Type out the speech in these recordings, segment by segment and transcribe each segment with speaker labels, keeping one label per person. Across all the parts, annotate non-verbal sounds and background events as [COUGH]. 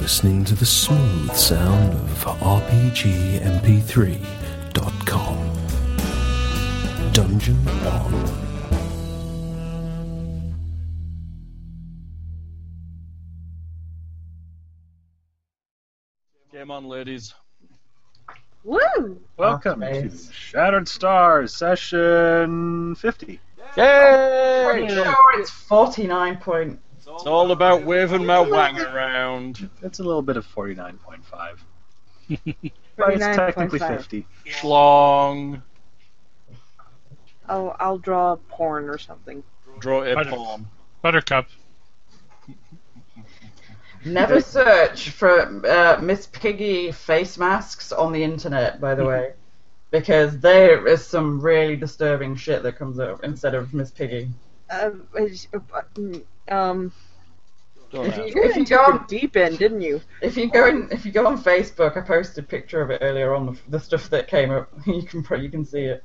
Speaker 1: listening to the smooth sound of RPGMP3.com. Dungeon on.
Speaker 2: Game on, ladies.
Speaker 3: Woo!
Speaker 2: Welcome to Shattered Stars, session 50.
Speaker 4: Yay!
Speaker 3: Pretty
Speaker 2: yeah.
Speaker 3: sure it's 49.9.
Speaker 2: It's all about waving my wang around. It's a little bit of 49.5. But it's technically 50. Schlong.
Speaker 5: I'll, I'll draw porn or something.
Speaker 2: Draw a
Speaker 6: Butter-
Speaker 2: palm.
Speaker 6: Buttercup.
Speaker 3: Never search for uh, Miss Piggy face masks on the internet, by the [LAUGHS] way, because there is some really disturbing shit that comes up instead of Miss Piggy.
Speaker 5: Uh, um,
Speaker 2: Don't
Speaker 3: If you,
Speaker 2: ask.
Speaker 3: if
Speaker 5: if
Speaker 3: you
Speaker 5: you
Speaker 3: go on,
Speaker 5: dove deep in, didn't you?
Speaker 3: if you go in, if you go on Facebook, I posted a picture of it earlier on the, the stuff that came up. [LAUGHS] You can pro- you can see it.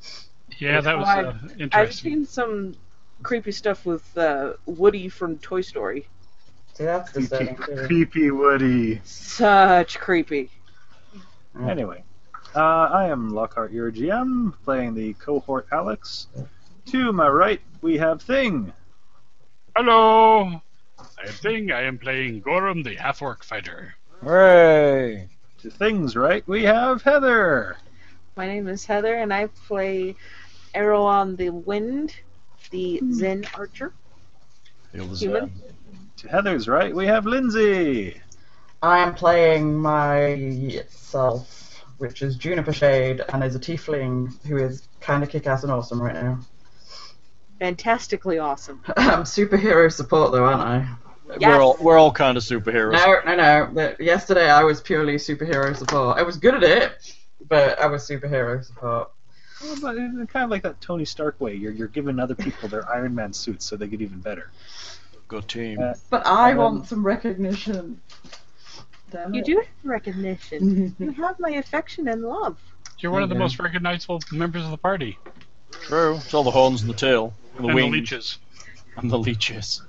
Speaker 6: Yeah, that was uh,
Speaker 5: I've
Speaker 6: interesting.
Speaker 5: seen some creepy stuff with uh, Woody from Toy Story.
Speaker 3: See, that's disturbing. too.
Speaker 2: Creepy Woody.
Speaker 5: Such creepy.
Speaker 2: Anyway, uh, I am Lockhart, your GM, playing the cohort Alex. To my right, we have Thing.
Speaker 6: Hello. I think I am playing Gorum, the half-orc fighter.
Speaker 4: Hooray!
Speaker 2: To Thing's right, we have Heather.
Speaker 5: My name is Heather, and I play Arrow on the Wind, the Zen Archer.
Speaker 2: uh,
Speaker 5: Human.
Speaker 2: To Heather's right, we have Lindsay.
Speaker 3: I am playing myself, which is Juniper Shade, and is a tiefling who is kind of kick-ass and awesome right now.
Speaker 5: Fantastically awesome.
Speaker 3: I'm superhero support though, aren't I?
Speaker 5: Yes.
Speaker 2: We're all we're all kind of superheroes.
Speaker 3: No, no, no. But yesterday I was purely superhero support. I was good at it, but I was superhero support.
Speaker 2: Well, but it's kind of like that Tony Stark way. You're you're giving other people their Iron Man suits so they get even better.
Speaker 4: Good team.
Speaker 2: Uh,
Speaker 3: But I
Speaker 2: Um,
Speaker 3: want some recognition. Damn
Speaker 5: You do have recognition.
Speaker 3: [LAUGHS]
Speaker 5: You
Speaker 3: do.
Speaker 5: have my affection and love.
Speaker 6: You're one of the
Speaker 3: Yeah.
Speaker 6: most recognizable members of the party.
Speaker 4: True.
Speaker 2: It's all the horns and the tail, and
Speaker 6: and
Speaker 2: wings,
Speaker 6: the leeches.
Speaker 2: and the leeches.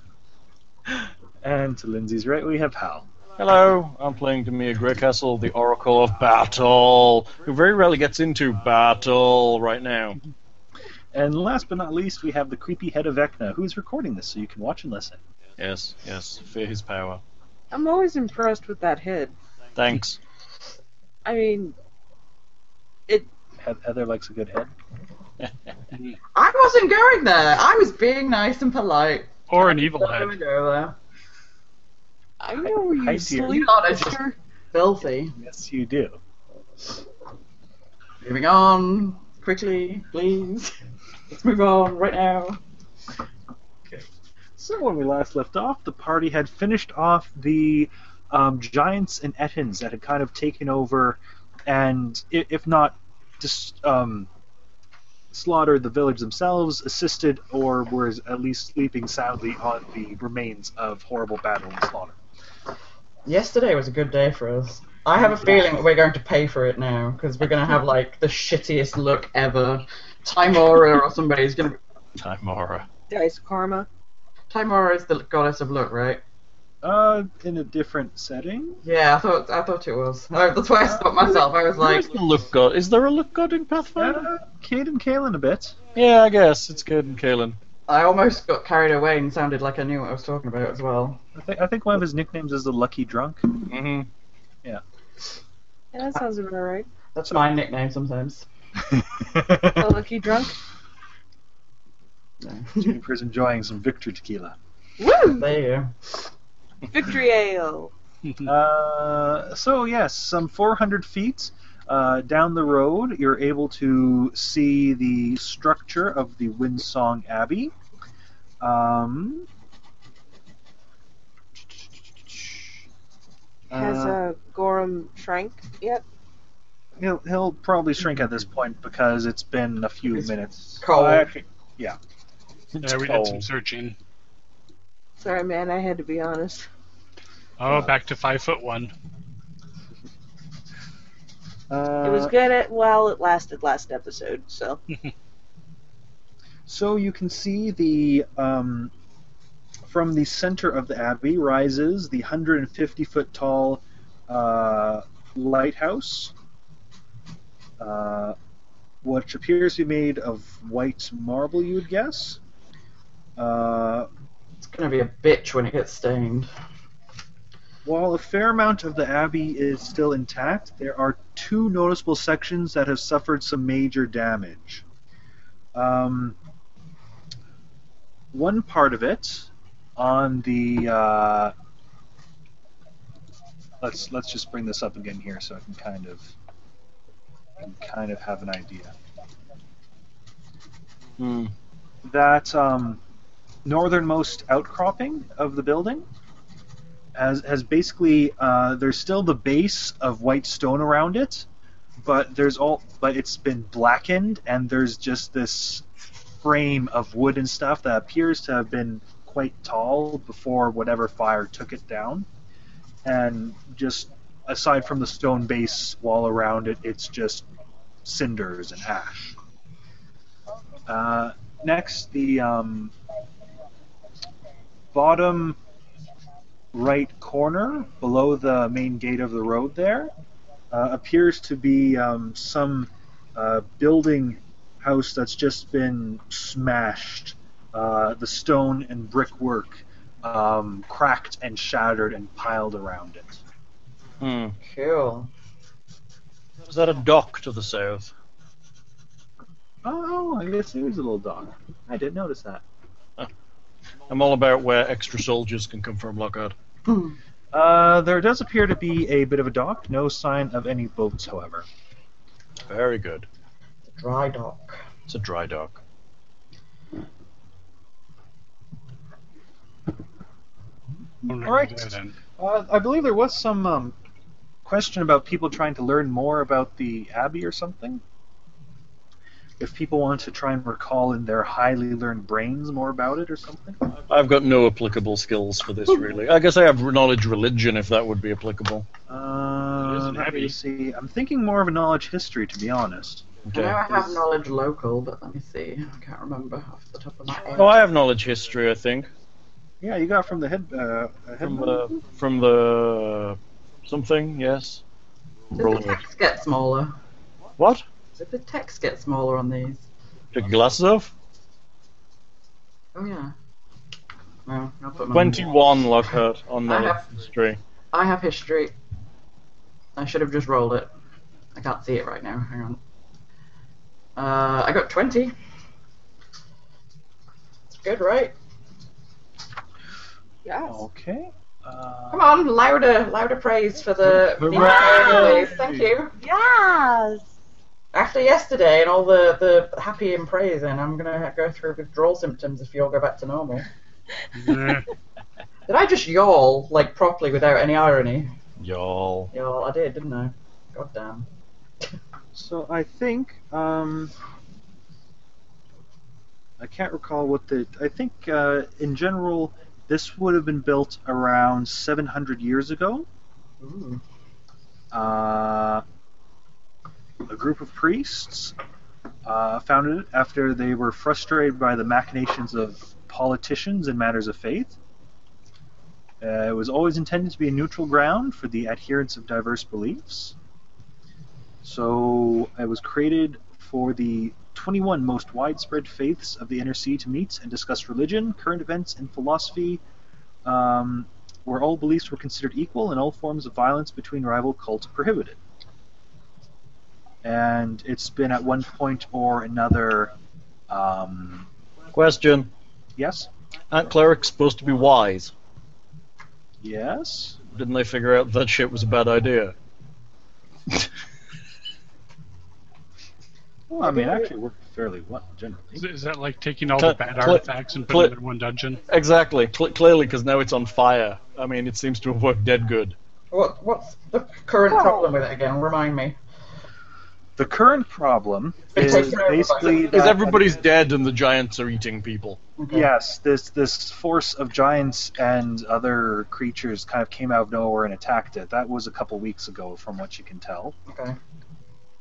Speaker 2: And to Lindsay's right, we have Hal.
Speaker 4: Hello. I'm playing Demir Greycastle, the Oracle of Battle, who very rarely gets into battle right now.
Speaker 2: And last but not least, we have the creepy head of Vecna, who is recording this so you can watch and listen.
Speaker 4: Yes, yes. Fear his power.
Speaker 5: I'm always impressed with that head.
Speaker 4: Thanks.
Speaker 5: I mean,
Speaker 2: He- Heather likes a good head.
Speaker 3: I wasn't going there. I was being nice and polite.
Speaker 6: Or an evil
Speaker 3: Not gonna
Speaker 6: head.
Speaker 3: go uh, there.
Speaker 5: I know where
Speaker 2: Hi,
Speaker 5: you
Speaker 2: dear.
Speaker 5: sleep,
Speaker 3: Not as-
Speaker 5: Mister.
Speaker 3: Filthy.
Speaker 2: Yes, you do.
Speaker 3: Moving on quickly, please. Let's move on right now.
Speaker 2: So when we last left off, the party had finished off the um, giants and etins that had kind of taken over, and i- if not dis- um, slaughtered the village themselves, assisted or were at least sleeping soundly on the remains of horrible battle and slaughter.
Speaker 3: Yesterday was a good day for us. I have a feeling we're going to pay for it now because we're going to have like the shittiest look ever. Timora or somebody's going to.
Speaker 4: Timora.
Speaker 5: Dice Karma.
Speaker 3: Timora is the goddess of look, right?
Speaker 2: Uh, in a different setting.
Speaker 3: Yeah, I thought I thought it was. I, that's why I stopped myself. I was like,
Speaker 4: Where's the look god? Is there a look god in Pathfinder?
Speaker 2: Uh, Cade and Kalen a bit.
Speaker 4: Yeah, I guess. It's good and Kalen.
Speaker 3: I almost got carried away and sounded like I knew what I was talking about as well.
Speaker 2: I, thi- I think one of his nicknames is the Lucky
Speaker 6: [LAUGHS]
Speaker 2: Drunk.
Speaker 4: Mm-hmm.
Speaker 5: Yeah, that sounds about
Speaker 2: [LAUGHS]
Speaker 5: right.
Speaker 3: That's my nickname sometimes.
Speaker 5: A lucky drunk.
Speaker 3: [LAUGHS] there
Speaker 2: Juniper's enjoying some Victor tequila.
Speaker 5: Woo!
Speaker 3: you go.
Speaker 5: Victory ale.
Speaker 2: Uh, so yes, some 400 feet uh, down the road, you're able to see the structure of the Windsong Abbey. Um,
Speaker 5: Has
Speaker 2: uh,
Speaker 5: a Gorum shrank yet?
Speaker 2: he'll, he'll probably shrink at this point because it's been a few
Speaker 3: It's
Speaker 2: minutes.
Speaker 3: cold.
Speaker 2: Uh, actually-
Speaker 6: Yeah, we
Speaker 2: Oh.
Speaker 6: did some searching.
Speaker 5: Sorry, man. I had to be honest.
Speaker 6: Oh, back to five foot one.
Speaker 2: uh,
Speaker 5: it was good at while it lasted last episode. So
Speaker 2: So you can see the um, from the center of the abbey rises the 150 foot tall uh, lighthouse, uh, which appears to be made of white marble, you would guess. Uh,
Speaker 3: It's gonna be a bitch when it gets stained.
Speaker 2: while a fair amount of the abbey is still intact, there are two noticeable sections that have suffered some major damage. Um, one part of it, on the uh, let's let's just bring this up again here, so I can kind of I can kind of have an idea
Speaker 4: Hmm.
Speaker 2: that um, northernmost outcropping of the building has, has basically uh, there's still the base of white stone around it, but there's all but it's been blackened and there's just this frame of wood and stuff that appears to have been quite tall before whatever fire took it down, and just aside from the stone base wall around it, it's just cinders and ash. Uh, next the um, bottom right corner below the main gate of the road there uh, appears to be um, some uh, building house that's just been smashed uh, the stone and brickwork um, cracked and shattered and piled around it
Speaker 4: Hmm.
Speaker 3: Cool.
Speaker 4: Is that a dock to the south?
Speaker 2: oh i guess there's a little dog i didn't notice that
Speaker 4: I'm all about where extra soldiers can come from, Lockhart.
Speaker 2: uh, there does appear to be a bit of a dock no sign of any boats however
Speaker 4: Very good.
Speaker 3: Dry dock.
Speaker 4: It's a dry dock.
Speaker 6: All
Speaker 2: right.
Speaker 6: Then.
Speaker 2: Uh, I believe there was some um, question about people trying to learn more about the Abbey or something. If people want to try and recall in their highly learned brains more about it or something.
Speaker 4: I've got no applicable skills for this, really. I guess I have knowledge religion, if that would be applicable.
Speaker 2: Uh,
Speaker 6: It is
Speaker 2: let
Speaker 6: an
Speaker 2: me
Speaker 6: abbey.
Speaker 2: see. I'm thinking more of a knowledge history, to be honest.
Speaker 3: I know I have
Speaker 4: is-
Speaker 3: knowledge local, but let me see. I can't remember off the top of my head.
Speaker 4: Oh, I have knowledge history, I think,
Speaker 2: Yeah, you got from the head. Uh, head
Speaker 4: from the from the something. Yes.
Speaker 3: Did the
Speaker 4: Rolling.
Speaker 3: text get smaller?
Speaker 4: What?
Speaker 3: Did the text get smaller on these?
Speaker 4: Took glasses off.
Speaker 3: Oh yeah. No,
Speaker 4: Hmm.
Speaker 3: I'll put my-
Speaker 4: Twenty-one Lockhart on
Speaker 3: I
Speaker 4: knowledge
Speaker 3: have-
Speaker 4: history.
Speaker 3: I have history. I should have just rolled it. I can't see it right now. Hang on. Uh, I got 20. It's good, right?
Speaker 5: Yes.
Speaker 2: Okay. Uh,
Speaker 3: Come on, louder, louder praise for the.
Speaker 2: Hooray!
Speaker 3: Please, Thank you.
Speaker 5: Yes.
Speaker 3: After yesterday and all the, the happy and praising, I'm going to go through withdrawal symptoms if you all go back to normal.
Speaker 6: Yeah.
Speaker 3: Did I just yawl, like, properly without any irony?
Speaker 4: Y'all.
Speaker 3: Yawl, I did, didn't I? God damn.
Speaker 2: So I think um, I can't recall what the. I think uh, in general, this would have been built around 700 years ago.
Speaker 3: Ooh.
Speaker 2: Uh, a group of priests uh, founded it after they were frustrated by the machinations of politicians in matters of faith. Uh, it was always intended to be a neutral ground for the adherents of diverse beliefs. So it was created for the 21 most widespread faiths of the inner sea to meet and discuss religion, current events, and philosophy. Um, where all beliefs were considered equal and all forms of violence between rival cults prohibited. And it's been at one point or another. Um,
Speaker 4: Question:
Speaker 2: yes?
Speaker 4: Aren't clerics supposed to be wise?
Speaker 2: Yes?
Speaker 4: Didn't they figure out that shit was a bad idea?
Speaker 2: Well, I mean, it actually worked fairly well, generally.
Speaker 6: Is, is that like taking all
Speaker 4: Cl-
Speaker 6: the bad
Speaker 4: cl-
Speaker 6: artifacts and
Speaker 4: cl-
Speaker 6: putting them in one dungeon?
Speaker 4: Exactly. Cl- clearly, because now it's on fire. I mean, it seems to have worked dead good.
Speaker 3: What, what's the current problem with it again? Remind me.
Speaker 2: The current problem
Speaker 3: It
Speaker 2: is
Speaker 3: takes care of
Speaker 2: basically.
Speaker 3: everybody.
Speaker 4: Because
Speaker 2: that-
Speaker 4: everybody's dead and the giants are eating people.
Speaker 3: Okay.
Speaker 2: Yes, this this force of giants and other creatures kind of came out of nowhere and attacked it. That was a couple weeks ago, from what you can tell.
Speaker 3: Okay.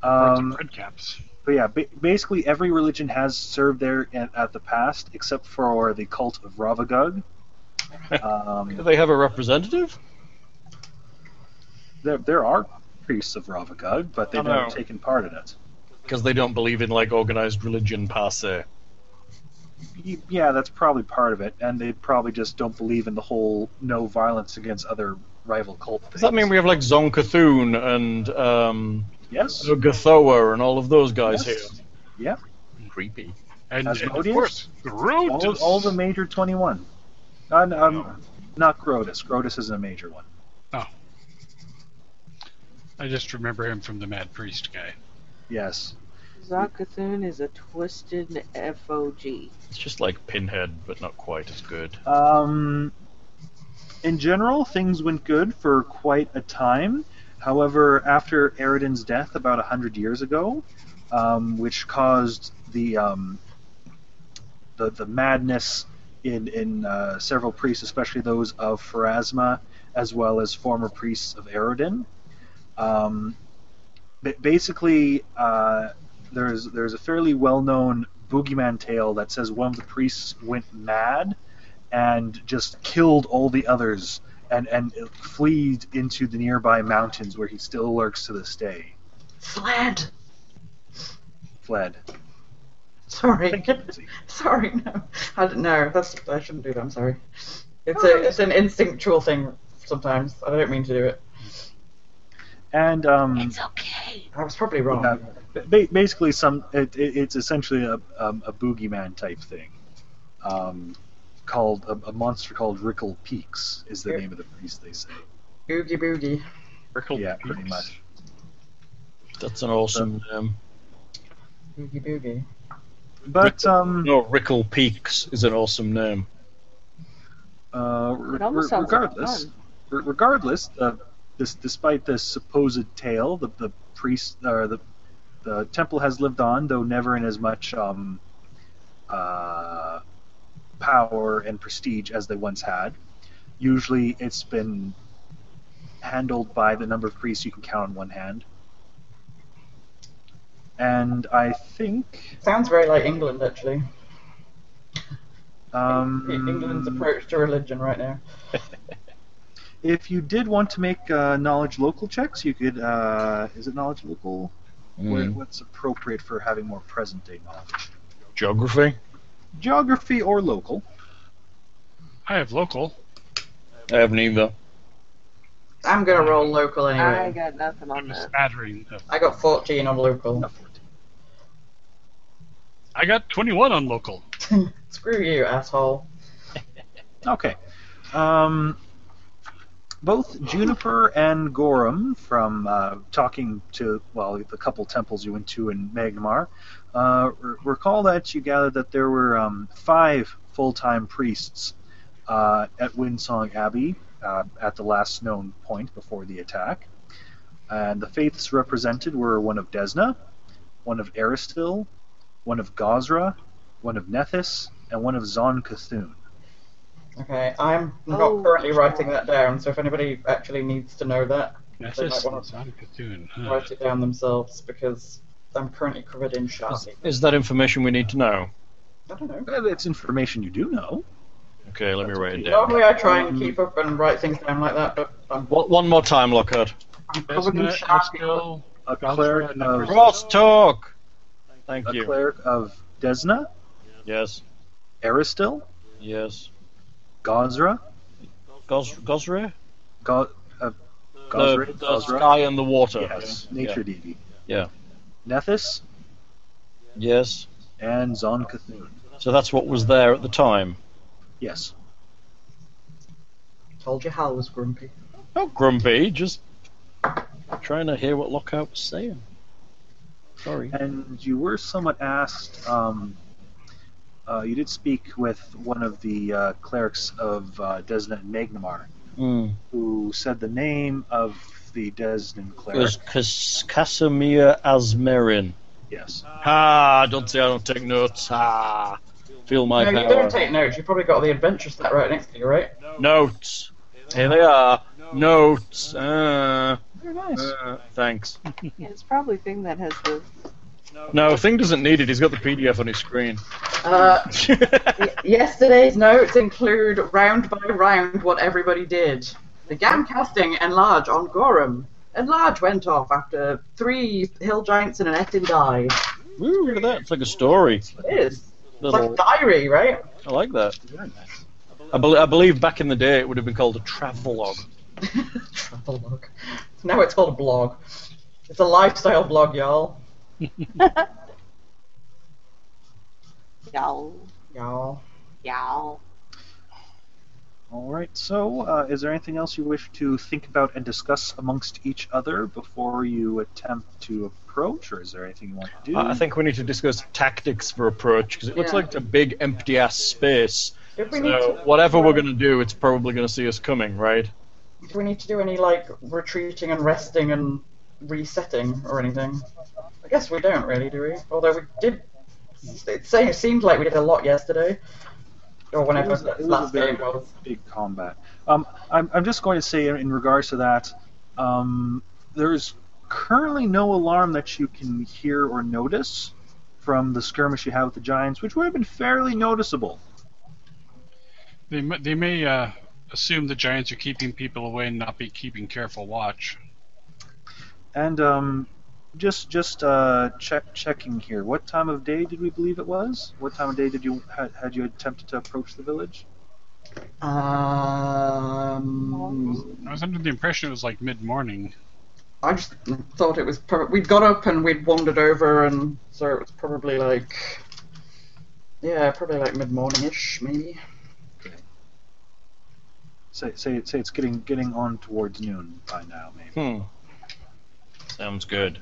Speaker 2: Um,
Speaker 6: red caps.
Speaker 2: But yeah, ba- basically every religion has served there at, at the past, except for the cult of
Speaker 4: [LAUGHS]
Speaker 2: Ravagug.
Speaker 4: Do
Speaker 2: Um,
Speaker 4: they have a representative?
Speaker 2: there, there are priests of Ravagug, but they've
Speaker 4: I know.
Speaker 2: never taken part in it.
Speaker 4: because they don't believe in like organized religion per se.
Speaker 2: Y- Yeah, that's probably part of it, and they probably just don't believe in the whole no violence against other rival cult thing.
Speaker 4: Does that mean we have like Zonkathun and um,
Speaker 2: Yes.
Speaker 4: Gathoa and all of those guys
Speaker 2: Yes. Yeah.
Speaker 4: here? Creepy.
Speaker 6: And, and of
Speaker 2: Asmodeus?
Speaker 6: course,
Speaker 2: All,
Speaker 6: Grotus.
Speaker 2: all the major 21. Uh, no,
Speaker 4: Oh.
Speaker 2: um, not Grotus. Grotus isn't a major one.
Speaker 6: I just remember him from the Mad Priest guy.
Speaker 2: Yes.
Speaker 5: Zakathoon is a twisted FOG.
Speaker 4: It's just like Pinhead, but not quite as good.
Speaker 2: Um, in general, things went good for quite a time. However, after Eridan's death about 100 years ago, um, which caused the, um, the, the madness in, in uh, several priests, especially those of Pharasma, as well as former priests of Eridan. Um, ba- basically, uh, there's, there's a fairly well known boogeyman tale that says one of the priests went mad and just killed all the others and, and fleed into the nearby mountains where he still lurks to this day.
Speaker 3: Fled.
Speaker 2: Fled.
Speaker 3: Sorry.
Speaker 2: Thank you, Lindsay.
Speaker 3: [LAUGHS] sorry. No. I don't know. That's I shouldn't do that. I'm sorry. It's a it's an instinctual thing sometimes. I don't mean to do it.
Speaker 2: And um,
Speaker 3: I was probably wrong.
Speaker 2: yeah, ba- basically, some it, it, it's essentially a, um, a boogeyman type thing um, called a, a monster called Rickle Peaks is the
Speaker 3: Yeah.
Speaker 2: name of the priest they say.
Speaker 3: Boogie boogie.
Speaker 2: Yeah, pretty much. Um,
Speaker 4: That's an awesome name.
Speaker 3: Boogie boogie.
Speaker 2: But um,
Speaker 4: No, Rickle Peaks is an awesome name.
Speaker 2: uh, re-
Speaker 5: It almost
Speaker 2: re-
Speaker 5: sounds like
Speaker 2: regardless,
Speaker 5: fun.
Speaker 2: re- regardless, uh, this despite this supposed tale, the the priest or the the temple has lived on, though never in as much um, uh, power and prestige as they once had. Usually, it's been handled by the number of priests you can count on one hand. And I think
Speaker 3: Sounds very like England actually. E,
Speaker 2: um,
Speaker 3: England's approach to religion right now.
Speaker 2: If you did want to make uh, knowledge local checks, you could. Uh, is it knowledge local?
Speaker 4: Hmm.
Speaker 2: Where, what's appropriate for having more present day knowledge?
Speaker 4: Geography?
Speaker 2: Geography or local?
Speaker 6: I have local.
Speaker 4: I haven't either.
Speaker 3: I'm gonna roll local
Speaker 5: I
Speaker 3: anyway.
Speaker 5: got nothing on
Speaker 6: I'm a
Speaker 5: that.
Speaker 6: smattering of.
Speaker 3: I got 14 on local.
Speaker 2: No, 14.
Speaker 6: I got 21 on local.
Speaker 3: Screw you, asshole.
Speaker 2: Okay. Um, both Juniper and Gorham from uh, talking to, well, the couple temples you went to in Magmar, uh, re- recall that you gathered that there were um, five full time priests uh, at Windsong Abbey uh, at the last known point before the attack. And the faiths represented were one of Desna, one of Aristil, one of Gazra, one of Nethys, and one of Zon Cthulhu.
Speaker 3: Okay, I'm not
Speaker 5: Oh.
Speaker 3: currently writing that down, so if anybody actually needs to know that,
Speaker 6: That's
Speaker 3: They might
Speaker 6: just
Speaker 3: wanna-
Speaker 6: Zan Cthulhu, huh?
Speaker 3: write it down themselves because I'm currently covered in
Speaker 4: Is,
Speaker 3: Sharpie.
Speaker 4: is that information we need to know?
Speaker 3: I don't know.
Speaker 2: Well, it's Uh, information you do know.
Speaker 4: Okay, let me write it down.
Speaker 3: Normally I try and keep up and write things down like that, but I'm,
Speaker 4: One one more time, Lockhart.
Speaker 3: I'm covered in
Speaker 6: Desna,
Speaker 3: Sharpie.
Speaker 6: Estel,
Speaker 2: A
Speaker 6: Gazra
Speaker 2: cleric
Speaker 6: and
Speaker 2: of
Speaker 6: Nethys.
Speaker 4: Cross talk! Thank
Speaker 2: a
Speaker 4: you.
Speaker 2: cleric of Desna,
Speaker 4: Yes,
Speaker 2: Aristil,
Speaker 4: yes.
Speaker 2: Gazra,
Speaker 4: Gos- Gosre?
Speaker 2: Ga- uh,
Speaker 4: The,
Speaker 2: Gazra,
Speaker 4: the
Speaker 2: Gazra.
Speaker 4: sky and the water.
Speaker 2: yes,
Speaker 4: Yeah.
Speaker 2: nature deity.
Speaker 4: Yeah.
Speaker 2: Nethys
Speaker 4: Yes.
Speaker 2: and Zon Cthulhu.
Speaker 4: So that's what was there at the time.
Speaker 2: Yes.
Speaker 3: Told you Hal was grumpy.
Speaker 4: Not grumpy, just trying to hear what Lockhart was saying. Sorry.
Speaker 2: And you were somewhat asked. Um, uh, you did speak with one of the uh, clerics of uh, Desna and Magnamar,
Speaker 4: Mm.
Speaker 2: who said the name of the Desnan
Speaker 4: It
Speaker 2: cleric.
Speaker 4: was Cas- Casimir Asmerin.
Speaker 2: Yes.
Speaker 4: Ah, don't say I don't take notes. Ah, feel my
Speaker 3: no, you
Speaker 4: power.
Speaker 3: don't take notes. You've probably got the adventure stat right next to you, right?
Speaker 4: notes. Here they are. Notes. Uh,
Speaker 2: Very nice.
Speaker 4: uh, thanks.
Speaker 5: It's probably a thing that has the
Speaker 4: No, Thing doesn't need it. He's got the PDF on his screen. [LAUGHS]
Speaker 3: Uh, Yesterday's notes include round by round what everybody did. The gam casting and large on Gorham. Enlarge went off after three hill giants and an Etin died.
Speaker 4: Ooh, look at that. It's like a story.
Speaker 3: It is. It's like a
Speaker 4: Little,
Speaker 2: [LAUGHS]
Speaker 3: diary, right?
Speaker 4: I like that.
Speaker 2: Very nice.
Speaker 4: I, bel I believe back in the day it would have been called a travelogue.
Speaker 3: Travel log. Now it's called a blog. It's a lifestyle blog, y'all.
Speaker 5: Y'all,
Speaker 3: Y'all.
Speaker 5: y'all.
Speaker 2: All right. So, uh, is there anything else you wish to think about and discuss amongst each other before you attempt to approach, or is there anything you want to do?
Speaker 4: Uh, I I think we need to discuss tactics for approach because it looks
Speaker 3: Yeah.
Speaker 4: like a big empty ass space.
Speaker 3: If we, need
Speaker 4: So
Speaker 3: to,
Speaker 4: whatever we're gonna do, it's probably gonna see us coming, right?
Speaker 3: if we need to do any, like, retreating and resting and resetting or anything, I guess we don't really, do we? Although we did. It, say, it seemed like we did a lot yesterday. Or whenever
Speaker 2: It was- it
Speaker 3: that
Speaker 2: was a
Speaker 3: last
Speaker 2: very-
Speaker 3: game was.
Speaker 2: big combat. Um, I'm, I'm just going to say in, in regards to that, um, there's currently no alarm that you can hear or notice from the skirmish you had with the giants, which would have been fairly noticeable.
Speaker 6: They, m- they may uh, assume the giants are keeping people away and not be keeping careful watch.
Speaker 2: And um, just just uh, check checking here. What time of day did we believe it was? What time of day did you had, had you attempted to approach the village?
Speaker 3: Um,
Speaker 6: I was under the impression it was like mid morning.
Speaker 3: I just thought it was. Pro- we'd got up and we'd wandered over, and so it was probably like, yeah, probably like mid morning ish, maybe.
Speaker 2: Say say say it's getting getting on towards noon by now, maybe.
Speaker 4: Hmm. Sounds good.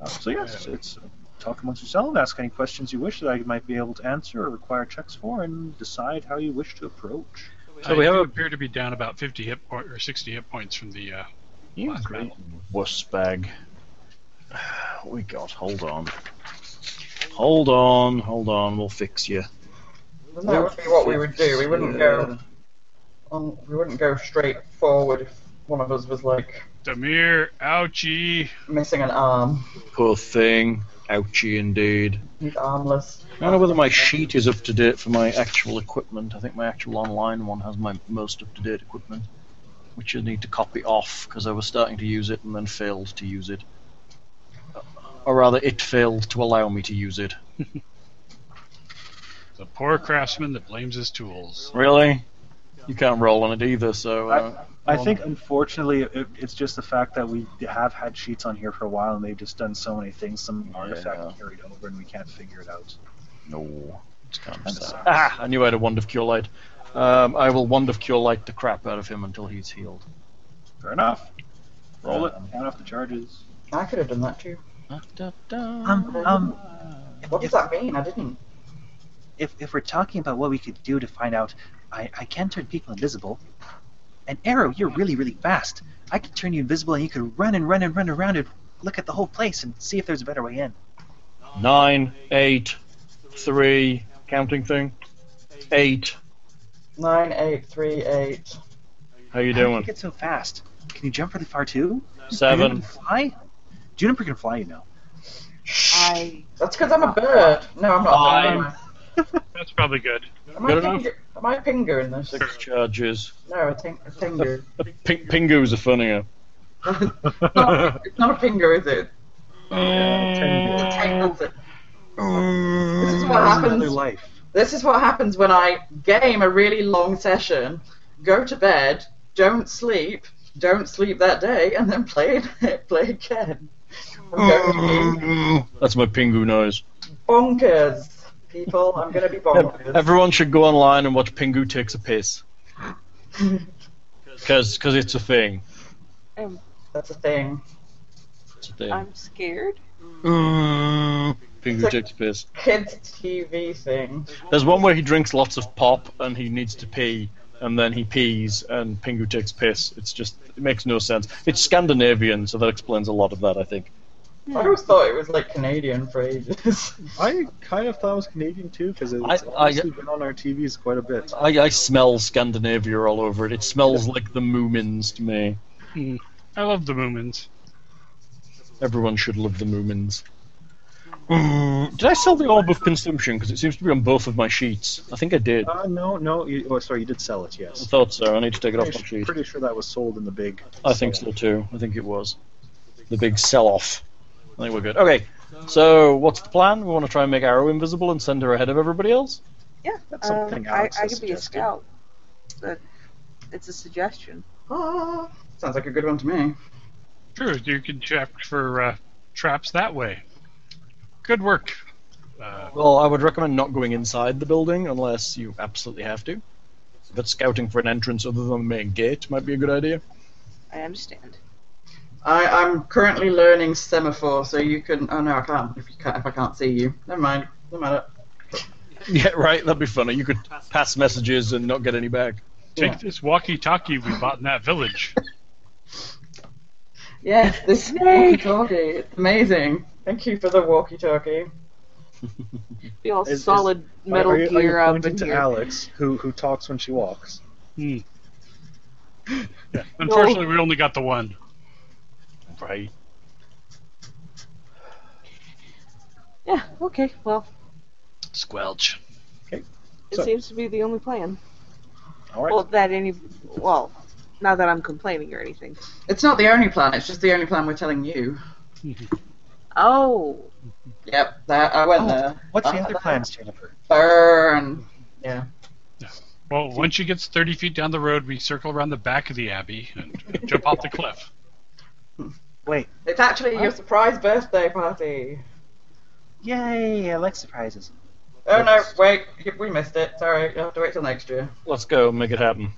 Speaker 2: Uh, so yes, it's talk amongst yourselves, ask any questions you wish that I might be able to answer or require checks for, and decide how you wish to approach.
Speaker 4: So we
Speaker 6: I
Speaker 4: have
Speaker 6: do
Speaker 4: a-
Speaker 6: appear to be down about 50 hit point or 60 hit points from the. Uh,
Speaker 4: You
Speaker 6: Black
Speaker 4: great
Speaker 6: metal.
Speaker 4: wuss bag. [SIGHS] We got. Hold on. Hold on. Hold on. We'll fix you.
Speaker 3: And that would be what we would do. We wouldn't go. On, we wouldn't go straight forward if one of us was like
Speaker 6: Damir, ouchie!
Speaker 3: missing an arm.
Speaker 4: Poor thing. Ouchie indeed.
Speaker 3: He's armless.
Speaker 4: I don't know whether my sheet is up to date for my actual equipment. I think my actual online one has my most up to date equipment, which I need to copy off because I was starting to use it and then failed to use it. Or rather, it failed to allow me to use it.
Speaker 6: The poor craftsman that blames his tools.
Speaker 4: Really? You can't roll on it either, so. Uh,
Speaker 2: I
Speaker 4: Well-
Speaker 2: think, unfortunately, it, it's just the fact that we have had sheets on here for a while, and they've just done so many things. Some
Speaker 4: Oh, Yeah.
Speaker 2: artifact carried over, and we can't figure it out.
Speaker 4: no. It's kind of
Speaker 2: I'm
Speaker 4: sad.
Speaker 2: sorry.
Speaker 4: Ah! I knew I had a Wand of Cure Light. Um, I will Wand of Cure Light the crap out of him until he's healed.
Speaker 2: Fair enough. Roll
Speaker 4: Um,
Speaker 2: it. Count off the charges.
Speaker 3: I could have done that too.
Speaker 4: Ah, da, da.
Speaker 2: um,
Speaker 3: What does that mean? I didn't.
Speaker 2: if, if we're talking about what we could do to find out, I, I can turn people invisible. And Arrow, you're really, really fast. I could turn you invisible and you could run and run and run around and look at the whole place and see if there's a better way in.
Speaker 4: Nine, eight, three, counting thing. Eight.
Speaker 3: Nine eight three eight.
Speaker 4: How you
Speaker 2: How do you
Speaker 4: doing?
Speaker 2: get so fast? Can you jump really far too? Are you able
Speaker 4: Seven.
Speaker 2: to fly? Juniper can fly, [LAUGHS] you know.
Speaker 5: I
Speaker 3: That's because I'm a bird. No, I'm not. a bird, am I?
Speaker 6: That's probably good.
Speaker 3: Am
Speaker 4: Good
Speaker 3: I,
Speaker 4: enough.
Speaker 3: pingu- am I pingu in this?
Speaker 4: Six charges. Uh,
Speaker 3: No, a, ting- a pingu.
Speaker 4: Ping- Pingu's are eh? funnier.
Speaker 3: It's not a pingu, is it?
Speaker 2: Uh,
Speaker 3: Tangles it. This is what
Speaker 2: Another
Speaker 3: happens.
Speaker 2: life.
Speaker 3: This is what happens when I game a really long session, go to bed, don't sleep, don't sleep that day, and then play [LAUGHS] it, play again. I'm going to be
Speaker 4: That's my Pingu noise.
Speaker 3: bonkers, people. I'm going to be
Speaker 4: [LAUGHS]
Speaker 3: bonkers. [LAUGHS]
Speaker 4: Everyone should go online and watch Pingu takes a piss. Because it's a thing.
Speaker 5: am,
Speaker 3: That's a thing.
Speaker 4: It's a thing.
Speaker 5: I'm scared.
Speaker 4: Pingu takes a piss.
Speaker 3: Kids TV thing.
Speaker 4: There's one where he drinks lots of pop and he needs to pee, and then he pees and Pingu takes piss. It's just, it makes no sense. It's Scandinavian, so that explains a lot of that, I think.
Speaker 3: I always thought it was like Canadian for ages. [LAUGHS]
Speaker 2: I kind of thought it was Canadian too, because
Speaker 4: I-
Speaker 2: it's
Speaker 4: I-
Speaker 2: honestly been on our TVs quite a bit.
Speaker 4: I, I smell Scandinavia all over it. It smells like the Moomins to me.
Speaker 6: I love the Moomins.
Speaker 4: Everyone should love the Moomins. Mm, did I sell the orb of consumption? Because it seems to be on both of my sheets. I think I did.
Speaker 2: Uh, no, no. You, oh, sorry, you did sell it. Yes.
Speaker 4: I thought so. I need to take it off my
Speaker 2: Pretty,
Speaker 4: sheet.
Speaker 2: pretty sure that was sold in the big.
Speaker 4: I think so too. I think it was the big sell-off. I think we're good. Okay. So what's the plan? We want to try and make Arrow invisible and send her ahead of everybody else.
Speaker 5: Yeah,
Speaker 2: That's
Speaker 5: um,
Speaker 2: something
Speaker 5: I,
Speaker 2: Alex
Speaker 5: I
Speaker 2: has
Speaker 5: could be a
Speaker 2: suggested.
Speaker 5: scout, but it's a suggestion.
Speaker 3: Ah, sounds like a good one to me.
Speaker 6: Sure, you can check for uh, traps that way. Good work. Uh,
Speaker 4: Well, I would recommend not going inside the building unless you absolutely have to. But scouting for an entrance other than the main gate might be a good idea. [LAUGHS]
Speaker 5: I understand.
Speaker 3: I, I'm currently learning semaphore, so you can. Oh no, I can't. If you can't, if I can't see you, never mind. Doesn't matter.
Speaker 4: Yeah, right. That'd be funny. You could pass messages and not get any back.
Speaker 6: take
Speaker 3: Yeah.
Speaker 6: this walkie-talkie we bought in that village.
Speaker 3: Yes,
Speaker 2: [LAUGHS]
Speaker 3: this walkie-talkie. It's amazing. Thank you for the walkie-talkie.
Speaker 5: Be all
Speaker 2: Is- is-
Speaker 5: solid metal
Speaker 2: are, you, are you
Speaker 5: gear uh, up
Speaker 2: pointing
Speaker 5: in
Speaker 2: to
Speaker 5: here.
Speaker 2: Alex, who who talks when she walks?
Speaker 6: Hmm. Yeah. Unfortunately, we only got the one.
Speaker 4: Right.
Speaker 5: Yeah. Okay. Well,
Speaker 4: Squelch.
Speaker 5: it
Speaker 2: So-
Speaker 5: seems to be the only plan.
Speaker 2: All right.
Speaker 5: Well, that any. Well, not that I'm complaining or anything.
Speaker 3: It's not the only plan. It's just the only plan we're telling you.
Speaker 5: Oh,
Speaker 3: Yep, that I went
Speaker 2: Oh.
Speaker 3: there.
Speaker 2: What's the
Speaker 3: Uh,
Speaker 2: other plans, Jennifer?
Speaker 3: Burn.
Speaker 6: Well, once she gets 30 feet down the road, we circle around the back of the abbey and jump off the cliff.
Speaker 2: Wait.
Speaker 3: It's actually your surprise birthday party.
Speaker 2: Yay! I like surprises.
Speaker 3: Oh no, wait, we missed it. Sorry, you have to wait till next year.
Speaker 4: Let's go. Make it happen.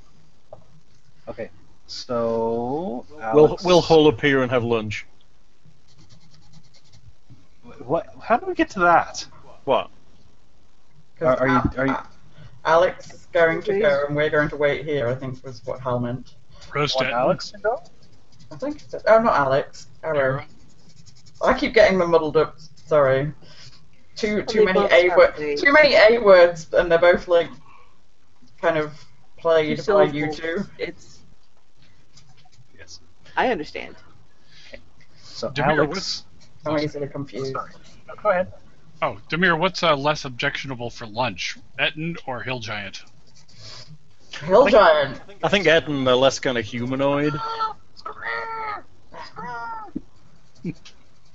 Speaker 2: Okay. So
Speaker 4: We'll
Speaker 2: Alex,
Speaker 4: we'll hole up here and have lunch.
Speaker 2: What? How do we get to that?
Speaker 4: What?
Speaker 3: 'Cause
Speaker 2: Are- are you-
Speaker 3: Al-
Speaker 2: are you-
Speaker 3: Alex is going to go, and we're going to wait here. I think was what Hal meant.
Speaker 6: Roast
Speaker 2: Want
Speaker 6: it.
Speaker 2: Alex to go?
Speaker 3: I think. It's, oh, not Alex. Arrow. I keep getting them muddled up. Sorry. Too too
Speaker 5: they
Speaker 3: many
Speaker 5: both
Speaker 3: a
Speaker 5: have the-
Speaker 3: words. Too many a words, and they're both like kind of played by
Speaker 5: syllables.
Speaker 3: you two.
Speaker 5: It's.
Speaker 2: Yes.
Speaker 5: I understand.
Speaker 2: So
Speaker 6: Demir,
Speaker 2: Alex.
Speaker 6: what's,
Speaker 3: I'm easily confused.
Speaker 2: Sorry. No, go ahead.
Speaker 6: oh, Demir, what's uh, less objectionable for lunch, Eton or Hill Giant?
Speaker 3: Hill giant.
Speaker 4: I think Ed and are less kind of humanoid.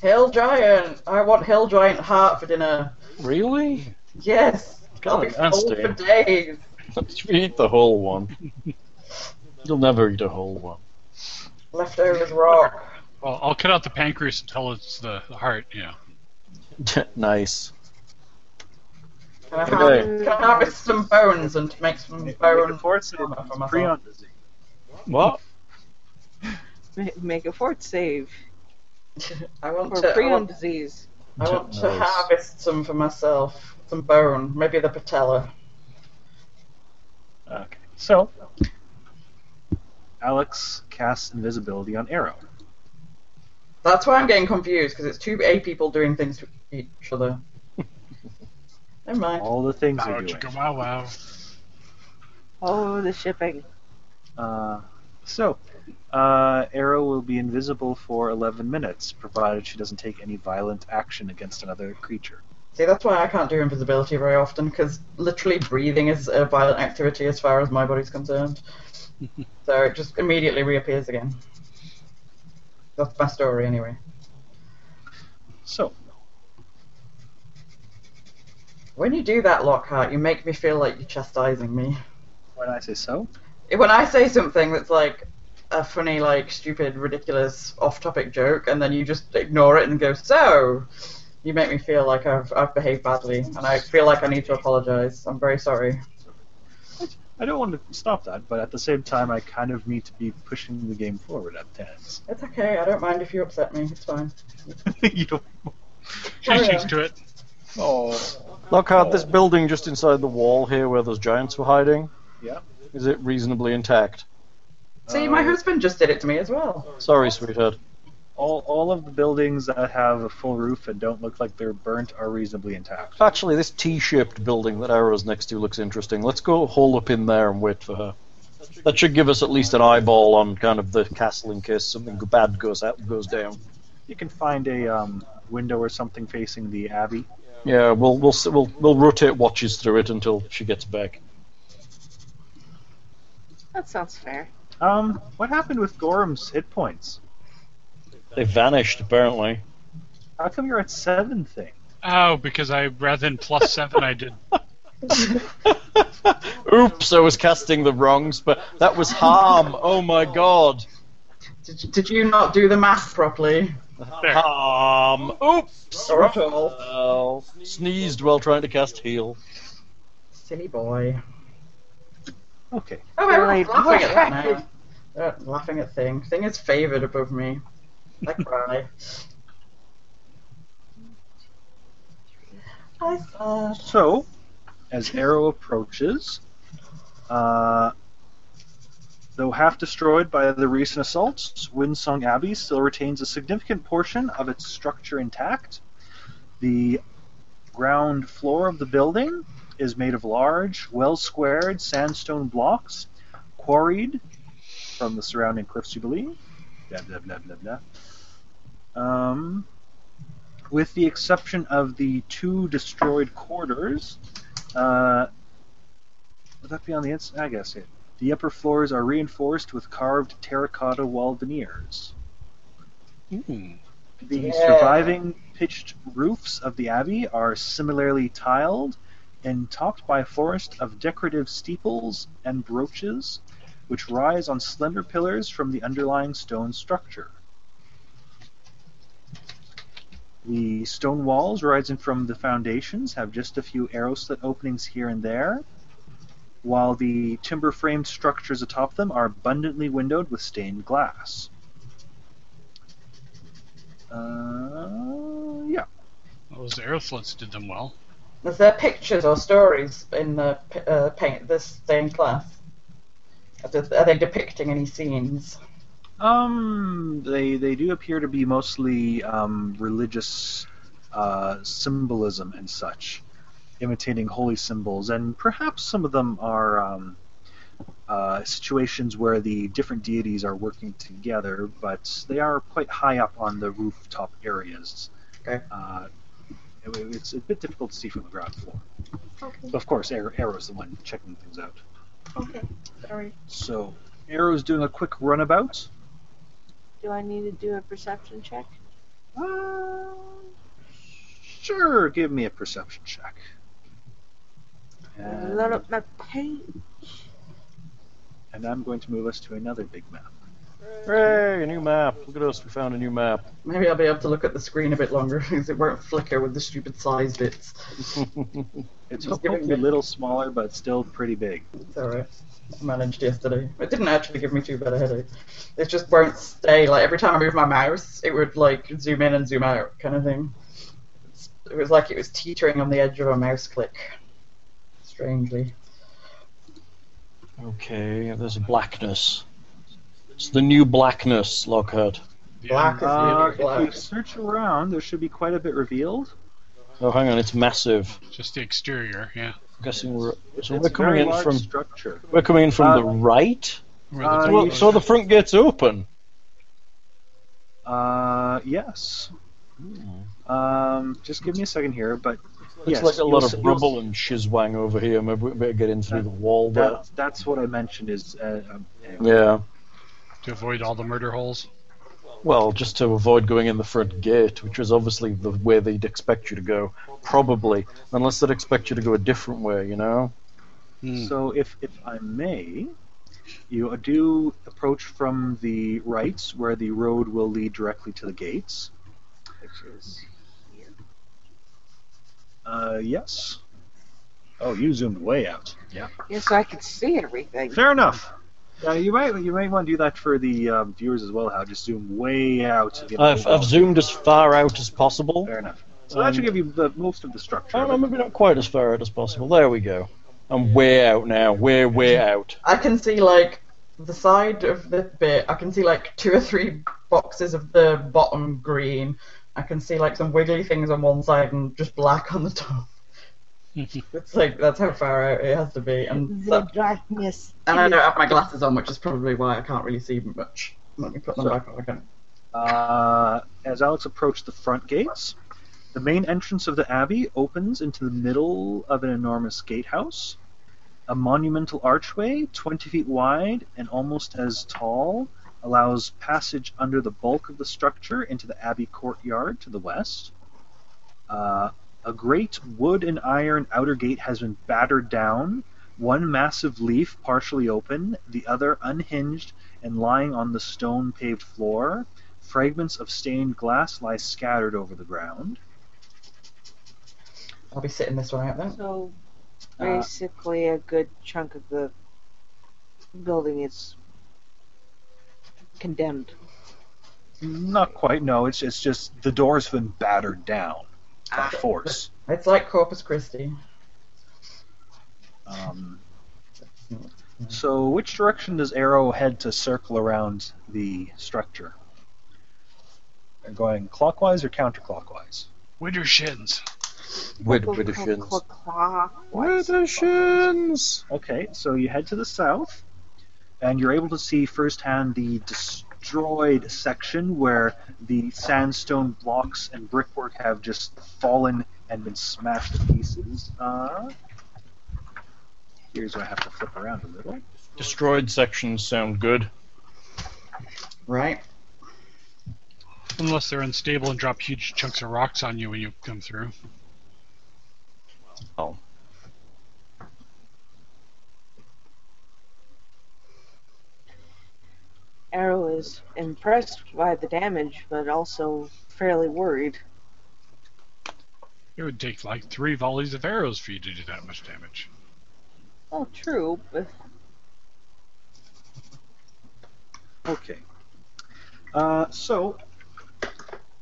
Speaker 3: Hill giant. I want hill giant heart for dinner.
Speaker 4: Really?
Speaker 3: Yes. I'll be
Speaker 4: God,
Speaker 3: full
Speaker 4: nasty.
Speaker 3: for days.
Speaker 4: [LAUGHS] You eat the whole one. You'll never eat a whole one. [LAUGHS]
Speaker 3: Leftovers rock.
Speaker 6: Well, I'll cut out the pancreas until it's the heart, you know.
Speaker 4: nice.
Speaker 3: Can I,
Speaker 4: Okay.
Speaker 3: harvest, can I harvest some bones and make some bone [LAUGHS] armor for myself?
Speaker 2: Freon disease.
Speaker 4: What?
Speaker 5: Ma- Make a fort save
Speaker 3: I want
Speaker 5: for
Speaker 3: to. I
Speaker 5: prion
Speaker 3: want,
Speaker 5: disease.
Speaker 3: I want to
Speaker 4: Nice.
Speaker 3: harvest some for myself. Some bone, maybe the patella.
Speaker 2: Okay. So, Alex casts invisibility on Arrow.
Speaker 3: That's why I'm getting confused because it's two A people doing things to each other. Never mind.
Speaker 2: All the things
Speaker 6: Oh,
Speaker 2: are doing.
Speaker 6: chicka wow wow.
Speaker 5: Oh, the shipping.
Speaker 2: Uh, so, uh, Arrow will be invisible for 11 minutes, provided she doesn't take any violent action against another creature.
Speaker 3: See, that's why I can't do invisibility very often because literally breathing is a violent activity as far as my body's concerned. so it just immediately reappears again. That's my story anyway.
Speaker 2: So,
Speaker 3: When you do that, Lockhart, you make me feel like you're chastising me.
Speaker 2: when I say so,
Speaker 3: When I say something that's like a funny, like stupid, ridiculous, off-topic joke, and then you just ignore it and go, "So," you make me feel like I've I've behaved badly, and I feel like I need to apologize. I'm very sorry.
Speaker 2: I don't want to stop that, but at the same time, I kind of need to be pushing the game forward at times. [LAUGHS]
Speaker 3: It's okay. I don't mind if you upset me. It's fine.
Speaker 2: you don't.
Speaker 3: Carry
Speaker 6: She's
Speaker 3: on.
Speaker 6: used to it.
Speaker 2: Oh.
Speaker 4: Lockhart, this building just inside the wall here where those giants were hiding,
Speaker 2: Yeah.
Speaker 4: is it reasonably intact?
Speaker 3: See, my
Speaker 2: Uh,
Speaker 3: husband just did it to me as well.
Speaker 4: Sorry, sweetheart.
Speaker 2: All, all of the buildings that have a full roof and don't look like they're burnt are reasonably intact.
Speaker 4: Actually, this T-shaped building that Arrow's next to looks interesting. Let's go hole up in there and wait for her. That should give us at least an eyeball on kind of the castle in case something bad goes out goes down.
Speaker 2: You can find a um, window or something facing the abbey.
Speaker 4: Yeah, we'll we'll s- we'll we'll rotate watches through it until she gets back.
Speaker 5: That sounds fair.
Speaker 2: Um, what happened with Gorham's hit points?
Speaker 4: They vanished apparently. [LAUGHS]
Speaker 2: How come you're at seven thing?
Speaker 6: Oh, because I rather than plus seven, I did.
Speaker 4: Oops, I was casting the wrong spell. That was harm. Oh my god.
Speaker 3: Did, you- did you not do the math properly?
Speaker 6: There.
Speaker 4: Harm. Oops.
Speaker 3: Ruffle.
Speaker 4: Well, sneezed while trying to cast heal.
Speaker 3: Silly boy.
Speaker 2: Okay.
Speaker 3: Oh,
Speaker 5: Right.
Speaker 3: everyone's laughing at that now. They're laughing at Thing. Thing is favoured above me. I [LAUGHS] cry. I sad.
Speaker 2: So, as Arrow approaches, uh, though half destroyed by the recent assaults, Winsung Abbey still retains a significant portion of its structure intact. The ground floor of the building is made of large, well squared sandstone blocks, quarried from the surrounding cliffs, you believe. Blah, blah, blah, blah, blah. Um, with the exception of the two destroyed quarters, uh, would that be on the inside? I guess it. The upper floors are reinforced with carved terracotta wall veneers.
Speaker 6: Ooh.
Speaker 2: The
Speaker 3: Yeah.
Speaker 2: surviving pitched roofs of the abbey are similarly tiled and topped by a forest of decorative steeples and brooches, which rise on slender pillars from the underlying stone structure. The stone walls rising from the foundations have just a few arrow slit openings here and there, while the timber framed structures atop them are abundantly windowed with stained glass. Uh, yeah.
Speaker 6: Those air slits did them well.
Speaker 3: Is there pictures or stories in the p- uh, paint this stained glass? Are they- are they depicting any scenes?
Speaker 2: Um, they they do appear to be mostly um, religious uh, symbolism and such, imitating holy symbols, and perhaps some of them are um, uh, situations where the different deities are working together, but they are quite high up on the rooftop areas.
Speaker 3: Okay.
Speaker 2: Uh, it- it's a bit difficult to see from the ground floor. Okay. Of course, Ar- Arrow's the one checking things out.
Speaker 5: Okay, sorry.
Speaker 2: So, Arrow's doing a quick runabout.
Speaker 5: Do I need to do a perception check?
Speaker 2: Uh, sure, give me a perception check. And,
Speaker 5: Load up my paint.
Speaker 2: and I'm going to move us to another big map.
Speaker 4: Hooray, a new map. Look at us, we found a new map. [LAUGHS]
Speaker 3: Maybe I'll be able to look at the screen a bit longer [LAUGHS] because it won't flicker with the stupid size bits.
Speaker 2: It's
Speaker 3: Just give it a
Speaker 2: hopefully a
Speaker 3: bit.
Speaker 2: little smaller, but still pretty big.
Speaker 3: It's alright. I managed yesterday. It didn't actually give me too bad a headache. It just won't stay. Like every time I move my mouse, it would like zoom in and zoom out, kind of thing. It's, it was like it was teetering on the edge of a mouse click. Strangely.
Speaker 4: okay, there's blackness. It's the new blackness, Lockhart.
Speaker 6: The um,
Speaker 3: Black is
Speaker 6: un-
Speaker 2: Uh,
Speaker 3: really
Speaker 2: if you
Speaker 3: black.
Speaker 2: search around, there should be quite a bit revealed.
Speaker 4: Oh, hang on, it's massive.
Speaker 6: just the exterior, yeah.
Speaker 4: I'm guessing we're so
Speaker 2: it's
Speaker 4: we're
Speaker 2: a very
Speaker 4: coming in
Speaker 2: large
Speaker 4: from
Speaker 2: structure.
Speaker 4: we're coming in from
Speaker 2: Uh,
Speaker 4: the right.
Speaker 6: Where the
Speaker 2: Uh,
Speaker 6: door
Speaker 4: Well,
Speaker 6: goes
Speaker 4: so the
Speaker 6: up.
Speaker 4: front gate's open.
Speaker 2: Uh, yes.
Speaker 4: Hmm.
Speaker 2: Um, just give me a second here, but
Speaker 4: Looks
Speaker 2: yes,
Speaker 4: like a lot
Speaker 2: you'll s-
Speaker 4: of
Speaker 2: you'll s-
Speaker 4: rubble and shizwang over here. Maybe we better get in through the wall there.
Speaker 2: That, that's what I mentioned is. Uh, um, anyway.
Speaker 4: Yeah.
Speaker 6: to avoid all the murder holes.
Speaker 4: Well, just to avoid going in the front gate, which was obviously the way they'd expect you to go, probably, unless they'd expect you to go a different way, you know.
Speaker 6: Hmm.
Speaker 2: So, if, if I may, you do approach from the right, where the road will lead directly to the gates. Which is here. Uh, yes. Oh, you zoomed way out.
Speaker 5: Yeah, so I can see everything.
Speaker 2: Fair enough. Yeah, you might you might want to do that for the um, viewers as well. How just zoom way out. to get the
Speaker 4: I've,
Speaker 2: whole-
Speaker 4: I've zoomed as far out as possible.
Speaker 2: Fair enough. So that should give you the most of the structure.
Speaker 4: Oh, no, maybe not quite as far out as possible. There we go. I'm way out now. Way, way out.
Speaker 3: I can see like the side of the bit. I can see like two or three boxes of the bottom green. I can see like some wiggly things on one side and just black on the top. it's like that's how far out it has to be, and
Speaker 5: The
Speaker 3: that-
Speaker 5: darkness.
Speaker 3: and I don't have my glasses on, which is probably why I can't really see much. Let me put them
Speaker 2: So-
Speaker 3: back on again.
Speaker 2: Uh, as Alex approached the front gates, the main entrance of the abbey opens into the middle of an enormous gatehouse. A monumental archway, 20 feet wide and almost as tall, allows passage under the bulk of the structure into the abbey courtyard to the west. Uh, a great wood and iron outer gate has been battered down, one massive leaf partially open, the other unhinged and lying on the stone paved floor. Fragments of stained glass lie scattered over the ground.
Speaker 3: I'll be sitting this one out then.
Speaker 5: So
Speaker 2: Uh,
Speaker 5: basically, a good chunk of the building is condemned.
Speaker 2: Not quite, no. It's, it's just the doors have been battered down by force.
Speaker 3: It's like Corpus Christi.
Speaker 2: Um, [LAUGHS] so, which direction does Arrow head to circle around the structure? They're going clockwise or counterclockwise?
Speaker 6: Wider shins.
Speaker 4: With
Speaker 5: Clock,
Speaker 4: British
Speaker 5: clock,
Speaker 4: shins.
Speaker 5: clock, clock.
Speaker 4: With the shins.
Speaker 2: Okay, so you head to the south, and you're able to see firsthand the destroyed section where the sandstone blocks and brickwork have just fallen and been smashed to pieces. Uh, here's where I have to flip around a little.
Speaker 4: Destroyed sections sound good.
Speaker 3: Right.
Speaker 6: Unless they're unstable and drop huge chunks of rocks on you when you come through.
Speaker 5: Arrow is impressed by the damage, but also fairly worried.
Speaker 6: It would take like three volleys of arrows for you to do that much damage.
Speaker 5: Oh, true, but
Speaker 2: Okay. Uh, so,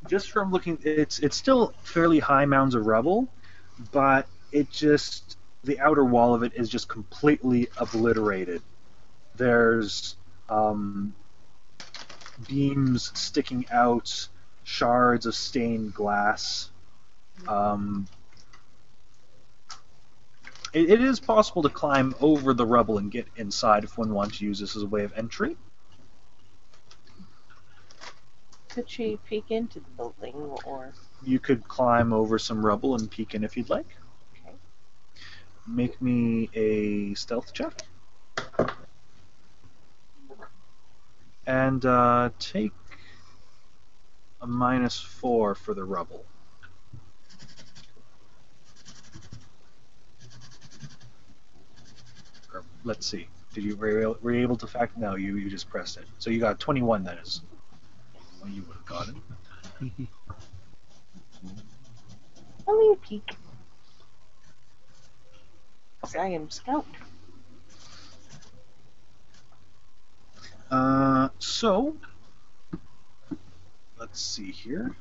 Speaker 2: just from looking, it's it's still fairly high mounds of rubble, but it just the outer wall of it is just completely obliterated. There's um, beams sticking out, shards of stained glass. Um, it, it is possible to climb over the rubble and get inside if one wants to use this as a way of entry.
Speaker 5: could she peek into the building or
Speaker 2: You could climb over some rubble and peek in if you'd like.
Speaker 5: Okay.
Speaker 2: Make me a stealth check. And uh, take a minus four for the rubble. Or, let's see. Did you were you able- were you able to fact? No, you, you just pressed it. So you got 21. That is. Well, you would have got it.
Speaker 5: only a peek? 'Cause I am scout.
Speaker 2: Uh, so let's see here.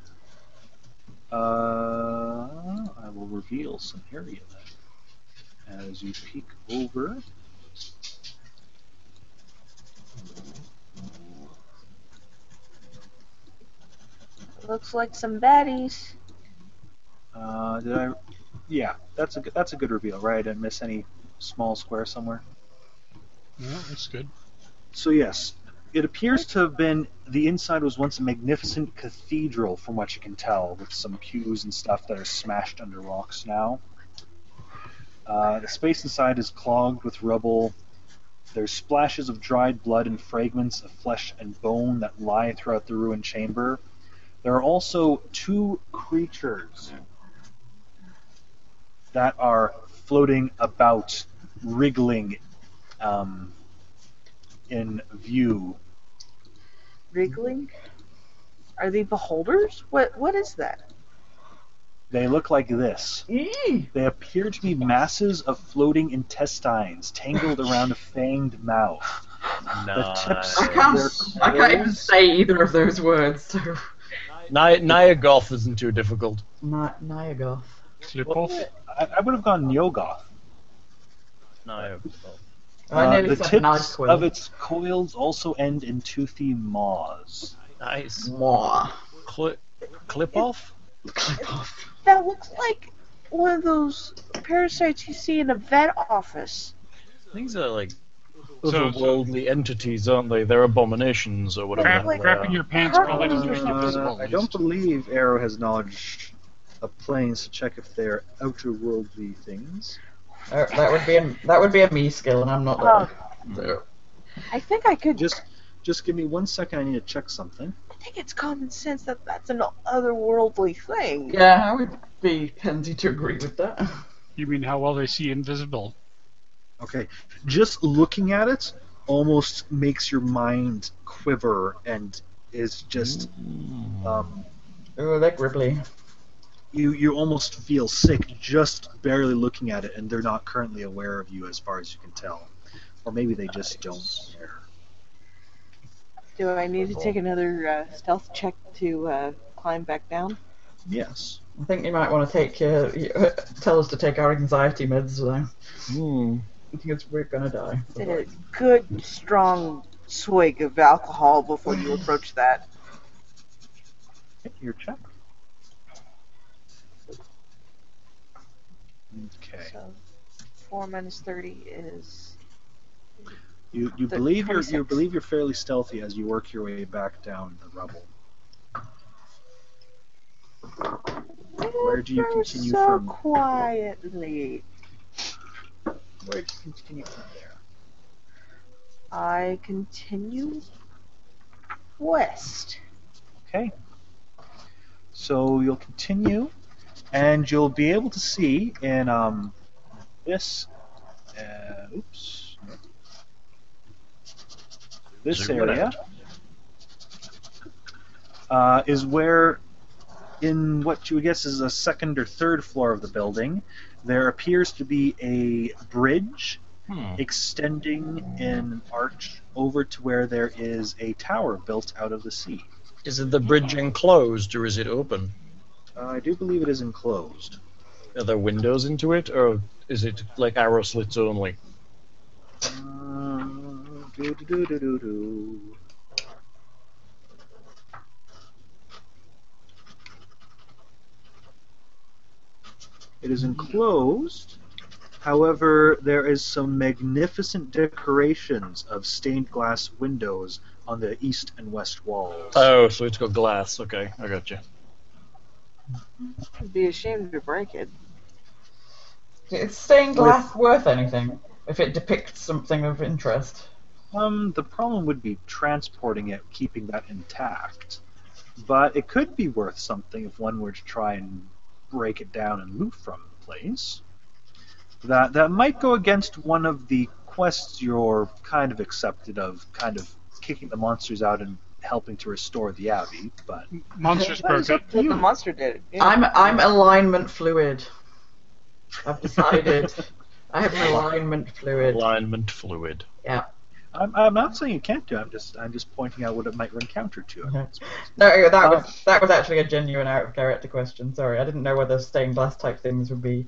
Speaker 2: Uh, I will reveal some area then as you peek over.
Speaker 5: Looks like some baddies.
Speaker 2: Uh, did I? Yeah, that's a good, that's a good reveal, right? I didn't miss any small square somewhere.
Speaker 6: No, that's good.
Speaker 2: So yes, it appears to have been the inside was once a magnificent cathedral, from what you can tell, with some pews and stuff that are smashed under rocks now. Uh, the space inside is clogged with rubble. There's splashes of dried blood and fragments of flesh and bone that lie throughout the ruined chamber. There are also two creatures that are floating about, wriggling um, in view.
Speaker 5: Wriggling? Are they beholders? What what is that?
Speaker 2: They look like this.
Speaker 3: Eee!
Speaker 2: They appear to be masses of floating intestines tangled around a fanged mouth. The tips
Speaker 3: I
Speaker 2: of
Speaker 3: can't-
Speaker 2: their
Speaker 3: I can't even
Speaker 2: claws-
Speaker 3: say either of those words, so.
Speaker 4: Ni- Nia Golf isn't too difficult.
Speaker 3: Ni- Niagoth.
Speaker 6: Slip
Speaker 2: Well,
Speaker 6: off.
Speaker 2: I, I would have gone Nyogoth.
Speaker 4: Nia
Speaker 2: Uh,
Speaker 3: I know
Speaker 2: the
Speaker 3: it's
Speaker 2: tips
Speaker 3: Nyquil.
Speaker 2: of its coils also end in toothy maws.
Speaker 4: Nice.
Speaker 3: Mwah.
Speaker 4: Cli- clip off?
Speaker 3: Clip off.
Speaker 5: That looks like one of those parasites you see in a vet office.
Speaker 4: These are like
Speaker 6: So-
Speaker 4: otherworldly entities, aren't they? They're abominations or whatever.
Speaker 6: Crap,
Speaker 4: the hell they
Speaker 6: crap in
Speaker 4: are.
Speaker 6: your pants probably doesn't keep us
Speaker 2: Uh, I don't
Speaker 6: closed.
Speaker 2: believe Arrow has knowledge of planes to check if they're outerworldly things.
Speaker 3: Uh, that would be a that would be a me skill, and I'm not there.
Speaker 5: Oh, I think I could.
Speaker 2: Just, just give me one second. I need to check something.
Speaker 5: I think it's common sense that that's an otherworldly thing.
Speaker 3: Yeah, I would be tempted to agree with that.
Speaker 6: You mean how well they see invisible?
Speaker 2: Okay, just looking at it almost makes your mind quiver and is just um,
Speaker 3: Ooh, like Ripley.
Speaker 2: you you almost feel sick just barely looking at it, and they're not currently aware of you as far as you can tell, or maybe they just don't care.
Speaker 5: Do I need to take another uh, stealth check to uh, climb back down?
Speaker 2: Yes.
Speaker 3: I think you might want to take your, your- tell us to take our anxiety meds though.
Speaker 4: Hmm.
Speaker 3: Because we're gonna die.
Speaker 5: Take a good strong swig of alcohol before you approach that.
Speaker 2: Your check. Okay.
Speaker 5: So four minus thirty is
Speaker 2: You you
Speaker 5: Thir-
Speaker 2: believe you're you
Speaker 5: 26.
Speaker 2: believe you're fairly stealthy as you work your way back down the rubble. Where do you
Speaker 5: Ever
Speaker 2: continue
Speaker 5: so
Speaker 2: from?
Speaker 5: quietly.
Speaker 2: Where do you continue from there?
Speaker 5: I continue west.
Speaker 2: Okay. So you'll continue, and you'll be able to see in um, this. Uh, oops. This
Speaker 4: Zoom it
Speaker 2: area
Speaker 4: out.
Speaker 2: uh, is where, in what you would guess is a second or third floor of the building, there appears to be a bridge
Speaker 4: Hmm.
Speaker 2: extending in an arch over to where there is a tower built out of the sea.
Speaker 4: Is it the bridge enclosed or is it open?
Speaker 2: Uh, I do believe it is enclosed.
Speaker 4: Are there windows into it or is it like arrow slits only?
Speaker 2: Um, doo-doo-doo-doo-doo-doo. [LAUGHS] It is enclosed. However, there is some magnificent decorations of stained glass windows on the east and west walls.
Speaker 4: Oh, so it's got glass. Okay, I got you.
Speaker 5: It'd be a shame to break it.
Speaker 3: Is stained glass worth anything if it depicts something of interest?
Speaker 2: Um, the problem would be transporting it, keeping that intact. But it could be worth something if one were to try and break it down and loot from the place. That that might go against one of the quests you're kind of accepted of, kind of kicking the monsters out and helping to restore the abbey. But
Speaker 6: Monsters
Speaker 5: That
Speaker 6: broke
Speaker 5: was
Speaker 6: it.
Speaker 5: up to the monster did it. yeah.
Speaker 3: I'm I'm alignment fluid. I've decided. I have alignment fluid.
Speaker 4: Alignment fluid.
Speaker 2: I'm, I'm not saying you can't do. it, I'm just I'm just pointing out what it might run counter to. It.
Speaker 3: No, that was that was actually a genuine out of character question. Sorry, I didn't know whether stained glass type things would be.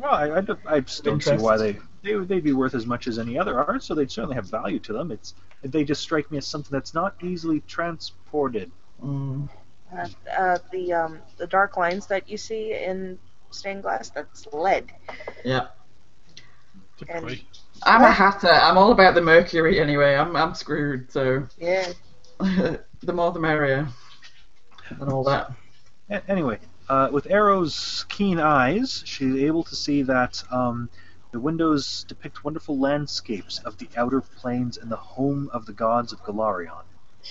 Speaker 2: No, I, I, don't- I just don't see
Speaker 3: Interest.
Speaker 2: why they, they would- they'd be worth as much as any other art, so they'd certainly have value to them. It's they just strike me as something that's not easily transported.
Speaker 3: Mm.
Speaker 5: Uh, uh, the um, the dark lines that you see in stained glass that's lead.
Speaker 3: Yeah,
Speaker 6: Typically.
Speaker 3: I'm a hatter. I'm all about the mercury anyway. I'm I'm screwed. So
Speaker 5: Yeah.
Speaker 3: [LAUGHS] the more the merrier, and all that.
Speaker 2: A- anyway, uh, with Arrow's keen eyes, she's able to see that um, the windows depict wonderful landscapes of the outer plains and the home of the gods of Galarion.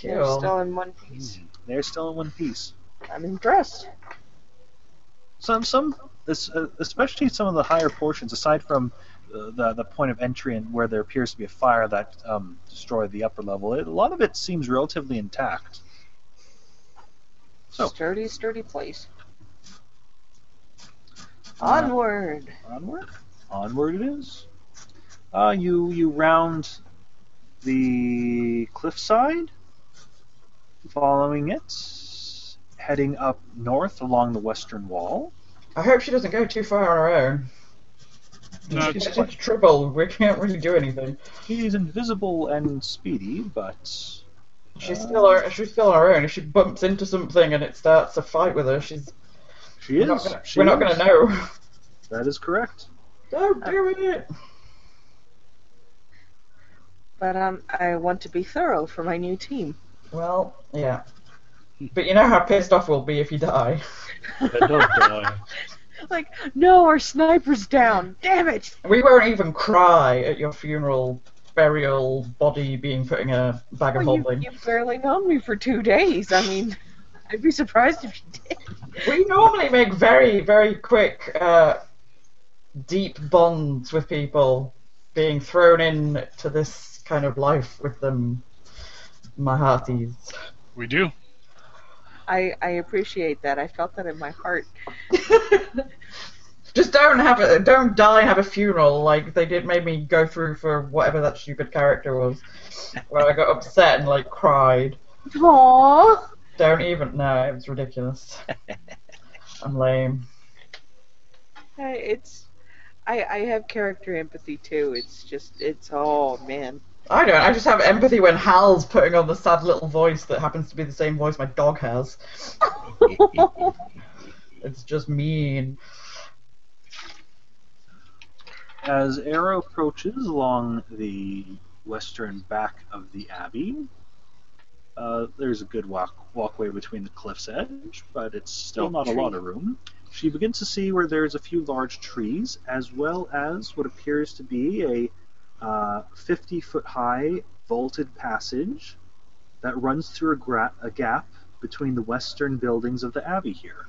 Speaker 5: They're
Speaker 3: Cool.
Speaker 5: still in one piece.
Speaker 2: They're still in one piece.
Speaker 5: I'm impressed.
Speaker 2: some some es- uh, especially some of the higher portions aside from uh, the the point of entry and where there appears to be a fire that um, destroyed the upper level it, a lot of it seems relatively intact So-
Speaker 5: Sturdy, sturdy place. Onward.
Speaker 2: onward onward it is uh, you you round the cliffside following it heading up north along the western wall
Speaker 3: I hope she doesn't go too far on her own.
Speaker 6: No,
Speaker 3: She gets into trouble. We can't really do anything.
Speaker 2: she's invisible and speedy but
Speaker 3: She's still on, she's still on her own. If she bumps into something and it starts a fight with her, she's
Speaker 2: she
Speaker 3: we're
Speaker 2: is
Speaker 3: not gonna,
Speaker 2: she
Speaker 3: we're not
Speaker 2: is.
Speaker 3: gonna know. [LAUGHS]
Speaker 5: Oh.
Speaker 2: that is correct
Speaker 3: Don't do it.
Speaker 5: but um, I want to be thorough for my new team.
Speaker 3: Well, yeah. But you know how pissed off we'll be if you die.
Speaker 4: It does die.
Speaker 5: Like, no, our sniper's down. Damn it!
Speaker 3: We won't even cry at your funeral, burial, body being put in a bag of
Speaker 5: Well, you,
Speaker 3: holding.
Speaker 5: you've barely known me for two days. I mean, [LAUGHS] I'd be surprised if you did.
Speaker 3: We normally make very, very quick, uh, deep bonds with people. Being thrown in to this kind of life with them, my hearties.
Speaker 6: We do.
Speaker 5: I, I appreciate that. I felt that in my heart.
Speaker 3: Just don't have a don't die and have a funeral like they did made me go through for whatever that stupid character was. Where I got upset and like cried.
Speaker 5: Aww.
Speaker 3: Don't even no, it was ridiculous. I'm lame.
Speaker 5: It's I I have character empathy too. It's just it's oh man.
Speaker 3: I don't I just have empathy when Hal's putting on the sad little voice that happens to be the same voice my dog has. It's just mean.
Speaker 2: As Arrow approaches along the western back of the abbey, uh, there's a good walk walkway between the cliff's edge, but it's still
Speaker 5: Big
Speaker 2: not
Speaker 5: tree.
Speaker 2: a lot of room. She begins to see where there's a few large trees, as well as what appears to be a uh, 50 foot high vaulted passage that runs through a, gra- a gap between the western buildings of the abbey here.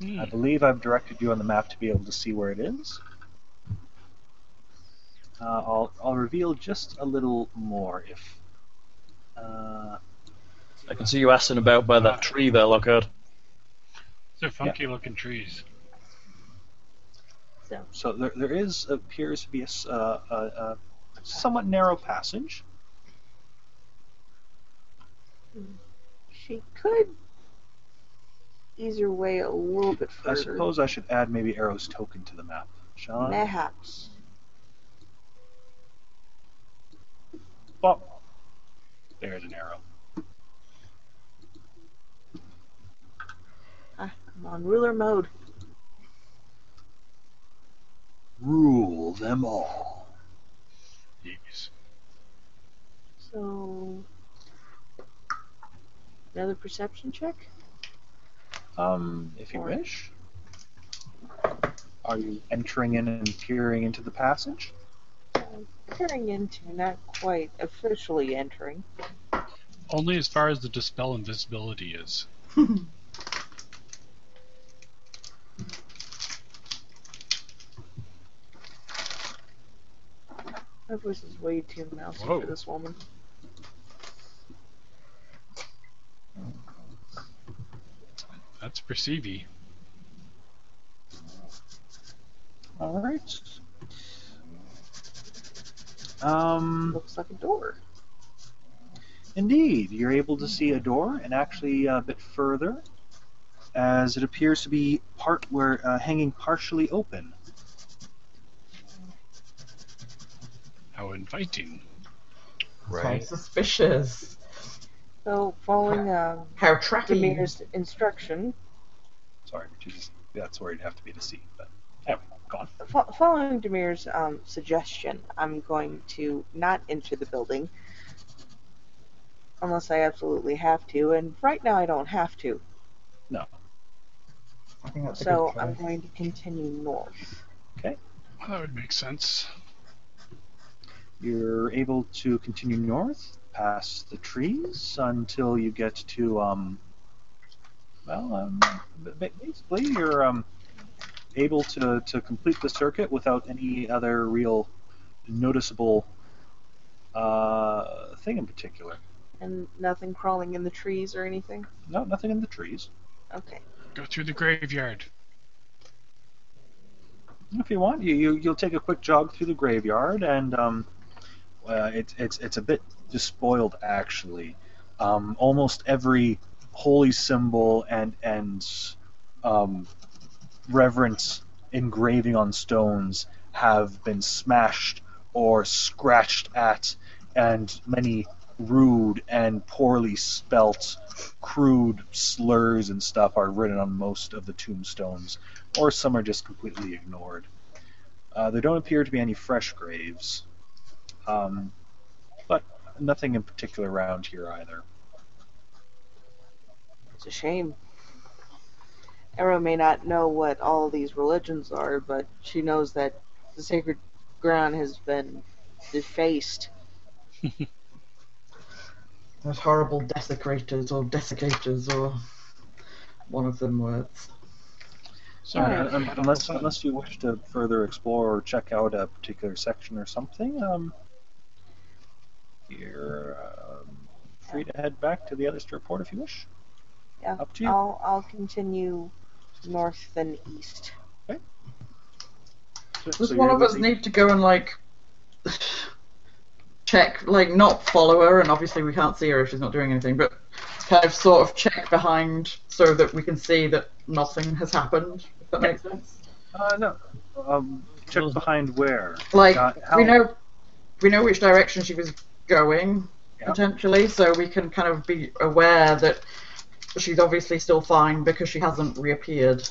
Speaker 6: Hmm.
Speaker 2: I believe I've directed you on the map to be able to see where it is. Uh, I'll, I'll reveal just a little more if. Uh,
Speaker 4: [LAUGHS] I can see you asking about by that tree there, Lockhart.
Speaker 6: They're funky looking trees.
Speaker 2: so there, there is appears to be a, s- uh, a, a somewhat narrow passage.
Speaker 5: She could ease her way a little bit
Speaker 2: I
Speaker 5: further.
Speaker 2: suppose I should add maybe Arrow's token to the map. Shall I?
Speaker 5: Perhaps.
Speaker 2: Bop. There's an arrow.
Speaker 5: Ah, I'm on ruler mode.
Speaker 2: Rule them all.
Speaker 6: Jeez.
Speaker 5: So another perception check.
Speaker 2: Um, if you
Speaker 5: Or-
Speaker 2: wish. Are you entering in and peering into the passage?
Speaker 5: Peering into, not quite officially entering.
Speaker 6: Only as far as the dispel invisibility is.
Speaker 5: My voice is way too mousy
Speaker 6: Whoa.
Speaker 5: for this woman.
Speaker 6: That's perceivy.
Speaker 2: All right. Um,
Speaker 5: Looks like a door.
Speaker 2: indeed, you're able to see a door, and actually a bit further, as it appears to be part where uh, hanging partially open.
Speaker 6: How inviting.
Speaker 3: How suspicious.
Speaker 5: So following um,
Speaker 3: How trappy.
Speaker 5: Demir's instruction,
Speaker 2: Sorry, which is that's where you'd have to be to see. But anyway, go on.
Speaker 5: fo- following Demir's um, suggestion, I'm going to not enter the building unless I absolutely have to, and right now I don't have to.
Speaker 3: I think that's a
Speaker 5: So um,
Speaker 3: good
Speaker 5: I'm
Speaker 3: choice.
Speaker 5: going to continue north.
Speaker 6: Well, that would make sense.
Speaker 2: You're able to continue north past the trees until you get to um. Well, um, ba- ba- basically you're um able to to complete the circuit without any other real noticeable uh thing in particular.
Speaker 5: And nothing crawling in the trees or anything?
Speaker 2: No, nothing in the trees.
Speaker 5: Okay.
Speaker 6: Go through the graveyard.
Speaker 2: If you want, you, you you'll take a quick jog through the graveyard, and um, uh, it's it's it's a bit despoiled actually. Um, almost every holy symbol and and um, reverence engraving on stones have been smashed or scratched at, and many rude and poorly spelt, crude slurs and stuff are written on most of the tombstones or some are just completely ignored. Uh, there don't appear to be any fresh graves. Um, nothing in particular around here either.
Speaker 5: It's a shame. Arrow may not know what all these religions are, but she knows that the sacred ground has been defaced.
Speaker 3: Those horrible desecrators or desiccators or one of them words.
Speaker 6: Sorry,
Speaker 2: Uh,
Speaker 6: I-
Speaker 2: un-
Speaker 6: I don't
Speaker 2: unless
Speaker 6: know.
Speaker 2: unless you wish to further explore or check out a particular section or something, um, you're um, free to head back to the Alistair Port if you wish.
Speaker 5: Yeah,
Speaker 2: Up to you.
Speaker 5: I'll I'll continue north then east.
Speaker 2: So-
Speaker 3: Does
Speaker 2: so
Speaker 3: one
Speaker 2: you're
Speaker 3: of us
Speaker 2: looking-
Speaker 3: need to go and like check, like not follow her, and obviously we can't see her if she's not doing anything, but kind of sort of check behind so that we can see that nothing has happened. If that makes sense.
Speaker 2: Uh, no. Um, check
Speaker 4: Well-
Speaker 2: behind where.
Speaker 3: Like
Speaker 2: Uh, how-
Speaker 3: we know, we know which direction she was going
Speaker 2: Yeah.
Speaker 3: potentially, so we can kind of be aware that she's obviously still fine because she hasn't reappeared.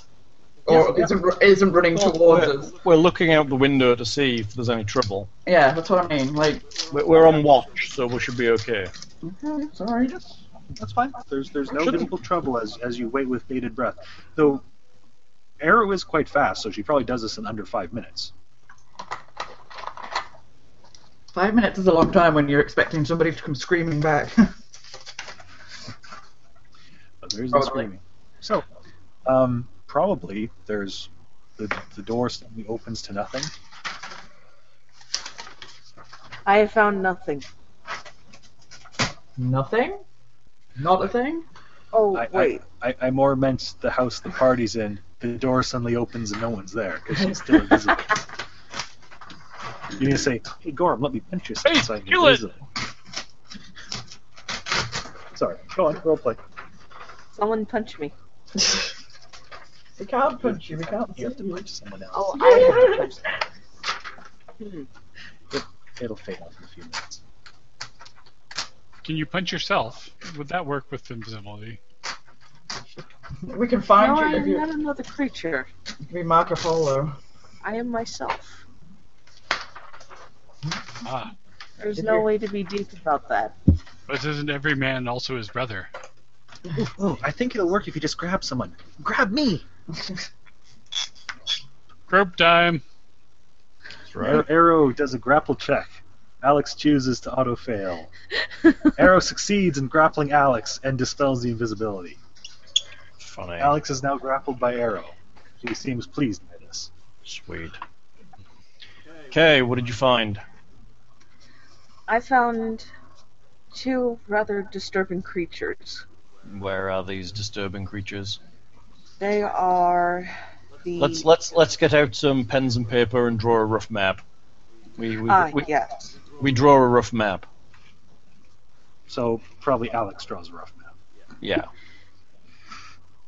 Speaker 3: Or
Speaker 2: Yeah.
Speaker 3: isn't, ru- isn't running towards
Speaker 4: we're,
Speaker 3: us.
Speaker 4: we're looking out the window to see if there's any trouble.
Speaker 3: Yeah, that's what I mean. Like,
Speaker 4: We're, we're on watch, so we should be okay.
Speaker 3: okay, it's alright.
Speaker 2: Yes, that's fine. There's there's no
Speaker 4: Shouldn't-
Speaker 2: visible trouble as as you wait with bated breath. Though Arrow is quite fast, so she probably does this in under five minutes.
Speaker 3: Five minutes is a long time when you're expecting somebody to come screaming back. [LAUGHS]
Speaker 2: But there is no
Speaker 3: Probably.
Speaker 2: screaming. So, um, probably there's the the door suddenly opens to nothing.
Speaker 5: I have found nothing.
Speaker 3: Nothing? Not a thing?
Speaker 5: Oh
Speaker 2: I- I-
Speaker 5: wait,
Speaker 2: I, I more meant the house the party's in. The door suddenly opens and no one's there because she's still invisible. You need to say, "Hey, Gorm, let me pinch you
Speaker 6: Hey,
Speaker 2: since I'm
Speaker 6: kill it!"
Speaker 2: invisible." Sorry, go on, roleplay.
Speaker 5: someone punch me.
Speaker 3: We can't punch you, we can't
Speaker 2: You
Speaker 3: see
Speaker 2: have to
Speaker 3: you.
Speaker 2: punch someone else.
Speaker 5: Oh, I have to punch.
Speaker 2: It'll fade off in a few minutes.
Speaker 6: Can you punch yourself? Would that work with invisibility?
Speaker 3: [LAUGHS] We can find
Speaker 5: No, I
Speaker 3: you if
Speaker 5: am
Speaker 3: you
Speaker 5: not another creature.
Speaker 3: you can be Marco Polo.
Speaker 5: I am myself.
Speaker 6: Ah,
Speaker 5: There's
Speaker 3: Did
Speaker 5: no
Speaker 3: you-
Speaker 5: way to be deep about that.
Speaker 6: but isn't every man also his brother?
Speaker 2: Oh, I think it'll work if you just grab someone. Grab me.
Speaker 6: Group time.
Speaker 4: That's
Speaker 2: Ar- Arrow does a grapple check. Alex chooses to auto fail. Arrow succeeds in grappling Alex and dispels the invisibility.
Speaker 4: Funny.
Speaker 2: Alex is now grappled by Arrow. He seems pleased by this.
Speaker 4: Sweet. Okay, what did you find?
Speaker 5: I found two rather disturbing creatures.
Speaker 4: Where are these disturbing creatures?
Speaker 5: They are the
Speaker 4: Let's let's let's get out some pens and paper and draw a rough map. We we,
Speaker 5: ah
Speaker 4: we,
Speaker 5: yes.
Speaker 4: we draw a rough map.
Speaker 2: So probably Alex draws a rough map.
Speaker 4: Yeah.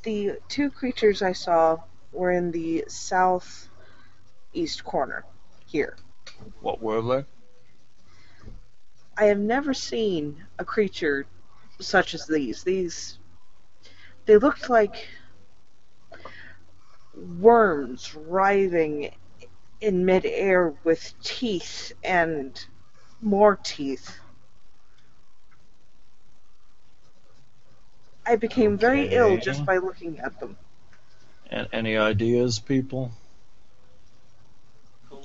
Speaker 5: The two creatures I saw were in the southeast corner here.
Speaker 4: What were they?
Speaker 5: I have never seen a creature such as these. These they looked like worms writhing in midair with teeth and more teeth. I became very ill
Speaker 4: Okay.
Speaker 5: just by looking at them.
Speaker 4: A- any ideas, people?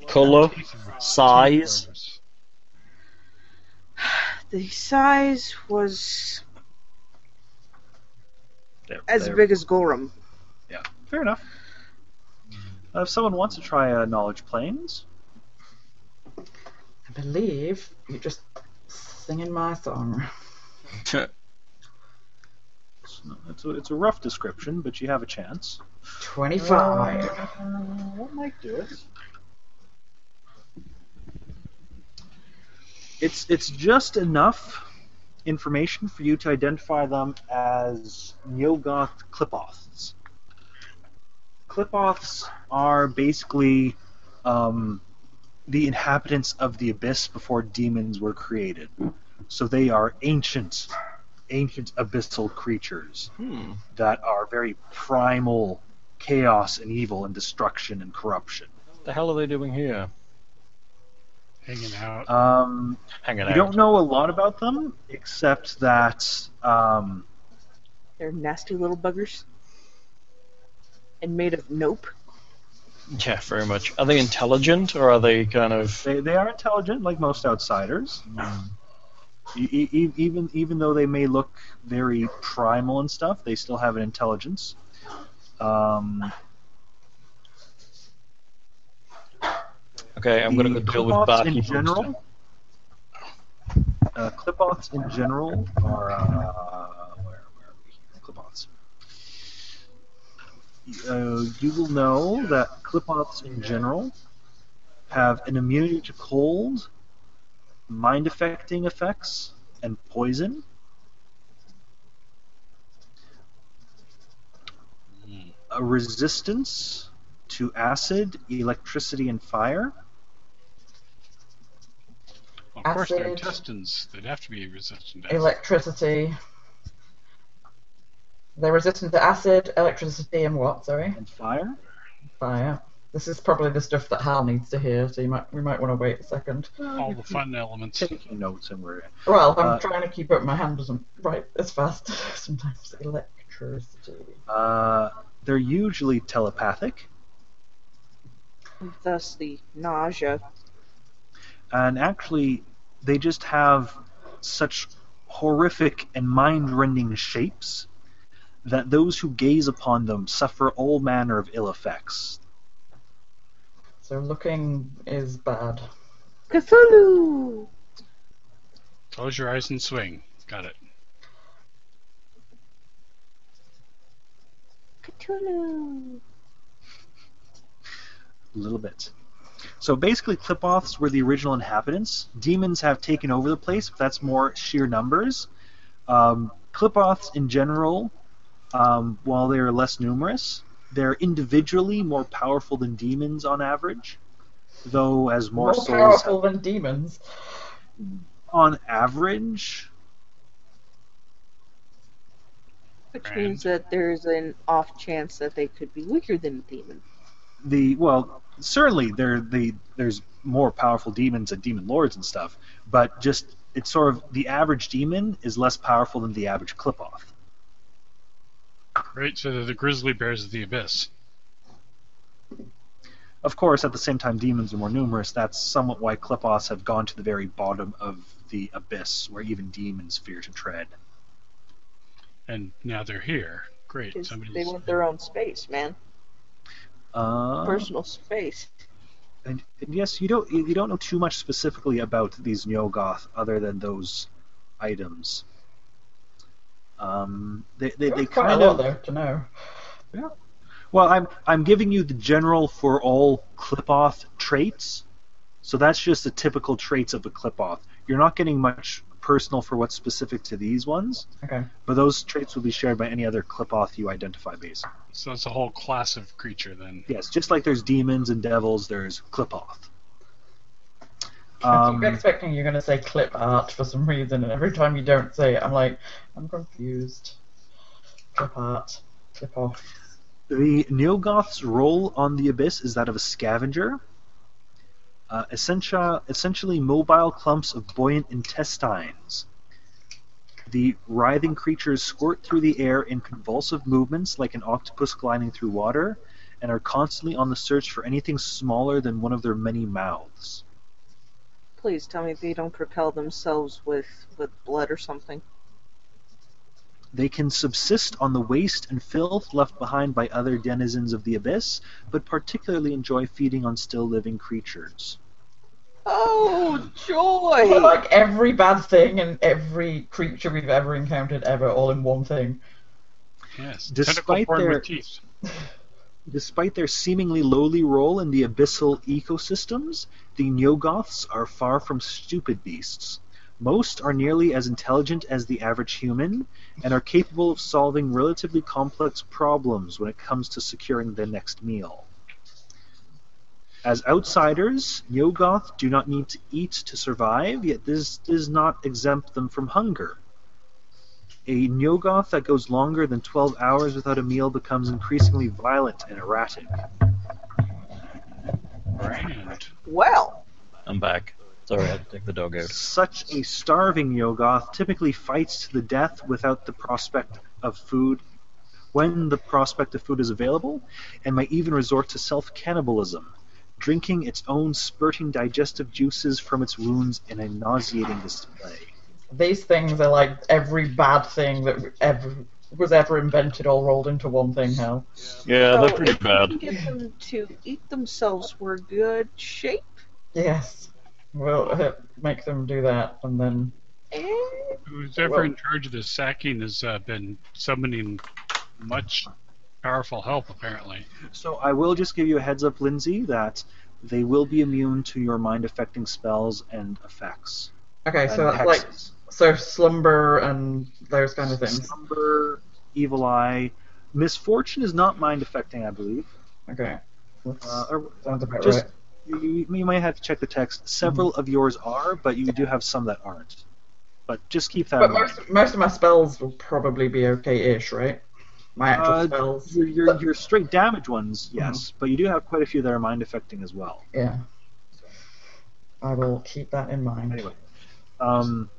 Speaker 4: Color, size.
Speaker 5: The size was
Speaker 2: They're-
Speaker 5: as
Speaker 2: they're-
Speaker 5: big as Gorham.
Speaker 2: Fair enough. Uh, if someone wants to try uh, knowledge planes,
Speaker 3: I believe you're just singing my song.
Speaker 2: it's, it's, a, it's a rough description, but you have a chance.
Speaker 3: 25.
Speaker 2: What might do it? It's it's just enough information for you to identify them as Neogoth Clipoths. Clipoths are basically um, the inhabitants of the abyss before demons were created. So they are ancient, ancient abyssal creatures
Speaker 4: Hmm.
Speaker 2: that are very primal chaos and evil and destruction and corruption.
Speaker 4: The hell are they doing here?
Speaker 6: hanging out.
Speaker 2: Um,
Speaker 4: Hanging
Speaker 2: you
Speaker 4: out.
Speaker 2: don't know a lot about them, except that um,
Speaker 5: They're nasty little buggers. And made of nope.
Speaker 4: Yeah, very much. Are they intelligent or are they kind of?
Speaker 2: they, they are intelligent, like most outsiders. E- e- e- even even though they may look very primal and stuff, they still have an intelligence. Um,
Speaker 4: Okay, I'm gonna go
Speaker 2: the
Speaker 4: deal with
Speaker 2: Clipoths
Speaker 4: Barkeep.
Speaker 2: in
Speaker 4: next time.
Speaker 2: general. Uh, Clipoths in general are uh, where, where are we? Clipoths. Uh, you will know that Clipoths in general have an immunity to cold, mind affecting effects, and poison.
Speaker 4: Hmm.
Speaker 2: A resistance to acid, electricity, and fire.
Speaker 6: Of course, their
Speaker 3: Acid.
Speaker 6: intestines. They'd have to be resistant. to acid.
Speaker 3: Electricity. They're resistant to acid, electricity, and what? Sorry,
Speaker 2: and fire.
Speaker 3: fire. This is probably the stuff that Hal needs to hear, so you might we might want to wait a second.
Speaker 6: All the fun elements.
Speaker 2: Taking notes and we're
Speaker 3: Well, I'm
Speaker 2: Uh,
Speaker 3: trying to keep up. My hand doesn't write as fast [LAUGHS] sometimes. Electricity.
Speaker 2: uh, they're usually telepathic,
Speaker 5: Thus the nausea.
Speaker 2: and actually they just have such horrific and mind-rending shapes that those who gaze upon them suffer all manner of ill effects.
Speaker 3: So looking is bad.
Speaker 5: Cthulhu!
Speaker 6: Close your eyes and swing. Got it.
Speaker 5: Cthulhu!
Speaker 2: A little bit. So basically, Clipoths were the original inhabitants. Demons have taken over the place, but that's more sheer numbers. Um, Clipoths in general, um, while they are less numerous, they're individually more powerful than demons on average. Though, as more,
Speaker 3: More,
Speaker 2: souls
Speaker 3: powerful than demons.
Speaker 2: on average,
Speaker 5: Which
Speaker 6: Grand.
Speaker 5: means that there's an off chance that they could be weaker than a demon.
Speaker 2: the well certainly there the there's more powerful demons and demon lords and stuff but just it's sort of the average demon is less powerful than the average clipoff
Speaker 6: Right, so they're the grizzly bears of the abyss.
Speaker 2: of course at the same time demons are more numerous that's somewhat why clipoffs have gone to the very bottom of the abyss where even demons fear to tread
Speaker 6: And now they're here. Great.
Speaker 5: 'Cause
Speaker 6: Somebody's
Speaker 5: They want their own space, man.
Speaker 4: Uh-huh.
Speaker 2: uh,
Speaker 5: Personal space.
Speaker 2: and, and yes you don't you don't know too much specifically about these Nyogoth other than those items um, they, they, they
Speaker 3: There's quite a
Speaker 2: kind
Speaker 3: lot
Speaker 2: of
Speaker 3: there to know.
Speaker 2: Well, I'm I'm giving you the general for all clip-off traits. So that's just the typical traits of a clip-off. You're not getting much personal for what's specific to these ones,
Speaker 3: Okay.
Speaker 2: but those traits will be shared by any other clip-off you identify based.
Speaker 6: so it's a whole class of creature then.
Speaker 2: Yes, just like there's demons and devils, there's clip-off.
Speaker 3: I
Speaker 2: Um,
Speaker 3: keep expecting you're going to say clip art for some reason, and every time you don't say it, I'm like, I'm confused. Clip art. Clip off.
Speaker 2: The Neogoth's role on the Abyss is that of a scavenger. Uh, essentia, essentially mobile clumps of buoyant intestines. The writhing creatures squirt through the air in convulsive movements like an octopus gliding through water and are constantly on the search for anything smaller than one of their many mouths.
Speaker 5: Please tell me they don't propel themselves with, with blood or something.
Speaker 2: They can subsist on the waste and filth left behind by other denizens of the Abyss, but particularly enjoy feeding on still living creatures.
Speaker 5: Oh,
Speaker 3: But,
Speaker 5: joy!
Speaker 3: like every bad thing and every creature we've ever encountered ever, all in one thing.
Speaker 6: Yes. Tentacle
Speaker 2: Despite
Speaker 6: born
Speaker 2: their-
Speaker 6: with teeth.
Speaker 2: Despite their seemingly lowly role in the abyssal ecosystems, the Nyogoths are far from stupid beasts. Most are nearly as intelligent as the average human and are capable of solving relatively complex problems when it comes to securing their next meal. As outsiders, Nyogoth do not need to eat to survive, yet this does not exempt them from hunger. A Nyogoth that goes longer than 12 hours without a meal becomes increasingly violent and erratic.
Speaker 6: Grand.
Speaker 5: Well,
Speaker 4: I'm back.
Speaker 7: Sorry, I had to take the dog out.
Speaker 2: Such a starving Yogoth typically fights to the death without the prospect of food when the prospect of food is available, and may even resort to self cannibalism, drinking its own spurting digestive juices from its wounds in a nauseating display.
Speaker 3: These things are like every bad thing that ever was ever invented, all rolled into one thing. Hell,
Speaker 4: Yeah,
Speaker 5: So
Speaker 4: they're pretty
Speaker 5: if
Speaker 4: bad.
Speaker 5: We can get them to eat themselves. We're good shape.
Speaker 3: yes, we'll uh, make them do that, and then
Speaker 5: And
Speaker 6: Who's ever
Speaker 3: Well-
Speaker 6: in charge of this sacking has uh, been summoning much powerful help, apparently.
Speaker 2: So I will just give you a heads up, Lindsay, that they will be immune to your mind affecting spells and effects.
Speaker 3: okay, so
Speaker 2: and
Speaker 3: that's like
Speaker 2: hexes.
Speaker 3: so slumber and those kind of things.
Speaker 2: Slumber, evil eye. Misfortune is not mind affecting, I believe.
Speaker 3: Okay, That's-
Speaker 2: Uh, or-
Speaker 3: sounds about
Speaker 2: just-
Speaker 3: right.
Speaker 2: you, you might have to check the text. Several of yours are, but you do have some that aren't. But just keep that
Speaker 3: But
Speaker 2: in mind.
Speaker 3: most most of my spells will probably be okay-ish, right? My actual
Speaker 2: Uh,
Speaker 3: spells.
Speaker 2: Your, your, your straight damage ones, yes, but you do have quite a few that are mind affecting as well.
Speaker 3: Yeah. I will keep that in mind.
Speaker 2: Anyway, um,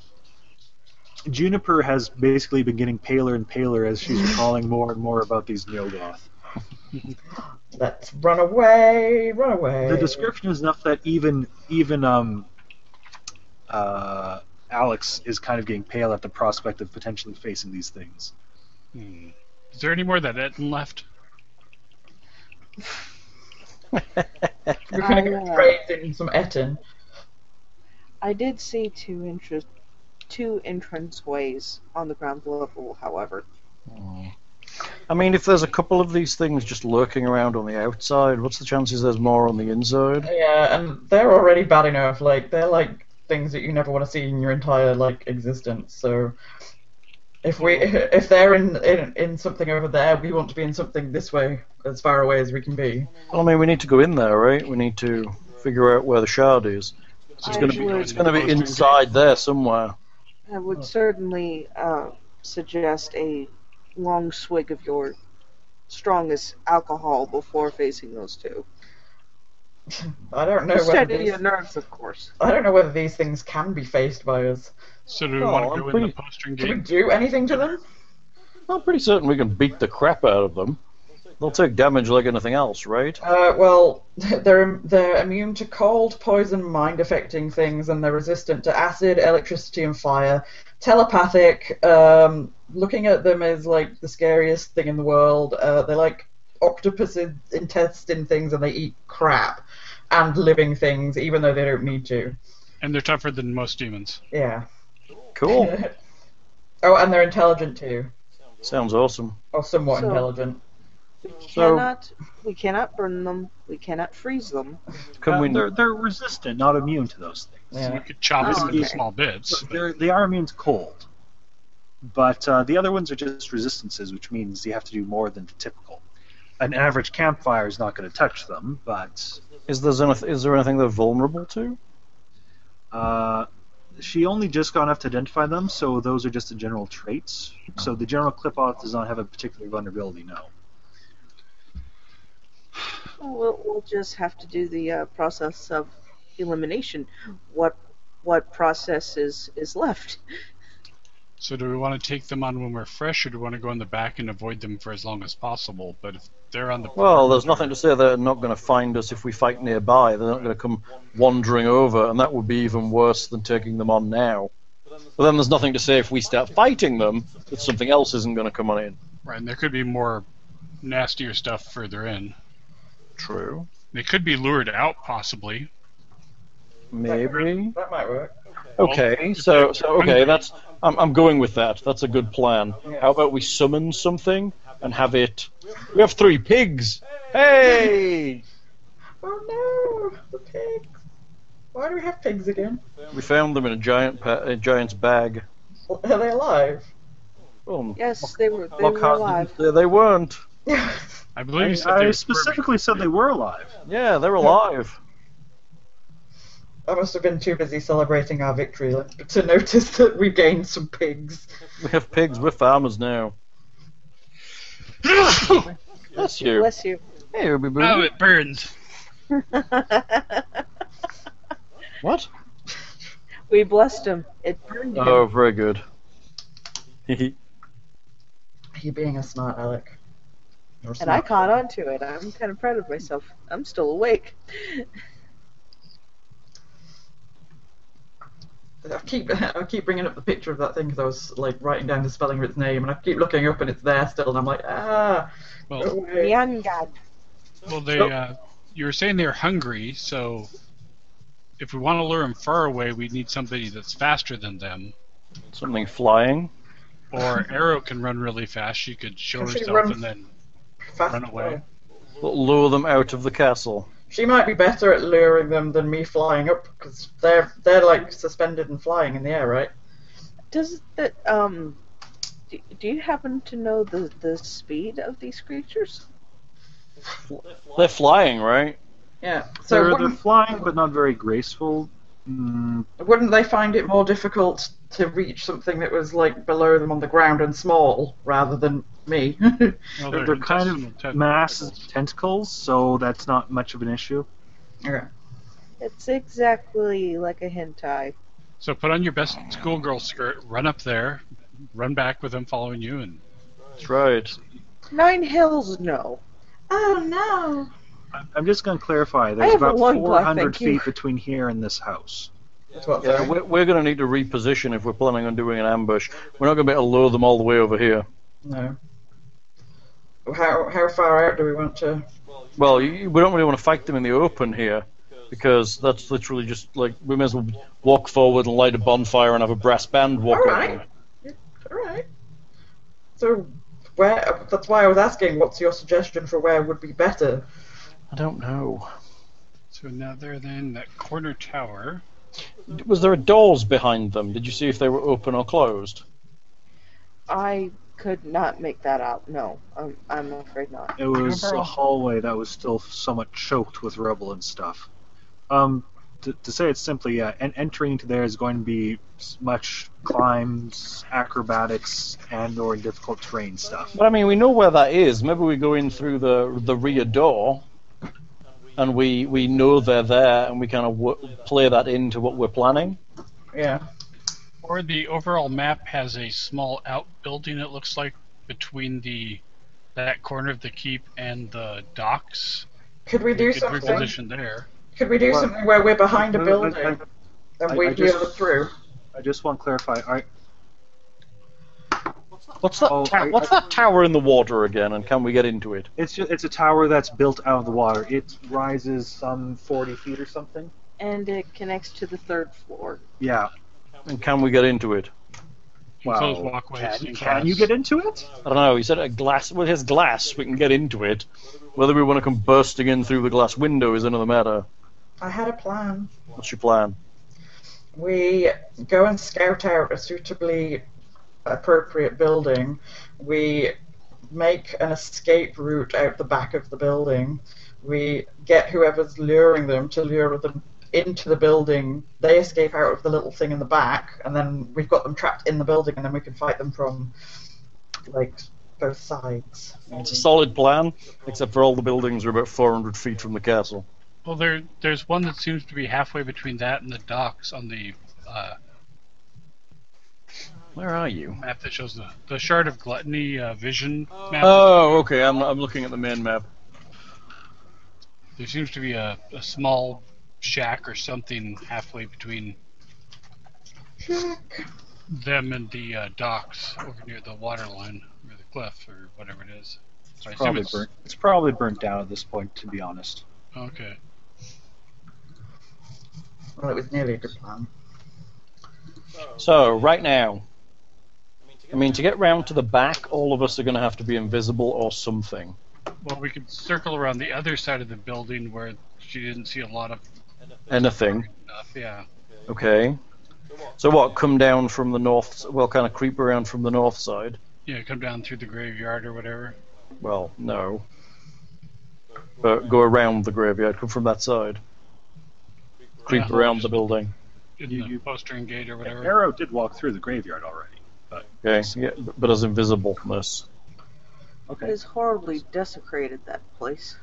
Speaker 2: Juniper has basically been getting paler and paler as she's recalling more and more about these Neogoth.
Speaker 3: Let's run away, run away.
Speaker 2: The description is enough that even even um, uh, Alex is kind of getting pale at the prospect of potentially facing these things.
Speaker 6: Hmm. Is there any more of that Etten left?
Speaker 3: We're gonna
Speaker 5: I,
Speaker 3: get
Speaker 5: uh,
Speaker 3: sprayed in some Etin.
Speaker 5: I did see two entrance two entrance ways on the ground level. However,
Speaker 4: I mean, if there's a couple of these things just lurking around on the outside, what's the chances there's more on the inside?
Speaker 3: Yeah, and they're already bad enough. Like they're like things that you never want to see in your entire like existence. So if we [LAUGHS] if they're in in, in something over there, we want to be in something this way, as far away as we can be.
Speaker 4: Well, I mean, we need to go in there, right? We need to figure out where the shard is.
Speaker 5: I
Speaker 4: It's going to be
Speaker 5: would-
Speaker 4: it's going to be inside there somewhere.
Speaker 5: I would certainly uh, suggest a long swig of your strongest alcohol before facing those two.
Speaker 3: I don't know
Speaker 5: To
Speaker 3: whether
Speaker 5: Steady
Speaker 3: these,
Speaker 5: your nerves, of course.
Speaker 3: I don't know whether these things can be faced by us.
Speaker 6: So do we
Speaker 4: No,
Speaker 6: want
Speaker 4: I'm
Speaker 6: to go in
Speaker 4: pretty-
Speaker 6: the postern
Speaker 3: Can we
Speaker 6: game?
Speaker 3: do anything to them?
Speaker 4: I'm pretty certain we can beat the crap out of them. They'll take damage like anything else, right?
Speaker 3: Uh, well, [LAUGHS] they're they're immune to cold, poison, mind-affecting things, and they're resistant to acid, electricity, and fire. Telepathic. Um, looking at them is like the scariest thing in the world. Uh, they're like octopus in- intestine things, and they eat crap and living things, even though they don't need to.
Speaker 6: And they're tougher than most demons.
Speaker 3: Yeah.
Speaker 4: Cool.
Speaker 3: [LAUGHS] oh, and they're intelligent too,
Speaker 4: Sounds awesome.
Speaker 3: or somewhat
Speaker 5: So-
Speaker 3: intelligent.
Speaker 5: We
Speaker 4: So-
Speaker 5: cannot, we cannot burn them. We cannot freeze them.
Speaker 4: Can
Speaker 2: Uh,
Speaker 4: we?
Speaker 2: They're they're resistant, not immune to those things.
Speaker 6: So we
Speaker 3: Yeah.
Speaker 6: could chop
Speaker 5: Oh,
Speaker 6: them into
Speaker 2: okay.
Speaker 6: small bits.
Speaker 2: So they're, they are immune to cold, but uh, the other ones are just resistances, which means you have to do more than the typical. An average campfire is not going to touch them, but
Speaker 4: Is there anything? Is there anything they're vulnerable to?
Speaker 2: uh, she only just got enough to identify them, so those are just the general traits. So the general clip-off does not have a particular vulnerability, no.
Speaker 5: Well, We'll, we'll just have to do the uh, process of elimination. What what process is, is left?
Speaker 6: So do we want to take them on when we're fresh, or do we want to go in the back and avoid them for as long as possible? But if they're on the
Speaker 4: Well, there's nothing to say they're not going to find us if we fight nearby. They're not going to come wandering over, and that would be even worse than taking them on now. But then there's nothing to say if we start fighting them that something else isn't going to come on in.
Speaker 6: right, and there could be more nastier stuff further in.
Speaker 4: True.
Speaker 6: They could be lured out, possibly.
Speaker 4: Maybe.
Speaker 3: That might work.
Speaker 4: Okay. So, so okay, that's I'm, I'm going with that. That's a good plan. How about we summon something and have it? We have three pigs. Hey!
Speaker 3: Oh no, the pigs! Why do we have pigs again?
Speaker 4: We found them in a giant pa- a giant's bag.
Speaker 3: Are they [LAUGHS] alive?
Speaker 4: Well,
Speaker 5: Yes, they were they were
Speaker 4: Lockhart
Speaker 5: alive.
Speaker 4: didn't say they weren't.
Speaker 6: I believe
Speaker 2: I,
Speaker 6: you said they
Speaker 2: I
Speaker 6: were
Speaker 2: specifically said they were alive.
Speaker 4: Yeah, they're alive.
Speaker 3: I must have been too busy celebrating our victory to notice that we gained some pigs.
Speaker 4: We have pigs. We're farmers now. Bless you.
Speaker 5: Bless you.
Speaker 4: Hey, Ruby Boo.
Speaker 6: Oh, it burns.
Speaker 4: What?
Speaker 5: [LAUGHS] We blessed him. It burned him.
Speaker 4: Oh, very good.
Speaker 3: You being a smart Alec. You're
Speaker 5: and I
Speaker 3: smart.
Speaker 5: caught on to it. I'm kind of proud of myself. I'm still awake.
Speaker 3: I keep [LAUGHS] I keep bringing up the picture of that thing because I was like writing down the spelling of its name, and I keep looking up and it's there still, and I'm like, ah, go
Speaker 6: Well,
Speaker 3: away.
Speaker 5: Nyangad.
Speaker 6: well, they. Uh, you were saying they're hungry, so if we want to lure them far away, we need somebody that's faster than them.
Speaker 4: Something flying.
Speaker 6: Or
Speaker 2: [LAUGHS]
Speaker 6: Arrow can run really fast. She could show
Speaker 3: Can she
Speaker 6: herself
Speaker 3: run-
Speaker 6: and then.
Speaker 3: Fast
Speaker 6: Run away.
Speaker 3: away.
Speaker 4: Lure them out of the castle.
Speaker 3: She might be better at luring them than me flying up because they're they're like suspended and flying in the air, right?
Speaker 5: Does that um? Do, do you happen to know the the speed of these creatures?
Speaker 4: They're flying, right?
Speaker 3: Yeah. So
Speaker 2: They're, they're
Speaker 3: wouldn't,
Speaker 2: flying, but not very graceful. Mm,
Speaker 3: wouldn't they find it more difficult to reach something that was like below them on the ground and small rather than me? [LAUGHS]
Speaker 6: Well,
Speaker 2: they're, they're kind
Speaker 6: intestinal
Speaker 2: of
Speaker 6: tent-
Speaker 2: mass of tentacles, so that's not much of an issue.
Speaker 3: okay.
Speaker 5: It's exactly like a hentai.
Speaker 6: So put on your best schoolgirl skirt, run up there, run back with them following you, and
Speaker 4: That's right. Uh,
Speaker 5: Nine hills, no.
Speaker 3: Oh no.
Speaker 2: I- I'm just going to clarify.
Speaker 5: I
Speaker 2: There's
Speaker 5: have a
Speaker 2: about
Speaker 5: loincloth,
Speaker 2: 400
Speaker 5: thank you.
Speaker 2: feet between here and this house.
Speaker 3: That's what
Speaker 4: Yeah,
Speaker 3: sorry.
Speaker 4: we're, we're going to need to reposition if we're planning on doing an ambush. We're not going to be able to lure them all the way over here.
Speaker 3: No. How how far out do we want to?
Speaker 4: Well, you, we don't really want to fight them in the open here, because that's literally just like we may as well walk forward and light a bonfire and have a brass band walk
Speaker 3: All
Speaker 4: over.
Speaker 3: right. All right. So where? That's why I was asking. What's your suggestion for where would be better?
Speaker 4: I don't know.
Speaker 6: so now they're in that corner tower.
Speaker 4: Was there doors behind them? Did you see if they were open or closed?
Speaker 5: I could not make that out. No, I'm I'm afraid not.
Speaker 2: It was
Speaker 6: Remember-
Speaker 2: a hallway that was still somewhat choked with rubble and stuff. Um, to, to say it simply, yeah, and entering into there is going to be s- much climbs, acrobatics, and or difficult terrain stuff.
Speaker 4: But I mean, we know where that is. Maybe we go in through the the rear door, and we we know they're there, and we kind of w- play that into what we're planning.
Speaker 3: Yeah.
Speaker 6: Or the overall map has a small outbuilding. It looks like between the that corner of the keep and the docks.
Speaker 3: Could we do
Speaker 6: you could
Speaker 3: something?
Speaker 6: reposition there.
Speaker 3: Could we do
Speaker 2: What?
Speaker 3: something where we're behind a
Speaker 2: I- I-
Speaker 3: building
Speaker 2: I- I-
Speaker 3: and we
Speaker 2: I
Speaker 3: hear
Speaker 2: just-
Speaker 3: them through?
Speaker 2: I just want to clarify. Are,
Speaker 4: What's that?
Speaker 2: Oh,
Speaker 4: ta-
Speaker 2: I-
Speaker 4: what's that tower in the water again? And can we get into it?
Speaker 2: it's ju- it's a tower that's built out of the water. It rises some 40 feet or something.
Speaker 5: And it connects to the third floor.
Speaker 2: Yeah.
Speaker 4: And can we get into it?
Speaker 6: Enclosed
Speaker 2: Wow.
Speaker 6: walkways.
Speaker 2: Can,
Speaker 6: and
Speaker 2: can
Speaker 6: glass.
Speaker 2: you get into it?
Speaker 4: I don't know. He said a glass. Well, here's glass. We can get into it. Whether we want to come bursting in through the glass window is another matter.
Speaker 3: I had a plan.
Speaker 4: What's your plan?
Speaker 3: We go and scout out a suitably appropriate building. We make an escape route out the back of the building. We get whoever's luring them to lure them into the building. They escape out of the little thing in the back, and then we've got them trapped in the building, and then we can fight them from like both sides.
Speaker 4: It's a solid plan, except for all the buildings are about 400 feet from the castle.
Speaker 6: Well, there there's one that seems to be halfway between that and the docks on the uh,
Speaker 4: Where are you?
Speaker 6: map that shows the the shard of gluttony uh, vision map.
Speaker 4: Oh, okay. I'm, I'm looking at the main map.
Speaker 6: There seems to be a, a small shack or something halfway between them and the uh, docks over near the water line or the cliff or whatever it is. So I assume
Speaker 2: Probably
Speaker 6: it's-
Speaker 2: burnt. It's probably burnt down at this point, to be honest.
Speaker 6: Okay.
Speaker 3: Well, it was nearly a good plan.
Speaker 4: So, right now, I mean, to get round to the back, all of us are going to have to be invisible or something.
Speaker 6: Well, we could circle around the other side of the building where she didn't see a lot of
Speaker 4: Anything.
Speaker 6: stuff. Yeah.
Speaker 4: Okay. So, what? Come down from the north, well, kind of creep around from the north side.
Speaker 6: Yeah, come down through the graveyard or whatever.
Speaker 4: Well, no. But go around the graveyard, come from that side. Creep
Speaker 6: Yeah.
Speaker 4: around the building.
Speaker 6: In
Speaker 2: You-
Speaker 6: the
Speaker 2: you-
Speaker 6: postern gate or whatever.
Speaker 2: Arrow did walk through the graveyard already.
Speaker 4: Okay, yeah, but as invisibleness.
Speaker 5: It
Speaker 2: Okay.
Speaker 5: is horribly desecrated that place.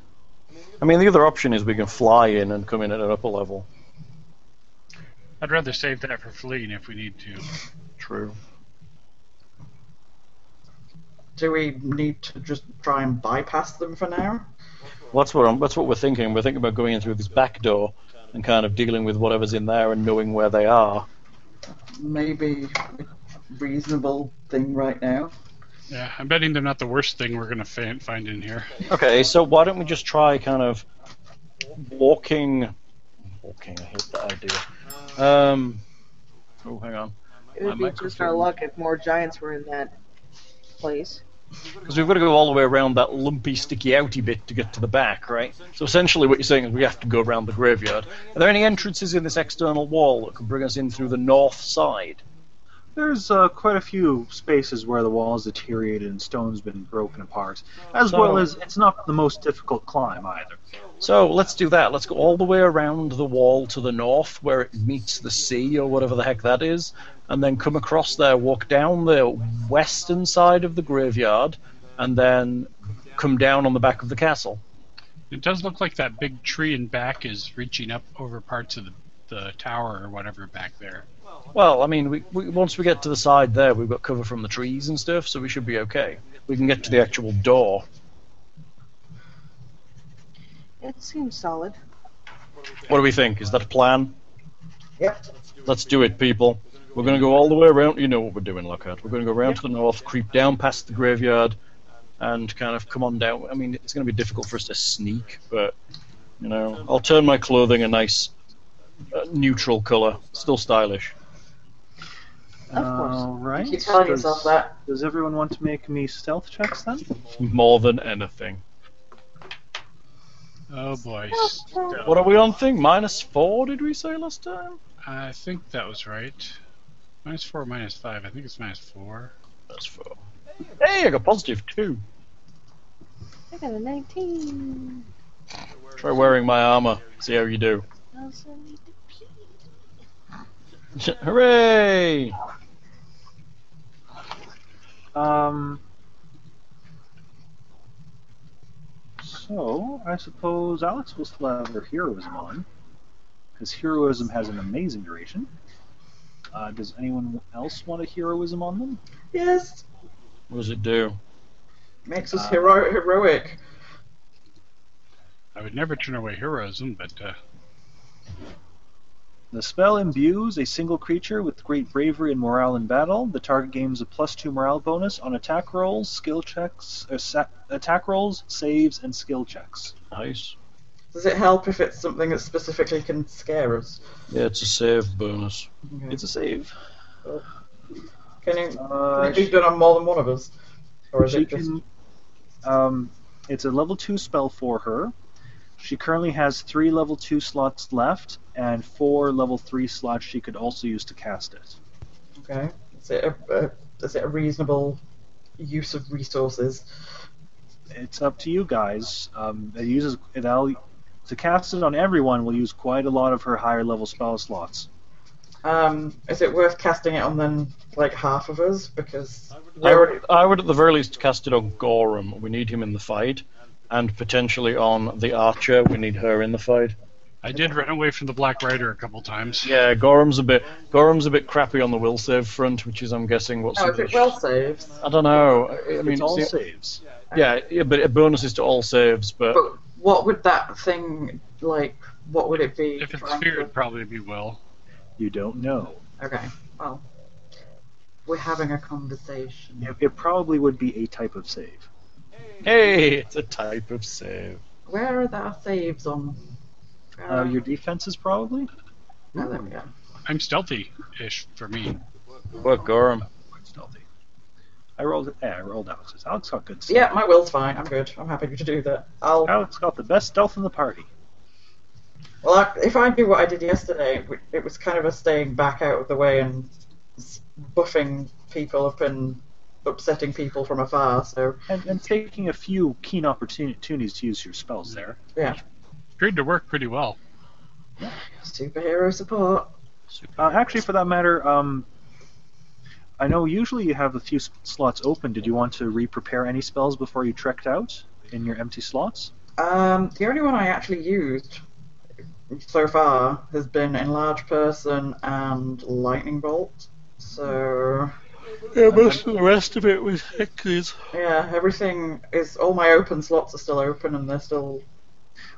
Speaker 4: I mean, the other option is we can fly in and come in at an upper level.
Speaker 6: I'd rather save that for fleeing if we need to.
Speaker 4: True.
Speaker 3: Do we need to just try and bypass them for now?
Speaker 4: Well, that's what I'm, that's what we're thinking. We're thinking about going in through this back door and kind of dealing with whatever's in there and knowing where they are.
Speaker 3: Maybe a reasonable thing right now.
Speaker 6: Yeah, I'm betting they're not the worst thing we're gonna fa- find in here.
Speaker 4: Okay, so why don't we just try kind of walking? Walking, I hate that idea. Um, oh, hang on,
Speaker 5: It would
Speaker 4: My
Speaker 5: be just our
Speaker 4: microphone.
Speaker 5: luck if more giants were in that place.
Speaker 4: because we've got to go all the way around that lumpy, sticky, outy bit to get to the back, right? So essentially, what you're saying is we have to go around the graveyard. Are there any entrances in this external wall that could bring us in through the north side?
Speaker 2: There's uh, quite a few spaces where the wall is deteriorated and stone's been broken apart, as
Speaker 4: So-
Speaker 2: well as it's not the most difficult climb either.
Speaker 4: So let's do that. Let's go all the way around the wall to the north where it meets the sea or whatever the heck that is, and then come across there, walk down the western side of the graveyard, and then come down on the back of the castle.
Speaker 6: It does look like that big tree in back is reaching up over parts of the, the tower or whatever back there.
Speaker 4: Well, I mean, we, we, once we get to the side there, we've got cover from the trees and stuff, so we should be okay. We can get to the actual door.
Speaker 5: It seems solid.
Speaker 4: What do we think? Is that a plan?
Speaker 3: Yep.
Speaker 4: Let's do it, people. We're going to go all the way around. You know what we're doing, Lockhart. We're going to go around to the north, creep down past the graveyard, and kind of come on down. I mean, it's going to be difficult for us to sneak, but you know, I'll turn my clothing a nice uh, neutral color, still stylish.
Speaker 5: Of course.
Speaker 2: All right.
Speaker 3: Keep telling yourself
Speaker 2: does,
Speaker 3: that.
Speaker 2: does everyone want to make me stealth checks then?
Speaker 4: More than anything.
Speaker 6: Oh boy.
Speaker 4: What are we on thing? Minus four? Did we say last time?
Speaker 6: I think that was right. Minus four, minus five. I think it's minus four.
Speaker 4: That's four. Hey, I got positive two.
Speaker 5: I got a 19.
Speaker 4: Try wearing my armor. See how you do. [LAUGHS]
Speaker 5: I also need to pee.
Speaker 4: Hooray!
Speaker 2: Um, so I suppose Alex will still have her heroism on, because heroism has an amazing duration. Uh, does anyone else want a heroism on them?
Speaker 3: Yes.
Speaker 4: What does it do?
Speaker 3: Makes us
Speaker 2: Uh,
Speaker 3: hero- heroic.
Speaker 6: I would never turn away heroism, but uh,
Speaker 2: The spell imbues a single creature with great bravery and morale in battle. The target gains a plus two morale bonus on attack rolls, skill checks, uh, sa- attack rolls, saves, and skill checks.
Speaker 4: Nice.
Speaker 3: Does it help if it's something that specifically can scare us?
Speaker 4: Yeah, it's a save bonus.
Speaker 3: Okay.
Speaker 2: It's a save.
Speaker 3: Can it, can
Speaker 2: Uh,
Speaker 3: it be done on more than one of us? Or is
Speaker 2: She
Speaker 3: it just
Speaker 2: can, um, it's a level 2 spell for her. She currently has three level 2 slots left and four level 3 slots she could also use to cast it.
Speaker 3: okay? Is it a, a is it a reasonable use of resources?
Speaker 2: It's up to you guys. Um, it uses it'll, to cast it on everyone will use quite a lot of her higher level spell slots.
Speaker 3: Um, is it worth casting it on then like half of us because
Speaker 4: I
Speaker 3: we're already
Speaker 4: would, I would at the very least cast it on Gorham. We need him in the fight. And potentially on the Archer. We need her in the fight.
Speaker 6: I did run away from the Black Rider a couple times.
Speaker 4: Yeah, Gorham's a bit Gorham's a bit crappy on the will save front, which is I'm guessing what's.
Speaker 3: oh, is it well saves?
Speaker 4: I don't know. I I mean,
Speaker 2: it's all
Speaker 4: it's the-
Speaker 2: saves.
Speaker 4: yeah, yeah, but a bonus is to all saves, but
Speaker 3: But what would that thing like? What would it be?
Speaker 6: If it's
Speaker 3: trying
Speaker 6: fear,
Speaker 3: to-
Speaker 6: it'd probably be well.
Speaker 2: You don't know.
Speaker 3: Okay. Well, we're having a conversation.
Speaker 2: It, it probably would be a type of save.
Speaker 4: hey, it's a type of save.
Speaker 3: Where are our saves on? Where
Speaker 2: Uh,
Speaker 3: are-
Speaker 2: your defenses probably.
Speaker 3: Oh, there we go.
Speaker 6: I'm stealthy-ish for me.
Speaker 4: What Gorham?
Speaker 2: Quite stealthy. I rolled. Yeah, I rolled Alex's. Alex got good. Stealth.
Speaker 3: Yeah, my will's fine. I'm good. I'm happy to do that. I'll
Speaker 2: Alex got the best stealth in the party.
Speaker 3: well, I, if I do what I did yesterday, w- it was kind of a staying back out of the way and s- buffing people up and upsetting people from afar. So
Speaker 2: and, and taking a few keen opportunities to use your spells there.
Speaker 3: yeah,
Speaker 6: Appeared to work pretty well.
Speaker 3: superhero support.
Speaker 2: Uh, actually, for that matter, um, I know usually you have a few s- slots open. Did you want to re-prepare any spells before you trekked out in your empty slots?
Speaker 3: Um, the only one I actually used so far has been enlarged person and lightning bolt. So
Speaker 4: Yeah, most of the rest of it was Hercules.
Speaker 3: yeah, everything is all my open slots are still open and they're still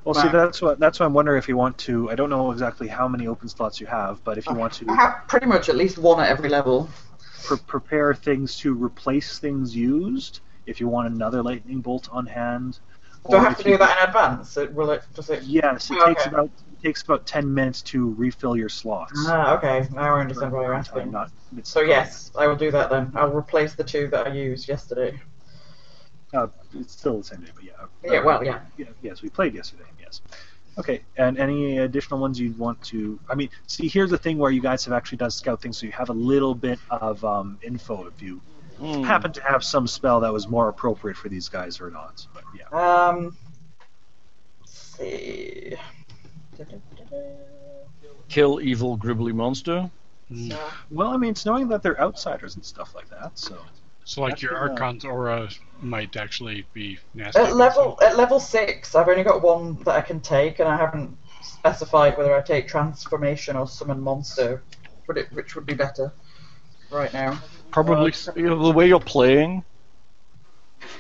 Speaker 2: Well, see,
Speaker 3: Right.
Speaker 2: that's what that's why I'm wondering if you want to. I don't know exactly how many open slots you have, but if you want
Speaker 3: I
Speaker 2: to
Speaker 3: have pretty much at least one at every level.
Speaker 2: pre- prepare things to replace things used, if you want another lightning bolt on hand,
Speaker 3: Do I
Speaker 2: or
Speaker 3: have
Speaker 2: if
Speaker 3: to
Speaker 2: you-
Speaker 3: do that in advance? It, will it does it?
Speaker 2: Yes, it
Speaker 3: Okay.
Speaker 2: takes about it takes about ten minutes to refill your slots.
Speaker 3: Ah, okay. Now I understand why you're
Speaker 2: I'm
Speaker 3: asking.
Speaker 2: not- it's
Speaker 3: So yes, I will do that then. I'll replace the two that I used yesterday.
Speaker 2: Uh, it's still the same day, but yeah. uh,
Speaker 3: Yeah, well, yeah.
Speaker 2: yeah, Yes, we played yesterday. Yes. Okay, and any additional ones you'd want to? I mean, see, here's the thing where you guys have actually done scout things, so you have a little bit of um, info if you
Speaker 4: Hmm.
Speaker 2: happen to have some spell that was more appropriate for these guys or not. But yeah,
Speaker 3: Um. Let's see.
Speaker 4: Kill evil gribbly monster.
Speaker 2: well, I mean, it's knowing that they're outsiders and stuff like that. So
Speaker 6: So like your
Speaker 2: Actually, no.
Speaker 6: Archon's aura might actually be nasty.
Speaker 3: At level at level six, I've only got one that I can take, and I haven't specified whether I take transformation or summon monster, would it, which would be better right now.
Speaker 4: Probably s- you know, the way you're playing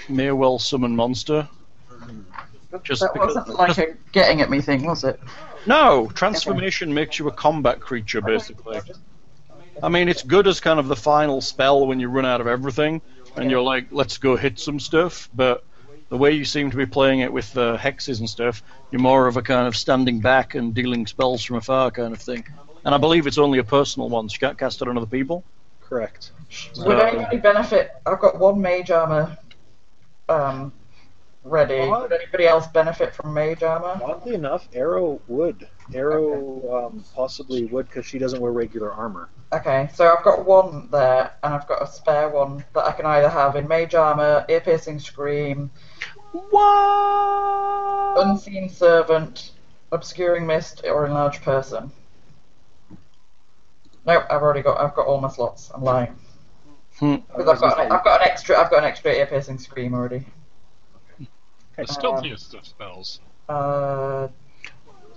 Speaker 4: may well summon monster. Just
Speaker 3: that
Speaker 4: because-
Speaker 3: wasn't like a getting at me thing, was it?
Speaker 4: No, transformation makes you a combat creature basically. I mean, it's good as kind of the final spell when you run out of everything and you're like, let's go hit some stuff. But the way you seem to be playing it with the hexes and stuff, you're more of a kind of standing back and dealing spells from afar kind of thing. And I believe it's only a personal one, so you can't cast it on other people.
Speaker 2: correct.
Speaker 3: Would
Speaker 4: Uh,
Speaker 3: anybody benefit? I've got one mage armor um, ready.
Speaker 2: What?
Speaker 3: Would anybody else benefit from mage armor?
Speaker 2: Oddly enough, Arrow would. Arrow um, possibly would because she doesn't wear regular armor.
Speaker 3: Okay, so I've got one there, and I've got a spare one that I can either have in mage armor, ear piercing scream, unseen servant, obscuring mist, or enlarged person. Nope, I've already got. I've got all my slots. I'm lying.
Speaker 4: Hmm.
Speaker 3: Because I've got, an, I've got an extra. I've got an extra ear piercing scream already.
Speaker 6: The stealthiest of spells.
Speaker 3: Uh,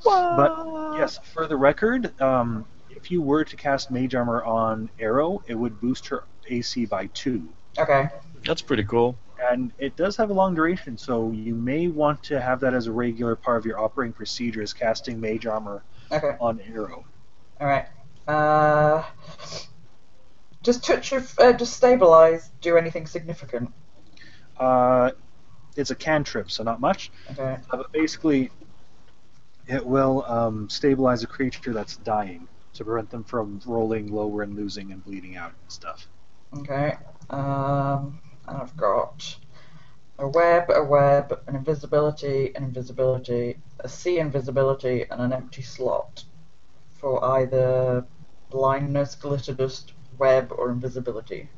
Speaker 2: But yes, for the record, um, if you were to cast Mage Armor on Arrow, it would boost her AC by two,
Speaker 3: okay.
Speaker 4: That's pretty cool.
Speaker 2: and it does have a long duration, so you may want to have that as a regular part of your operating procedure, is casting Mage Armor
Speaker 3: Okay.
Speaker 2: on Arrow.
Speaker 3: All right. Uh, just touch of, uh, just stabilize. Do anything significant.
Speaker 2: Uh, it's a cantrip, so not much.
Speaker 3: Okay.
Speaker 2: Uh, but basically, it will um, stabilize a creature that's dying to prevent them from rolling lower and losing and bleeding out and stuff.
Speaker 3: Okay. Um, and I've got a web, a web, an invisibility, an invisibility, a sea invisibility, and an empty slot for either blindness, glitter dust, web, or invisibility.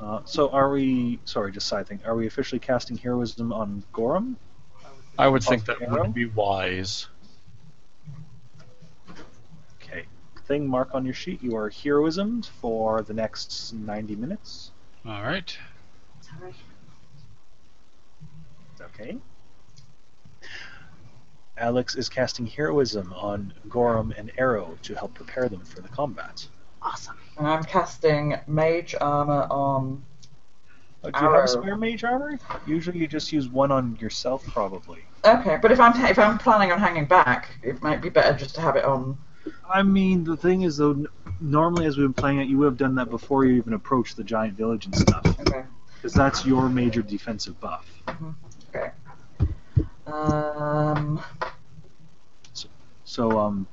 Speaker 2: Uh, so are we? Sorry, just side thing. Are we officially casting heroism on Gorham?
Speaker 4: I would think that
Speaker 2: Arrow?
Speaker 4: would be wise.
Speaker 2: Okay. Thing mark on your sheet. You are heroismed for the next 90 minutes.
Speaker 6: All right.
Speaker 2: Okay. Alex is casting heroism on Gorham and Arrow to help prepare them for the combat.
Speaker 3: And I'm casting mage armor on.
Speaker 2: Uh, do you have
Speaker 3: Arrow.
Speaker 2: a spare mage armor? Usually, you just use one on yourself, probably.
Speaker 3: Okay, but if I'm if I'm planning on hanging back, it might be better just to have it on.
Speaker 2: I mean, the thing is, though, n- normally as we've been playing it, you would have done that before you even approached the giant village and stuff,
Speaker 3: Okay.
Speaker 2: because that's your major defensive buff.
Speaker 3: Um,
Speaker 2: So, um,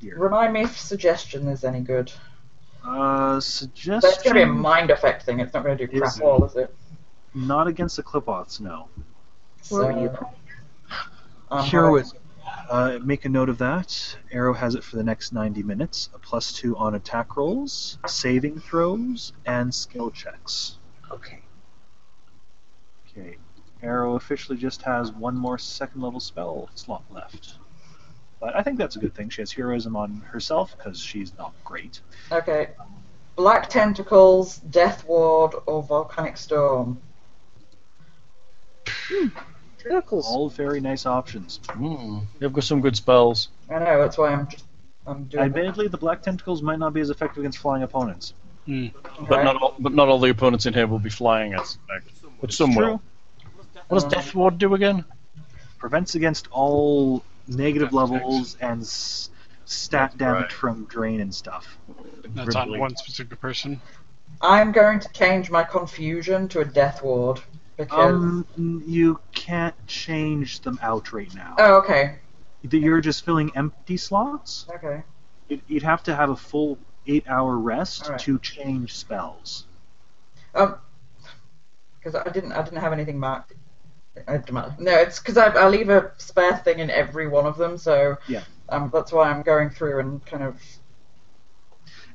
Speaker 2: here.
Speaker 3: remind me if suggestion is any good.
Speaker 2: Uh,
Speaker 3: That's going to be a
Speaker 2: suggestion
Speaker 3: mind effect thing. It's not going to do crap
Speaker 2: Is it?
Speaker 3: all, is it?
Speaker 2: not against the clipots, no.
Speaker 3: So, um,
Speaker 2: Heroism. Uh, make a note of that. Arrow has it for the next 90 minutes. A plus two on attack rolls, saving throws, and skill checks.
Speaker 5: Okay.
Speaker 2: Okay. Arrow officially just has one more second level spell slot left. But I think that's a good thing. She has heroism on herself because she's not great.
Speaker 3: Okay. Black tentacles, death ward, or volcanic storm.
Speaker 5: Tentacles.
Speaker 2: All very nice options.
Speaker 4: Mm, they've got some good spells.
Speaker 3: I know that's why I'm just I'm doing.
Speaker 2: Admittedly, the black tentacles might not be as effective against flying opponents.
Speaker 4: But not all, but not all the opponents in here will be flying, I suspect. But some will.
Speaker 2: True.
Speaker 4: What does Death Ward do again?
Speaker 2: Prevents against all negative
Speaker 6: Effects.
Speaker 2: levels and s- stat
Speaker 4: That's
Speaker 2: damage
Speaker 4: right.
Speaker 2: from drain and stuff.
Speaker 6: That's on
Speaker 4: Ripley.
Speaker 6: one specific person.
Speaker 3: I'm going to change my confusion to a death ward because.
Speaker 2: Um, you can't change them out right now.
Speaker 3: oh, okay,
Speaker 2: The- You're just filling empty slots.
Speaker 3: okay.
Speaker 2: You'd- You'd have to have a full eight-hour rest
Speaker 3: Alright.
Speaker 2: to change spells.
Speaker 3: Um, because I didn't I didn't have anything marked. It doesn't matter. No, it's because I, I leave a spare thing in every one of them, so
Speaker 2: Yeah.
Speaker 3: Um, that's why I'm going through and kind of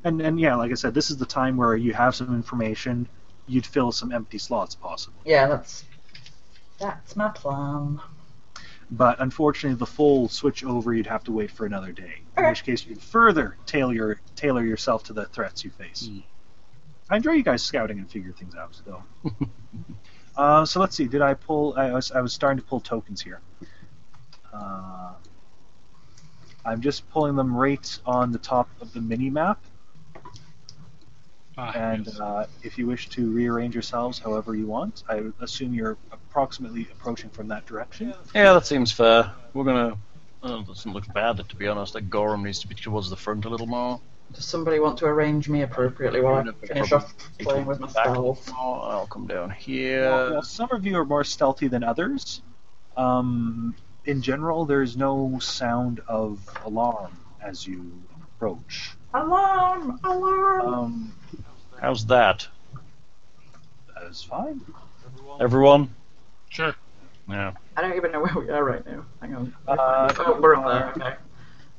Speaker 2: And and yeah, like I said, this is the time where you have some information. You'd fill some empty slots, possibly.
Speaker 3: yeah, that's that's my plan.
Speaker 2: But unfortunately, the full switch over, you'd have to wait for another day. In
Speaker 3: Okay.
Speaker 2: which case, you'd further tailor your, tailor yourself to the threats you face.
Speaker 6: Mm.
Speaker 2: I enjoy you guys scouting and figure things out, though. uh, so let's see. Did I pull? I was I was starting to pull tokens here. Uh, I'm just pulling them right on the top of the mini map,
Speaker 6: Ah,
Speaker 2: and
Speaker 6: yes.
Speaker 2: uh, if you wish to rearrange yourselves however you want, I assume you're approximately approaching from that direction.
Speaker 4: Yeah, that seems fair. We're gonna. Oh, that doesn't look bad, to be honest. That Gorham needs to be towards the front a little more.
Speaker 3: Does somebody want to arrange me appropriately while I finish off playing with my
Speaker 4: Back a little
Speaker 3: spells?
Speaker 4: more. Oh, I'll come down
Speaker 2: Well,
Speaker 4: here.
Speaker 2: well, some of you are more stealthy than others. Um, in general, there is no sound of alarm as you approach.
Speaker 3: Alarm! Alarm!
Speaker 2: Um,
Speaker 4: How's that,
Speaker 2: that is fine.
Speaker 4: everyone?
Speaker 6: Sure.
Speaker 4: Yeah.
Speaker 3: I don't even know where we are right now. Hang on.
Speaker 2: Uh,
Speaker 3: oh, we're up there. Okay.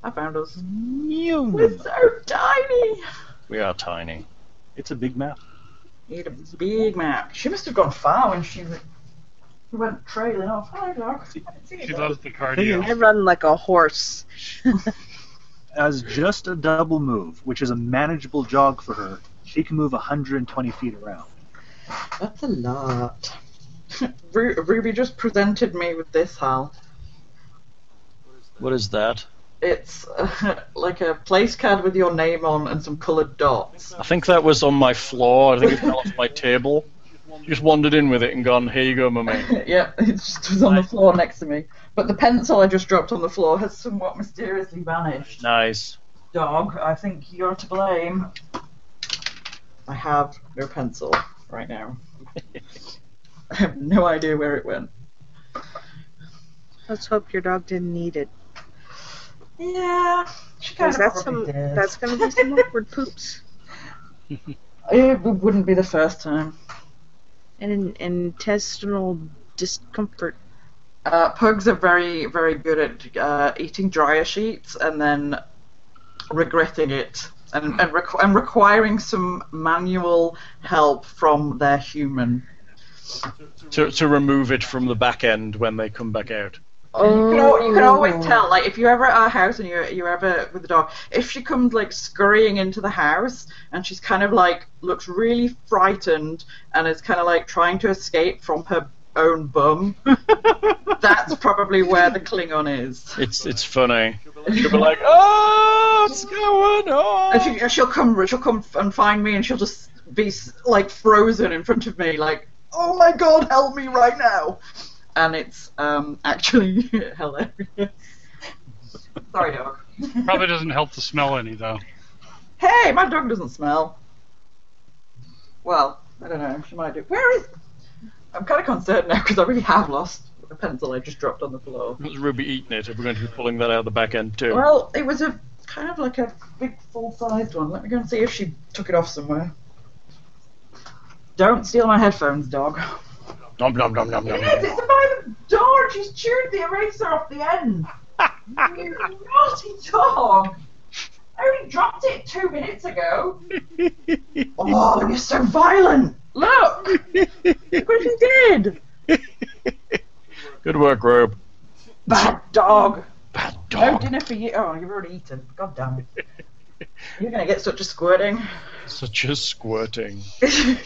Speaker 3: I found us. We're
Speaker 2: Newman.
Speaker 3: so tiny.
Speaker 4: We are tiny.
Speaker 2: It's a big map.
Speaker 3: Need a big map. She must have gone far when she w- went trailing off. Hi, Doc.
Speaker 6: She loves the
Speaker 5: I
Speaker 6: cardio.
Speaker 5: run like a horse.
Speaker 2: As just a double move, which is a manageable jog for her, she can move 120 feet around.
Speaker 3: That's a lot. [LAUGHS] Ru- Ruby just presented me with this, Hal.
Speaker 4: What is that?
Speaker 3: It's [LAUGHS] uh, like a place card with your name on and some coloured dots.
Speaker 4: I think that was on my floor. I think it fell off my table. Just wandered in with it and gone, here you go, my mate.
Speaker 3: [LAUGHS] yep, it just was on the floor next to me. But the pencil I just dropped on the floor has somewhat mysteriously vanished.
Speaker 4: Nice.
Speaker 3: Dog, I think you're to blame. I have no pencil right now. I have no idea where it went.
Speaker 5: Let's hope your dog didn't need it.
Speaker 3: Yeah, she kind
Speaker 5: 'Cause
Speaker 3: of
Speaker 5: that's some.
Speaker 3: probably did.
Speaker 5: That's gonna be some awkward poops.
Speaker 3: It wouldn't be the first time.
Speaker 5: And in- intestinal discomfort.
Speaker 3: Uh, pugs are very, very good at uh, eating dryer sheets and then regretting it and, and, requ- and requiring some manual help from their human.
Speaker 4: To, to remove it from the back end when they come back out.
Speaker 3: You can, al- you can always tell, like, if you're ever at our house and you're, you're ever with the dog, if she comes, like, scurrying into the house and she's kind of, like, looks really frightened and is kind of, like, trying to escape from her own bum, that's probably where the Klingon is.
Speaker 4: It's it's funny. You'll be like, oh, what's going
Speaker 3: And
Speaker 4: on?
Speaker 3: she, and she'll come, she'll come f- and find me and she'll just be, s- like, frozen in front of me, like, oh my god, help me right now! And it's, um, actually [LAUGHS] hilarious. Sorry, dog.
Speaker 6: Probably doesn't help the smell any though.
Speaker 3: Hey, my dog doesn't smell. Well, I don't know. She might do. Where is? I'm kind of concerned now because I really have lost a pencil I just dropped on the floor.
Speaker 4: What's Ruby eating it? Are we going to be pulling that out the back end too? [LAUGHS]
Speaker 3: Well, it was a kind of like a big full-sized one. Let me go and see if she took it off somewhere. Don't steal my headphones, dog.
Speaker 4: Nom nom nom nom nom.
Speaker 3: Yes, it's by the door. She's chewed the eraser off the
Speaker 4: [LAUGHS]
Speaker 3: end. you naughty dog! I only dropped it two minutes ago. oh, you're so violent! Look, look what you did,
Speaker 4: Good work, Rube.
Speaker 3: bad dog.
Speaker 4: Bad
Speaker 3: No
Speaker 4: dog.
Speaker 3: dinner for you. Oh, you've already eaten. God damn it. You're gonna get such a squirting.
Speaker 4: Such a squirting.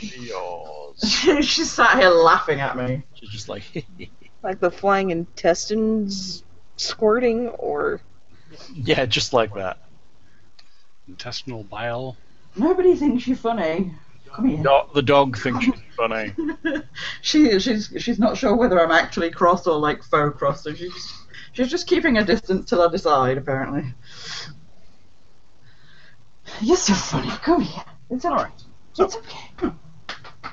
Speaker 4: Yours.
Speaker 3: She's sat here laughing at me.
Speaker 4: She's just like, [LAUGHS]
Speaker 5: Like the flying intestines squirting, or
Speaker 4: Yeah, just like that.
Speaker 6: Intestinal bile.
Speaker 3: Nobody thinks you're funny. Come here.
Speaker 4: Do- the dog thinks she's funny.
Speaker 3: [LAUGHS] she she's she's not sure whether I'm actually cross or like faux cross, so she's she's just keeping a distance till I decide. Apparently. You're so funny. Come here. It's all right. it's okay. Come.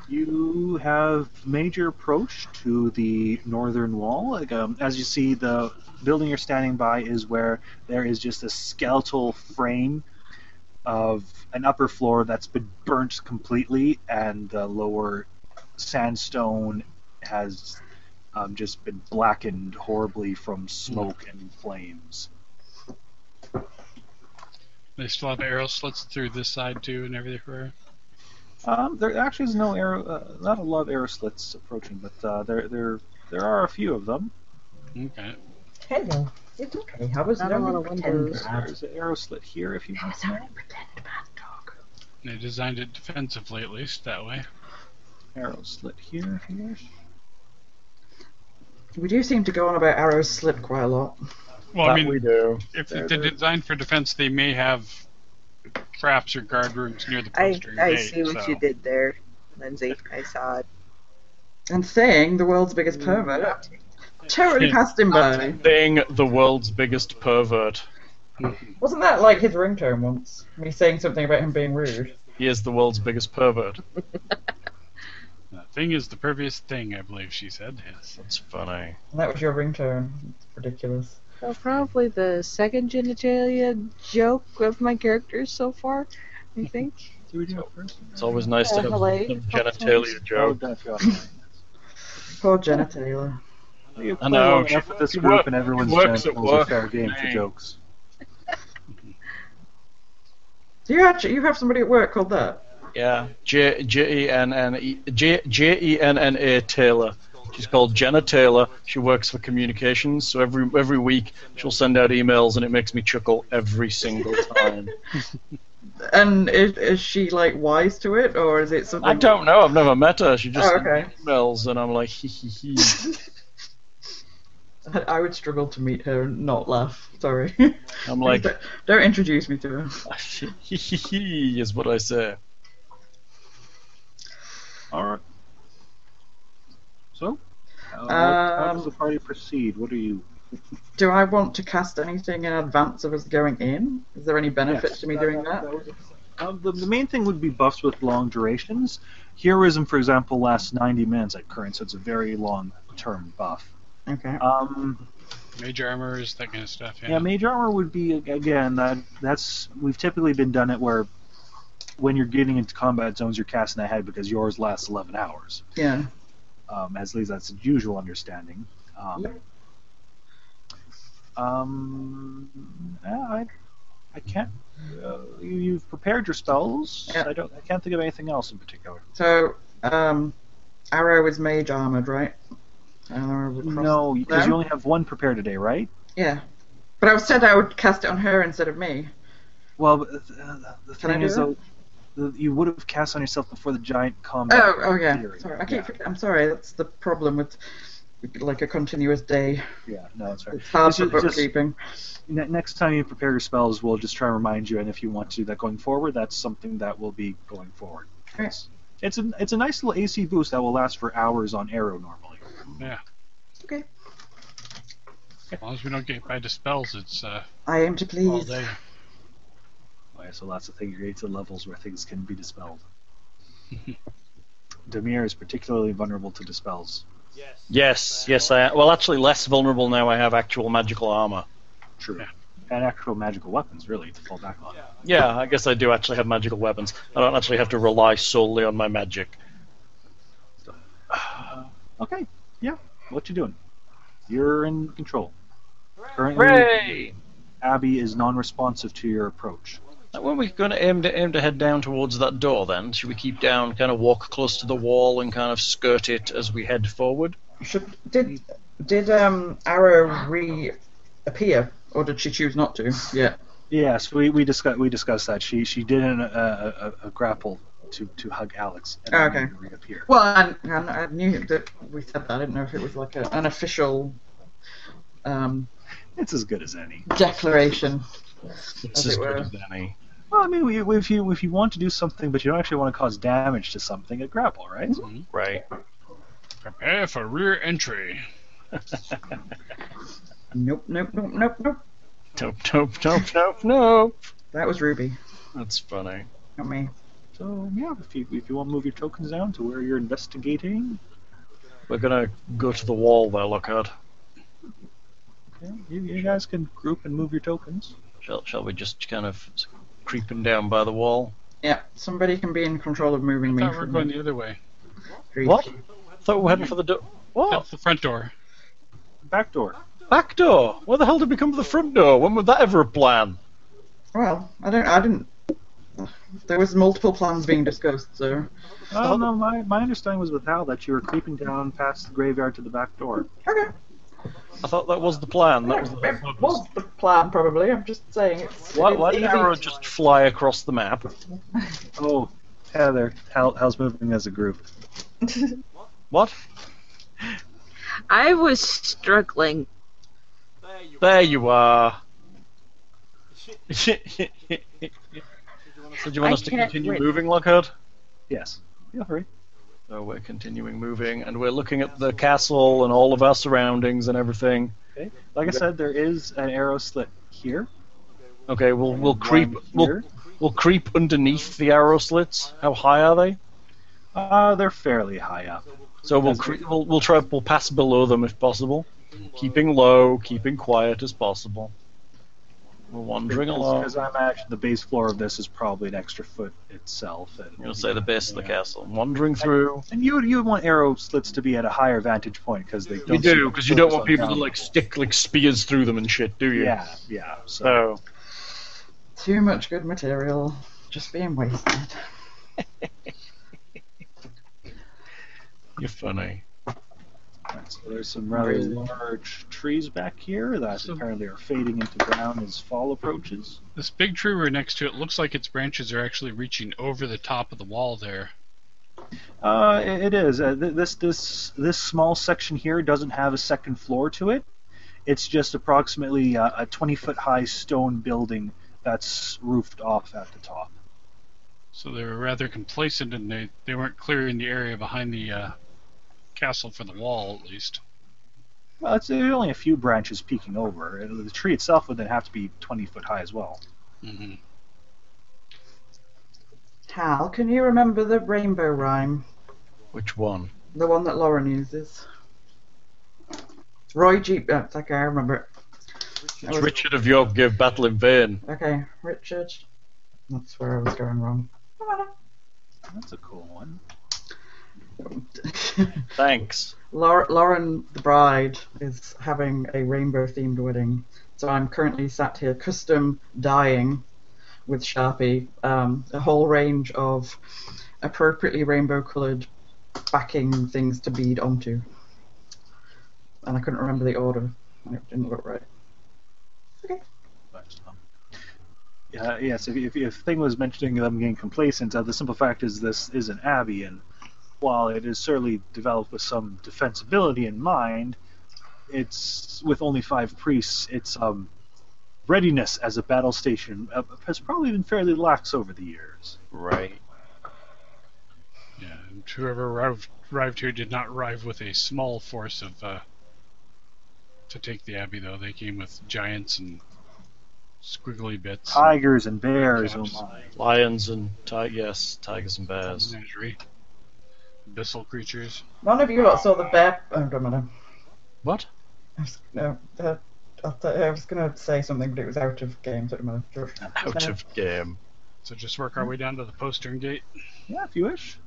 Speaker 2: You have made your approach to the northern wall. Like, um, as you see, the building you're standing by is where there is just a skeletal frame of an upper floor that's been burnt completely, and the lower sandstone has um, just been blackened horribly from smoke and flames.
Speaker 6: They still have arrow slits through this side too, and everywhere.
Speaker 2: Um, there actually is no arrow, uh, not a lot of arrow slits approaching, but uh, there there there are a few of them.
Speaker 6: Okay.
Speaker 3: Hello. It's okay. I was
Speaker 5: Not a
Speaker 3: no
Speaker 5: lot
Speaker 3: one
Speaker 5: of
Speaker 3: pretend
Speaker 5: windows.
Speaker 3: bad.
Speaker 2: There's an arrow slit here if you
Speaker 3: I was only pretend bad dog.
Speaker 6: They designed it defensively, at least that way.
Speaker 2: arrow slit here if you wish.
Speaker 3: We do seem to go on about arrows slip quite a lot.
Speaker 6: Well, I mean,
Speaker 4: do.
Speaker 6: if
Speaker 4: There,
Speaker 6: they're
Speaker 4: there.
Speaker 6: designed for defense, they may have traps or guard rooms near the
Speaker 5: I
Speaker 6: poster.
Speaker 5: I see what you did there, Lindsay. I saw it.
Speaker 3: And saying the world's biggest pervert. Totally passed him by.
Speaker 4: Being the world's biggest pervert.
Speaker 3: Wasn't that like his ringtone once? Me saying something about him being rude.
Speaker 4: He is the world's biggest pervert.
Speaker 6: The thing is the pervious thing, I believe she said. Yes.
Speaker 4: That's funny.
Speaker 3: And that was your ringtone. It's ridiculous.
Speaker 5: So probably the second genitalia joke of my characters so far. I think.
Speaker 2: Do we do it first?
Speaker 4: It's always nice to
Speaker 5: Uh,
Speaker 4: have
Speaker 5: hello.
Speaker 4: some genitalia
Speaker 2: Oh,
Speaker 4: joke.
Speaker 3: Poor Jenna Taylor.
Speaker 4: I know, she-
Speaker 2: Enough with this
Speaker 4: she
Speaker 2: group
Speaker 4: work-
Speaker 2: and everyone's
Speaker 4: she works at
Speaker 2: genitals are
Speaker 4: work.
Speaker 2: fair game for
Speaker 4: Dang.
Speaker 2: jokes.
Speaker 3: Do you actually you have somebody at work called that?
Speaker 4: Yeah. J J E N N E J J E N N A Taylor. She's called Jenna Taylor. She works for communications, so every every week she'll send out emails, and it makes me chuckle every single time.
Speaker 3: And is, is she like wise to it, or is it
Speaker 4: [LAUGHS]
Speaker 3: something?
Speaker 4: I don't know. I've never met her. She just
Speaker 3: Oh,
Speaker 4: sends
Speaker 3: okay.
Speaker 4: emails, and I'm like, hee hee hee.
Speaker 3: I, I would struggle to meet her and not laugh. Sorry. [LAUGHS]
Speaker 4: I'm like, "Ah,
Speaker 3: don't, don't introduce me to her.
Speaker 4: hee hee hee hee is what I say.
Speaker 2: Alright. So? Uh, what- how
Speaker 3: Um,
Speaker 2: does the party proceed? What are you?
Speaker 3: Do I want to cast anything in advance of us going in? Is there any benefit
Speaker 2: Yes,
Speaker 3: to me doing that?
Speaker 2: was- um, the, the main thing would be buffs with long durations. Heroism, for example, lasts 90 minutes at current, so it's a very long-term buff.
Speaker 3: Okay.
Speaker 2: Um,
Speaker 6: Major armors, that kind of stuff. Yeah.
Speaker 2: Yeah, major armor would be again that that's we've typically been done it where when you're getting into combat zones you're casting ahead because yours lasts 11 hours.
Speaker 3: Yeah.
Speaker 2: Um, as at least that's the usual understanding. Um, um, yeah, I, I can't. Uh, you, you've prepared your spells.
Speaker 3: Yeah.
Speaker 2: I don't. I can't think of anything else in particular.
Speaker 3: So, um, arrow is mage armored, right? Arrow would cross-
Speaker 2: No, because
Speaker 3: No?
Speaker 2: you only have one prepared today, right?
Speaker 3: Yeah. But I said I would cast it on her instead of me.
Speaker 2: Well, but, uh, the
Speaker 3: Can I
Speaker 2: thing
Speaker 3: do
Speaker 2: is
Speaker 3: it?
Speaker 2: though, the, you would have cast on yourself before the giant combat.
Speaker 3: Oh, oh yeah.
Speaker 2: Theory,
Speaker 3: Sorry, I
Speaker 2: yeah.
Speaker 3: keep. forget- I'm sorry. That's the problem with like a continuous day.
Speaker 2: Yeah, no, that's right.
Speaker 3: It's hard
Speaker 2: It's
Speaker 3: for
Speaker 2: ju- just-
Speaker 3: bookkeeping.
Speaker 2: Ne- next time you prepare your spells, we'll just try and remind you. And if you want to do that going forward, that's something that will be going forward.
Speaker 3: Okay.
Speaker 2: It's, it's a it's a nice little AC boost that will last for hours on Arrow normally.
Speaker 6: As long as we don't get by to spells, it's uh,
Speaker 3: I aim
Speaker 2: Oh,
Speaker 3: to
Speaker 6: all
Speaker 3: please.
Speaker 6: day.
Speaker 2: Okay, so that's the thing. You get to levels where things can be dispelled. Demir is particularly vulnerable to dispels.
Speaker 4: Yes, yes, I am. Well, actually, less vulnerable now. I have actual magical armor.
Speaker 2: True.
Speaker 6: Yeah.
Speaker 2: And actual magical weapons, really, to fall back on.
Speaker 4: Yeah, I guess I do actually have magical weapons. I don't actually have to rely solely on my magic.
Speaker 2: Okay. Yeah. What you doing? You're in control. Currently,
Speaker 4: Hooray!
Speaker 2: Abby is non-responsive to your approach.
Speaker 4: Now, When we going to aim to aim to head down towards that door? Then should we keep down, kind of walk close to the wall, and kind of skirt it as we head forward?
Speaker 3: Should, did did um arrow reappear, or did she choose not to? Yeah.
Speaker 2: Yes, we we discussed we discussed that she she did an, uh, a, a grapple to, to hug Alex and
Speaker 3: Oh,
Speaker 2: then
Speaker 3: okay.
Speaker 2: you reappear.
Speaker 3: Well, I, I, I knew that we said that. I didn't know if it was like a, an official um,
Speaker 2: It's as good as any.
Speaker 3: declaration.
Speaker 4: It's
Speaker 3: As
Speaker 4: as
Speaker 3: it
Speaker 4: good
Speaker 3: were.
Speaker 4: as any.
Speaker 2: Well, I mean, we- if you if you want to do something, but you don't actually want to cause damage to something, a grapple, right?
Speaker 3: Mm-hmm.
Speaker 4: Right.
Speaker 6: Prepare for rear entry.
Speaker 3: Nope, nope, nope, nope, nope.
Speaker 4: Nope, nope, nope, nope, nope.
Speaker 3: That was Ruby,
Speaker 4: That's funny.
Speaker 3: not me.
Speaker 2: So yeah, if you if you want to move your tokens down to where you're investigating,
Speaker 4: We're gonna go to the wall there, Lockhart.
Speaker 2: yeah, you, you guys can group and move your tokens.
Speaker 4: Shall, shall we just kind of creeping down by the wall?
Speaker 3: Yeah, somebody can be in control of moving
Speaker 6: I
Speaker 3: me.
Speaker 6: thought we were
Speaker 3: from
Speaker 6: going
Speaker 3: the
Speaker 6: the other way.
Speaker 3: grief.
Speaker 4: What? Thought we were heading for the door. What?
Speaker 6: That's the front door.
Speaker 2: Oh, Back door.
Speaker 4: Back door? What the hell did we come to the front door? When was that ever a plan?
Speaker 3: Well, I don't. I didn't. There was multiple plans being discussed, so
Speaker 2: Oh no, my, my understanding was with Hal that you were creeping down past the graveyard to the back door.
Speaker 3: okay.
Speaker 4: I thought that was the plan. That was the
Speaker 3: It was the plan, probably. I'm just saying it's.
Speaker 4: Why,
Speaker 3: it's
Speaker 4: why did
Speaker 3: easy-
Speaker 4: Arrow just fly across the map?
Speaker 2: Oh, Heather, Hal, Hal's moving as a group.
Speaker 4: What?
Speaker 7: I was struggling.
Speaker 4: There you [LAUGHS] are. so do you want
Speaker 7: I
Speaker 4: us to
Speaker 7: can't
Speaker 4: continue
Speaker 7: wait.
Speaker 4: moving, Lockhart?
Speaker 2: Yes. Feel free.
Speaker 4: So we're continuing moving, and we're looking at the castle and all of our surroundings and everything.
Speaker 2: Like I said, there is an arrow slit here.
Speaker 4: Okay, we'll we'll creep
Speaker 2: one
Speaker 4: we'll,
Speaker 2: here.
Speaker 4: we'll creep underneath the arrow slits. How high are they?
Speaker 2: Uh, they're fairly high up.
Speaker 4: So we'll cre- we'll we'll try we'll pass below them if possible, keeping low, keeping quiet as possible. We're wandering along.
Speaker 2: Because I imagine the base floor of this is probably an extra foot itself. And,
Speaker 4: You'll say the base of the castle. Wandering through.
Speaker 2: And you would you would want arrow slits to be at a higher vantage point because they
Speaker 4: You
Speaker 2: don't
Speaker 4: do,
Speaker 2: seem
Speaker 4: because you don't
Speaker 2: focus
Speaker 4: want
Speaker 2: on
Speaker 4: people to
Speaker 2: ground.
Speaker 4: like stick like spears through them and shit, do you? Oh.
Speaker 2: Yeah, yeah. So
Speaker 4: So
Speaker 3: [LAUGHS] Too much good material, just being wasted.
Speaker 4: you're funny.
Speaker 2: Right, So there's some rather
Speaker 3: Really?
Speaker 2: large trees back here that
Speaker 6: So-
Speaker 2: apparently are fading into brown as fall approaches.
Speaker 6: This big tree we're next to, it looks like its branches are actually reaching over the top of the wall there.
Speaker 2: Uh, i- it is. Uh, th- this this this small section here doesn't have a second floor to it. It's just approximately uh, a 20 foot high stone building that's roofed off at the top.
Speaker 6: So they were rather complacent and they, they weren't clearing the area behind the uh, castle for the wall, at least.
Speaker 2: Well, it's there's only a few branches peeking over. Uh, The tree itself would then have to be 20 foot high as well.
Speaker 6: hmm
Speaker 3: Hal, can you remember the rainbow rhyme?
Speaker 4: Which one?
Speaker 3: The one that Lauren uses. Roy Jeep. Oh, it's okay, I remember it. That
Speaker 4: It's
Speaker 3: was-
Speaker 4: Richard of York gave battle in vain.
Speaker 3: Okay, Richard. That's where I was going wrong.
Speaker 2: That's a cool one.
Speaker 3: [LAUGHS]
Speaker 4: Thanks.
Speaker 3: Laur- Lauren, the bride, is having a rainbow themed wedding. So I'm currently sat here custom dyeing with Sharpie um, a whole range of appropriately rainbow coloured backing things to bead onto. And I couldn't remember the order. and It didn't look right.
Speaker 2: But, um, yeah, yes, if, if, if Thing was mentioning them getting complacent, uh, the simple fact is this is an abbey, and while it is certainly developed with some defensibility in mind, it's with only five priests, its um, readiness as a battle station uh, has probably been fairly lax over the years.
Speaker 4: Right.
Speaker 6: Yeah, and whoever arrived, arrived here did not arrive with a small force of uh, to take the abbey, though. They came with giants and squiggly bits.
Speaker 2: Tigers and bears, oh
Speaker 6: Perhaps.
Speaker 2: my.
Speaker 4: Lions and ti- yes, tigers and bears.
Speaker 6: Menagerie. Abyssal creatures.
Speaker 3: None of you lot saw the bear. Oh, don't matter.
Speaker 4: What?
Speaker 3: I was, no, uh, I, thought- I was going to say something, but it was out of game, so it doesn't matter.
Speaker 4: Out of game.
Speaker 6: So just work our way down to the postern gate.
Speaker 2: Yeah, if you wish.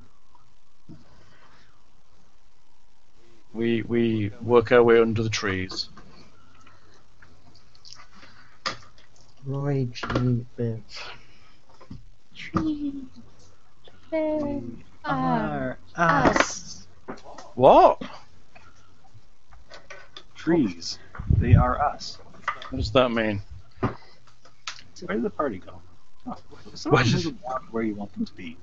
Speaker 4: We we work our way under the trees.
Speaker 3: Roy G. Biv.
Speaker 4: What?
Speaker 2: Trees. They are us.
Speaker 4: What does that mean?
Speaker 2: Where did the party go? stuff.
Speaker 6: What
Speaker 2: Someone
Speaker 6: is-
Speaker 2: move them where you want them to be.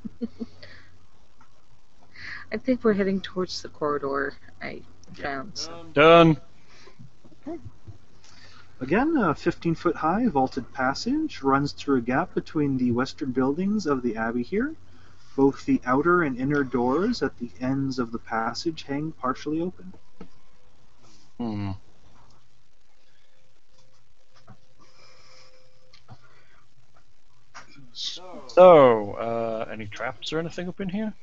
Speaker 7: I think we're heading towards the corridor I found. So.
Speaker 4: Done.
Speaker 2: Again, a 15 foot high vaulted passage runs through a gap between the western buildings of the Abbey here. Both the outer and inner doors at the ends of the passage hang partially open.
Speaker 4: Hmm. So, uh, any traps or anything up in here?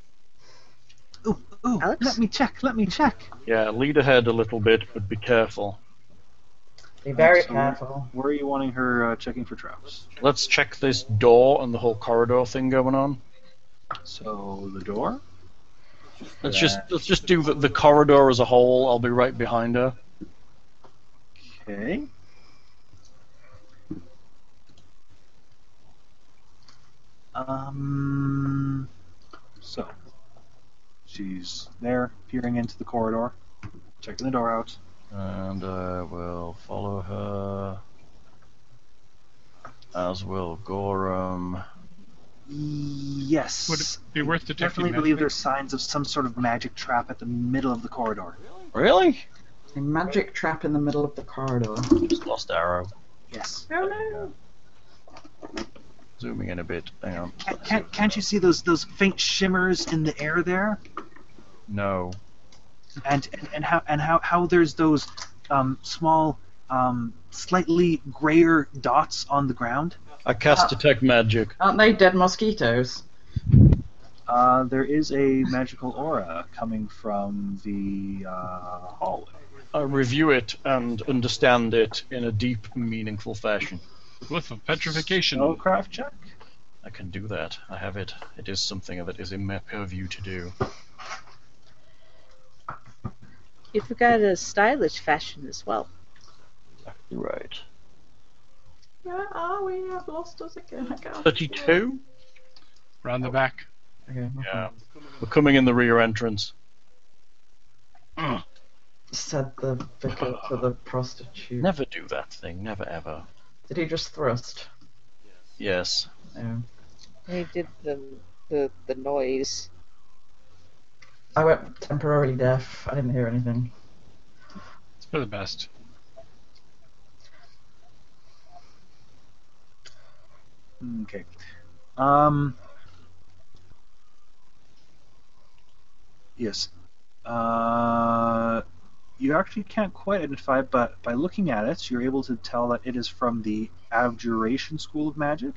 Speaker 2: Ooh, ooh,
Speaker 7: Alex?
Speaker 2: let me check, let me check.
Speaker 4: Yeah, lead ahead a little bit, but be careful.
Speaker 3: Be very
Speaker 2: Absolutely.
Speaker 3: careful.
Speaker 2: Where are you wanting her uh, checking for traps?
Speaker 4: Let's check this door and the whole corridor thing going on.
Speaker 2: So, the door?
Speaker 4: Let's just let's just do the, the corridor as a whole. I'll be right behind her.
Speaker 2: Okay. Um. So, she's there, peering into the corridor, checking the door out.
Speaker 4: and I will follow her. As will Gorum.
Speaker 2: Yes.
Speaker 6: Would it be worth detecting
Speaker 2: Definitely believe
Speaker 6: magic?
Speaker 2: there's signs of some sort of magic trap at the middle of the corridor.
Speaker 4: Really?
Speaker 3: A magic trap in the middle of the corridor.
Speaker 4: Just lost arrow.
Speaker 2: Yes.
Speaker 7: Oh no!
Speaker 4: Zooming in a bit. Hang on.
Speaker 2: Can't, can't, can't you see those those faint shimmers in the air there?
Speaker 4: No.
Speaker 2: and and, and how and how, how there's those um, small um, slightly grayer dots on the ground
Speaker 4: I cast detect magic.
Speaker 3: Aren't they dead mosquitoes?
Speaker 2: uh, there is a magical aura coming from the uh, hallway
Speaker 4: I review it and understand it in a deep, meaningful fashion.
Speaker 6: Glyph of petrification.
Speaker 2: Spellcraft Oh, check
Speaker 4: I can do that. I have it. It is something that is in my purview to do.
Speaker 5: You forgot a stylish fashion as well.
Speaker 4: Right.
Speaker 3: Yeah, oh, we have lost us again. I can't-
Speaker 4: 32?
Speaker 6: Round the back.
Speaker 3: Okay.
Speaker 4: Yeah. We're coming in the rear entrance.
Speaker 3: Said the vicar to the prostitute.
Speaker 4: Never do that thing. Never ever.
Speaker 3: Did he just thrust?
Speaker 4: Yes.
Speaker 3: Yeah.
Speaker 5: He did the the, the noise.
Speaker 3: I went temporarily deaf. I didn't hear anything.
Speaker 6: It's for the best.
Speaker 2: okay um yes uh you actually can't quite identify it, but by looking at it you're able to tell that it is from the abjuration school of magic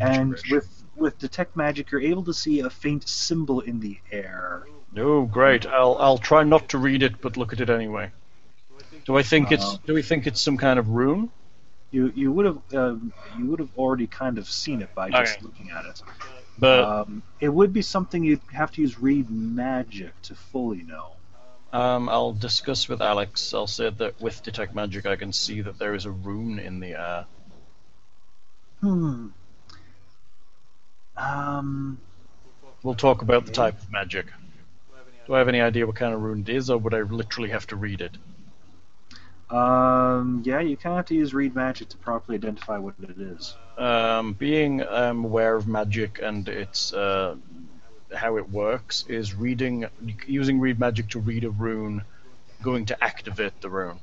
Speaker 2: and with with detect magic you're able to see a faint symbol in the air
Speaker 4: No, great. I'll I'll try not to read it, but look at it anyway. Do I think it's
Speaker 2: Uh,
Speaker 4: Do we think it's some kind of rune?
Speaker 2: you you would have um, you would have already kind of seen it by just
Speaker 4: Okay.
Speaker 2: looking at it
Speaker 4: But
Speaker 2: um, it would be something you'd have to use read magic to fully know
Speaker 4: um, I'll discuss with Alex. I'll say that with detect magic, I can see that there is a rune in the air.
Speaker 2: hmm um
Speaker 4: We'll talk about the type of magic. Do I have any idea what kind of rune it is, or would I literally have to read it?
Speaker 2: um yeah you kind of have to use read magic to properly identify what it is
Speaker 4: Um, being um, aware of magic and its uh, how it works is reading using read magic to read a rune, going to activate the rune.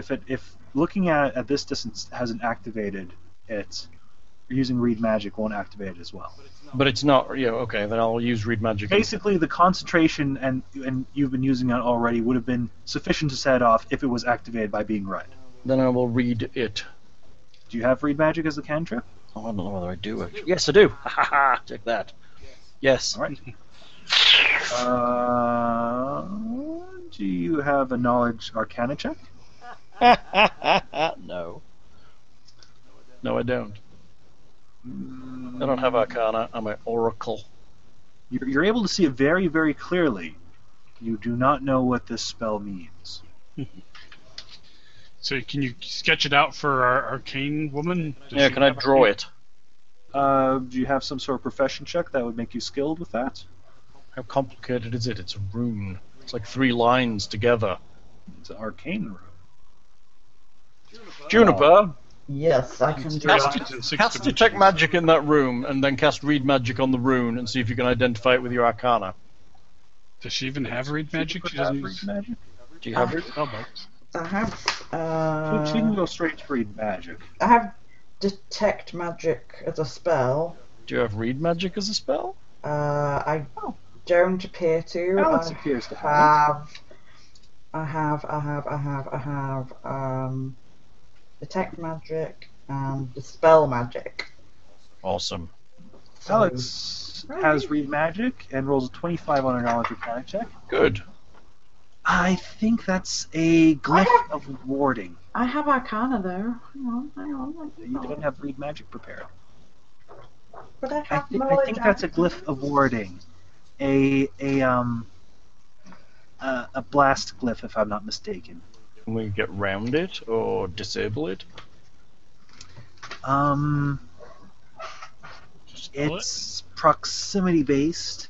Speaker 2: if it if looking at it at this distance hasn't activated it using read magic won't activate it as well
Speaker 4: But it's not. Yeah. Okay. Then I'll use read magic.
Speaker 2: basically the concentration and and you've been using it already would have been sufficient to set it off if it was activated by being read.
Speaker 4: Then I will read it.
Speaker 2: Do you have read magic as a cantrip?
Speaker 4: Oh, I don't know whether I do. Actually. Yes, I do. [LAUGHS] Ha ha ha! Take that. Yes.
Speaker 6: [LAUGHS]
Speaker 2: All right. Uh, do you have a knowledge arcana check?
Speaker 4: no. No, I don't. Mm, I don't have Arcana. I'm an Oracle.
Speaker 2: You're, you're able to see it very very clearly. You do not know what this spell means.
Speaker 6: So can you sketch it out for our arcane woman? Does
Speaker 4: Yeah.
Speaker 6: she
Speaker 4: Can I
Speaker 6: have
Speaker 4: draw
Speaker 6: arcane?
Speaker 4: it?
Speaker 2: Uh, do you have some sort of profession check that would make you skilled with that?
Speaker 4: How complicated is it? It's a rune. It's like three lines together.
Speaker 2: It's an arcane room.
Speaker 4: Juniper,
Speaker 3: Yes, I can do
Speaker 6: Three
Speaker 4: Cast,
Speaker 3: that.
Speaker 6: options and six
Speaker 4: cast
Speaker 6: dimensions.
Speaker 4: detect magic in that room, and then cast read magic on the rune, and see if you can identify it with your arcana.
Speaker 6: Does she even have read magic? She doesn't use
Speaker 2: magic.
Speaker 4: Do you have it?
Speaker 6: spellbooks.
Speaker 3: I have.
Speaker 2: She- she can
Speaker 3: Uh,
Speaker 2: go straight to read magic.
Speaker 3: I have detect magic as a spell.
Speaker 4: Do you have read magic as a spell?
Speaker 3: Uh, I don't appear to.
Speaker 2: Alex
Speaker 3: I
Speaker 2: appears to have.
Speaker 3: have. I have. I have. I have. I have. Um, detect magic and dispel magic.
Speaker 4: Awesome.
Speaker 2: it. Alex has read magic and rolls a 25 on her knowledge arcana check.
Speaker 4: Good.
Speaker 2: I think that's a glyph of warding.
Speaker 3: I have Arcana though. Hang on, hang on. I
Speaker 2: You don't have read magic prepared.
Speaker 3: But I
Speaker 2: I,
Speaker 3: have
Speaker 2: thi- I
Speaker 3: knowledge
Speaker 2: think that's a glyph of warding, a a um a, a blast glyph, if I'm not mistaken.
Speaker 4: Can we get round it or disable it?
Speaker 2: Um,
Speaker 6: Just spell it.
Speaker 2: it's proximity based.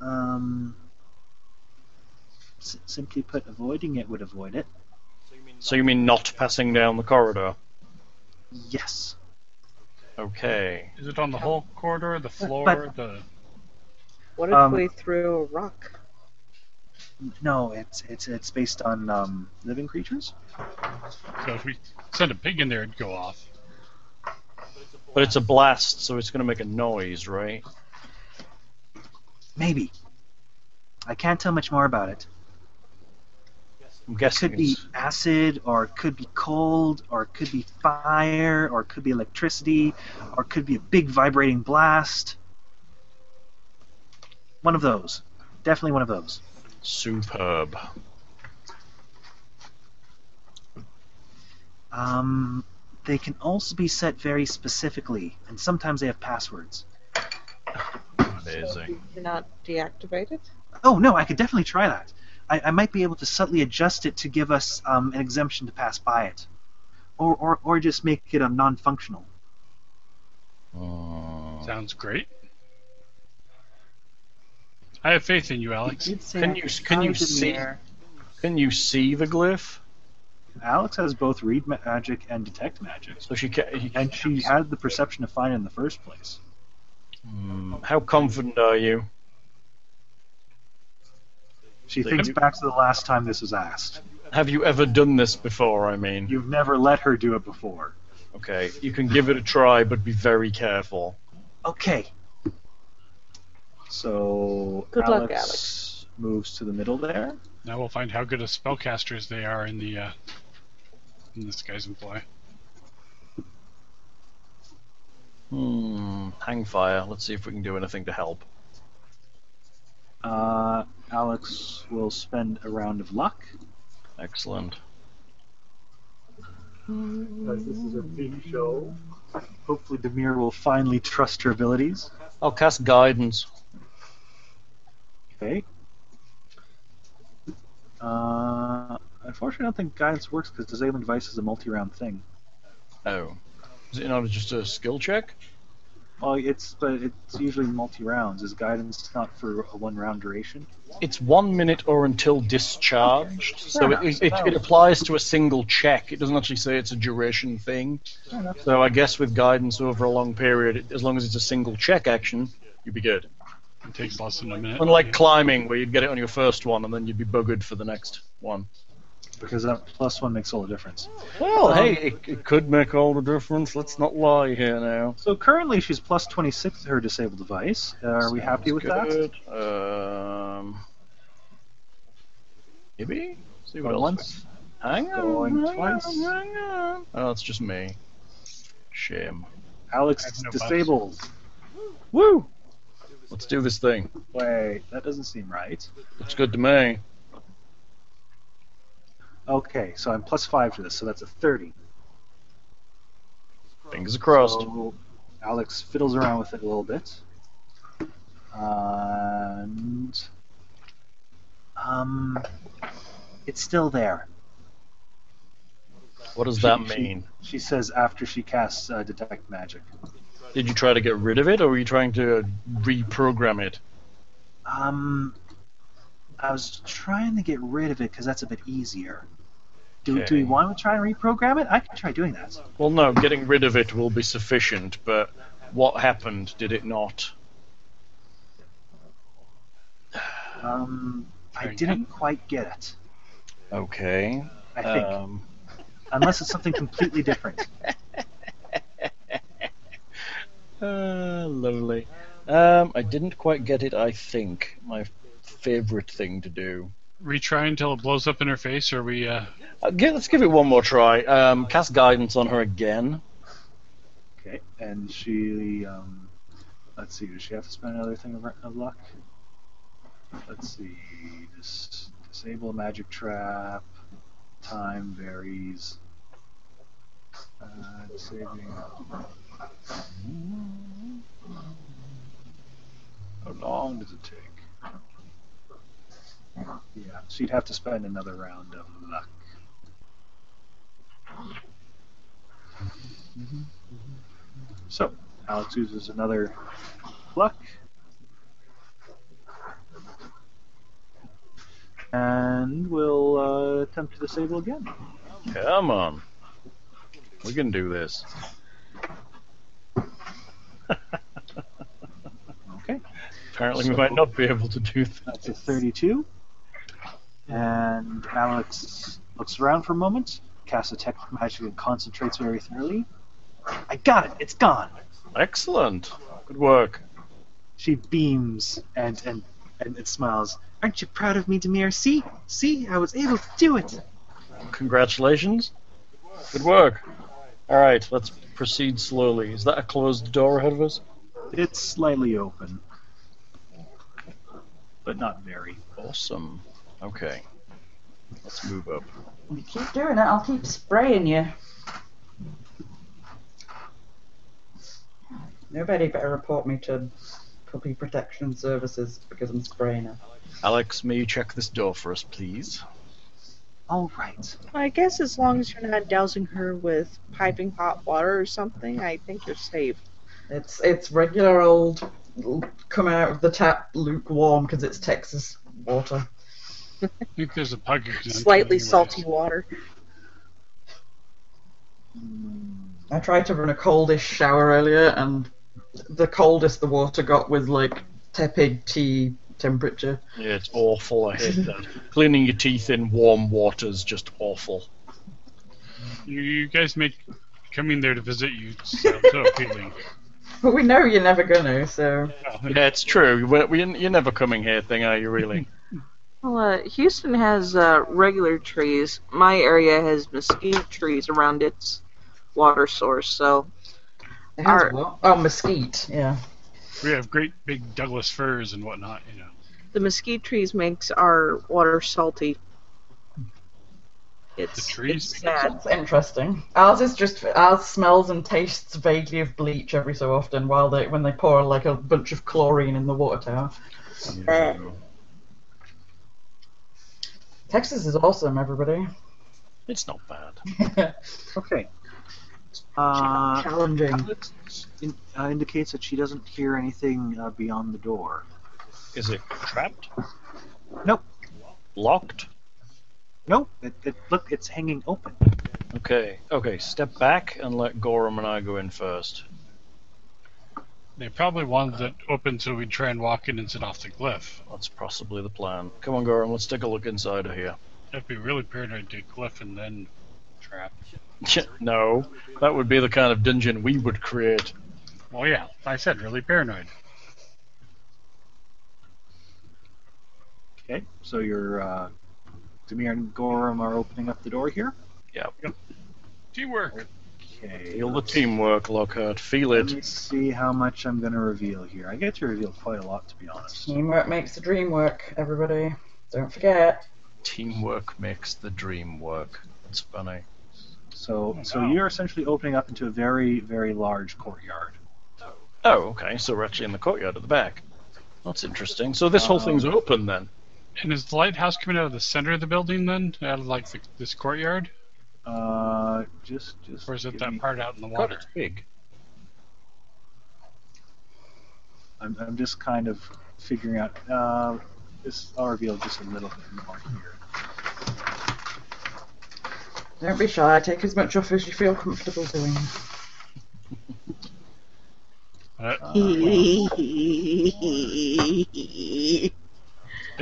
Speaker 2: Um, s- simply put, avoiding it would avoid it.
Speaker 4: So you mean not passing down the corridor?
Speaker 2: Yes.
Speaker 4: Okay.
Speaker 6: Is it on the whole corridor, the floor,
Speaker 2: But-
Speaker 6: the?
Speaker 5: What if
Speaker 2: Um,
Speaker 5: we threw a rock?
Speaker 2: No, it's it's it's based on um, living creatures.
Speaker 6: So if we send a pig in there, it'd go off.
Speaker 4: But it's a blast, so it's going to make a noise, right?
Speaker 2: Maybe. I can't tell much more about it.
Speaker 4: I'm guessing
Speaker 2: could be
Speaker 4: it's-
Speaker 2: acid or it could be cold or it could be fire or it could be electricity or it could be a big vibrating blast one of those definitely one of those
Speaker 4: superb.
Speaker 2: um, they can also be set very specifically and sometimes they have passwords
Speaker 4: Amazing.
Speaker 5: You're not deactivated?
Speaker 2: oh no i could definitely try that i, I might be able to subtly adjust it to give us um, an exemption to pass by it or, or, or just make it um, non-functional
Speaker 4: Mm.
Speaker 6: Sounds great. I have faith in you, Alex.
Speaker 2: You'd say
Speaker 4: Can
Speaker 2: I
Speaker 4: you
Speaker 2: could
Speaker 4: can
Speaker 2: try
Speaker 4: you
Speaker 2: the
Speaker 4: see
Speaker 2: mirror.
Speaker 4: can you see the glyph?
Speaker 2: alex has both read ma- magic and detect magic
Speaker 4: So she can.
Speaker 2: And she had the perception of fine in the first place.
Speaker 4: Mm. How confident are you?
Speaker 2: She
Speaker 4: They
Speaker 2: thinks
Speaker 4: do-
Speaker 2: back to the last time this was asked.
Speaker 4: Have you ever done this before? I mean,
Speaker 2: You've never let her do it before.
Speaker 4: okay, you can give it a try, but be very careful.
Speaker 2: Okay. So
Speaker 5: Good
Speaker 2: Alex,
Speaker 5: luck,
Speaker 2: moves to the middle there.
Speaker 6: Now we'll find how good of spellcasters they are in the uh, in the skies and fly.
Speaker 4: Hmm. Hang fire. Let's see if we can do anything to help.
Speaker 2: Uh, Alex will spend a round of luck.
Speaker 4: Excellent.
Speaker 2: As this is a big show. Hopefully, Demir will finally trust her abilities.
Speaker 4: I'll cast guidance.
Speaker 2: Okay. Uh, unfortunately, I don't think guidance works because disabling device is a multi-round thing.
Speaker 4: Oh, is it not just a skill check?
Speaker 2: Well, it's but it's usually multi rounds. Is guidance not for a one round duration?
Speaker 4: It's one minute or until discharged, so it, it, it,
Speaker 2: enough.
Speaker 4: it applies to a single check. It doesn't actually say it's a duration thing. So I guess with guidance over a long period, it- as long as it's a single check action, you'd be good.
Speaker 6: It takes less than a minute.
Speaker 4: Unlike climbing, where you'd get it on your first one and then you'd be buggered for the next one.
Speaker 2: Because that plus one makes all the difference.
Speaker 4: Well, hey, it, it could make all the difference. Let's not lie here now.
Speaker 2: So currently she's plus 26 to her disabled device. Uh, are we happy with that?
Speaker 4: that? Um, maybe. See what
Speaker 2: Going
Speaker 4: else.
Speaker 2: once.
Speaker 4: Hang on,
Speaker 2: Going
Speaker 4: hang
Speaker 2: twice.
Speaker 4: on, hang on. Oh, it's just me. Shame.
Speaker 2: Alex
Speaker 6: I have no
Speaker 2: disabled.
Speaker 4: Woo! Let's do this thing.
Speaker 2: Wait, that doesn't seem right.
Speaker 4: Looks good to me.
Speaker 2: Okay, so I'm plus five to this, so that's a 30.
Speaker 4: Fingers crossed.
Speaker 2: So Alex fiddles around with it a little bit. And. Um. It's still there.
Speaker 4: What does [LAUGHS] that
Speaker 2: She- she-
Speaker 4: mean?
Speaker 2: She says after she casts uh, Detect Magic.
Speaker 4: Did you try to get rid of it, or were you trying to reprogram it?
Speaker 2: Um, I was trying to get rid of it because that's a bit easier. Do, do we want to try and reprogram it? I can try doing that.
Speaker 4: Well, no, getting rid of it will be sufficient, but what happened? Did it not?
Speaker 2: Um, I
Speaker 6: Very
Speaker 2: didn't quite get it.
Speaker 4: Okay.
Speaker 2: I think,
Speaker 4: Um,
Speaker 2: unless it's something completely different.
Speaker 4: uh, lovely. Um, I didn't quite get it, I think. My favorite thing to do.
Speaker 6: Retry until it blows up in her face, or we uh,
Speaker 4: Uh, gi- let's give it one more try. Um, cast guidance on her again.
Speaker 2: Okay, and she, um, let's see, does she have to spend another thing of, of luck? Let's see, dis- disable magic trap, time varies. Uh, disabling. How long does it take? Yeah, so you'd have to spend another round of luck. So, Alex uses another luck. And we'll uh, attempt to disable again.
Speaker 4: Come on. We can do [LAUGHS] this.
Speaker 2: Okay.
Speaker 4: Apparently, we
Speaker 2: So-
Speaker 4: might not be able to do that.
Speaker 2: That's a 32. And Alex looks around for a moment, casts a tech magic, and concentrates very thoroughly. I got it! It's gone!
Speaker 4: Excellent. Good work.
Speaker 2: She beams and, and, and, and smiles. Aren't you proud of me, Demir? See? See? I was able to do it!
Speaker 4: Congratulations. Good work. All right, let's proceed slowly. Is that a closed door ahead of us?
Speaker 2: It's slightly open, but not very.
Speaker 4: Awesome. Okay. Let's move up.
Speaker 3: You keep doing it, I'll keep spraying you. Nobody better report me to Puppy Protection Services because I'm spraying her.
Speaker 4: Alex, may you check this door for us, please?
Speaker 2: All right.
Speaker 5: I guess as long as you're not dousing her with piping hot water or something, I think you're safe.
Speaker 3: It's it's regular old l- come out of the tap lukewarm because it's Texas water.
Speaker 6: I think there's a bug. here.
Speaker 5: Slightly salty water.
Speaker 3: I tried to run a coldish shower earlier, and the coldest the water got was like tepid tea temperature.
Speaker 4: Yeah, it's awful. I hate that. Cleaning your teeth in warm water is just awful.
Speaker 6: You, you guys make coming there to visit you sound so
Speaker 5: [LAUGHS]
Speaker 6: appealing.
Speaker 3: But we know you're never gonna, so
Speaker 4: Yeah, it's true. We're, we, you're never coming here, thing, are you, really?
Speaker 5: Well, uh, Houston has uh, regular trees. My area has mesquite trees around its water source, so
Speaker 3: it has
Speaker 5: Our-
Speaker 3: what? Oh, mesquite. Yeah.
Speaker 6: We have great big Douglas firs and whatnot, you know.
Speaker 5: the mesquite trees makes our water salty.
Speaker 6: The
Speaker 5: It's,
Speaker 6: trees?
Speaker 5: it's sad.
Speaker 3: That's interesting. Ours is just ours smells and tastes vaguely of bleach every so often, while they when they pour like a bunch of chlorine in the water tower. Texas is awesome, everybody.
Speaker 4: [LAUGHS]
Speaker 3: [LAUGHS]
Speaker 4: It's not bad.
Speaker 2: Okay. Uh,
Speaker 3: Challenging.
Speaker 2: Alex in, uh, indicates that she doesn't hear anything uh, beyond the door.
Speaker 4: Is it trapped?
Speaker 2: Nope.
Speaker 4: Locked?
Speaker 2: Nope. It, it, look, it's hanging open.
Speaker 4: Okay. Okay, step back and let Gorham and I go in first.
Speaker 6: They probably wanted it open so we'd try and walk in and sit off the cliff.
Speaker 4: That's possibly the plan. Come on, Gorham, let's take a look inside of here. [LAUGHS]
Speaker 6: That'd be really paranoid to cliff and then trap.
Speaker 4: no, that would be the kind of dungeon we would create.
Speaker 6: Well, yeah, I said really paranoid.
Speaker 2: Okay. So your uh, Demir and Gorham are opening up the door here.
Speaker 6: Teamwork.
Speaker 2: Okay.
Speaker 4: Feel the teamwork, Lockhart. Feel
Speaker 2: Let
Speaker 4: it.
Speaker 2: me see how much I'm going to reveal here. I get to reveal quite a lot, to be honest.
Speaker 3: Teamwork makes the dream work, everybody. Don't forget.
Speaker 4: Teamwork makes the dream work. It's funny.
Speaker 2: So,
Speaker 6: Oh,
Speaker 2: so
Speaker 6: wow.
Speaker 2: you're essentially opening up into a very, very large courtyard.
Speaker 4: Oh, okay, so we're actually in the courtyard at the back. That's interesting. So this whole thing's open then.
Speaker 6: And is the lighthouse coming out of the center of the building then, out of like the, this courtyard,
Speaker 2: Uh, just, just.
Speaker 6: or is it
Speaker 2: give
Speaker 6: that
Speaker 2: me-
Speaker 6: part out in the
Speaker 4: God,
Speaker 6: water?
Speaker 4: it's big.
Speaker 2: I'm, I'm just kind of figuring out. Uh, this I'll reveal just a little bit more here.
Speaker 3: Don't be shy. Take as much off as you feel comfortable doing.
Speaker 6: Uh,
Speaker 5: That's
Speaker 6: it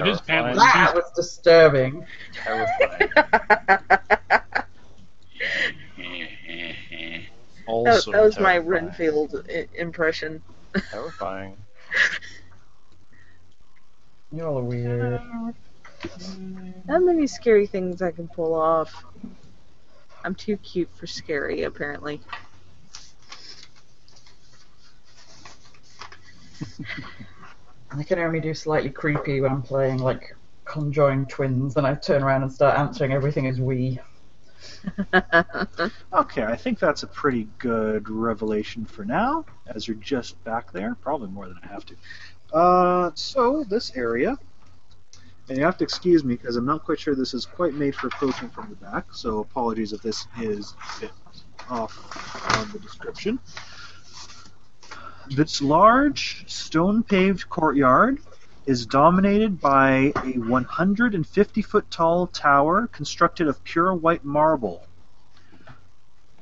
Speaker 6: is Pamela's
Speaker 3: That was disturbing.
Speaker 4: Terrifying.
Speaker 6: Tuesday.
Speaker 5: That,
Speaker 4: also
Speaker 5: that was my
Speaker 4: terrifying.
Speaker 5: Renfield I- impression.
Speaker 4: Terrifying.
Speaker 3: You're all weird.
Speaker 7: Not many scary things I can pull off. I'm too cute for scary,
Speaker 5: [LAUGHS]
Speaker 7: apparently.
Speaker 3: I can only do slightly creepy when I'm playing like conjoined twins, and I turn around and start answering everything as we.
Speaker 2: Okay, I think that's a pretty good revelation for now, as you're just back there, probably more than I have to. Uh, so, this area, and you have to excuse me because I'm not quite sure this is quite made for approaching from the back, so apologies if this is a bit off on the description. This large, stone paved courtyard is dominated by a 150 foot tall tower constructed of pure white marble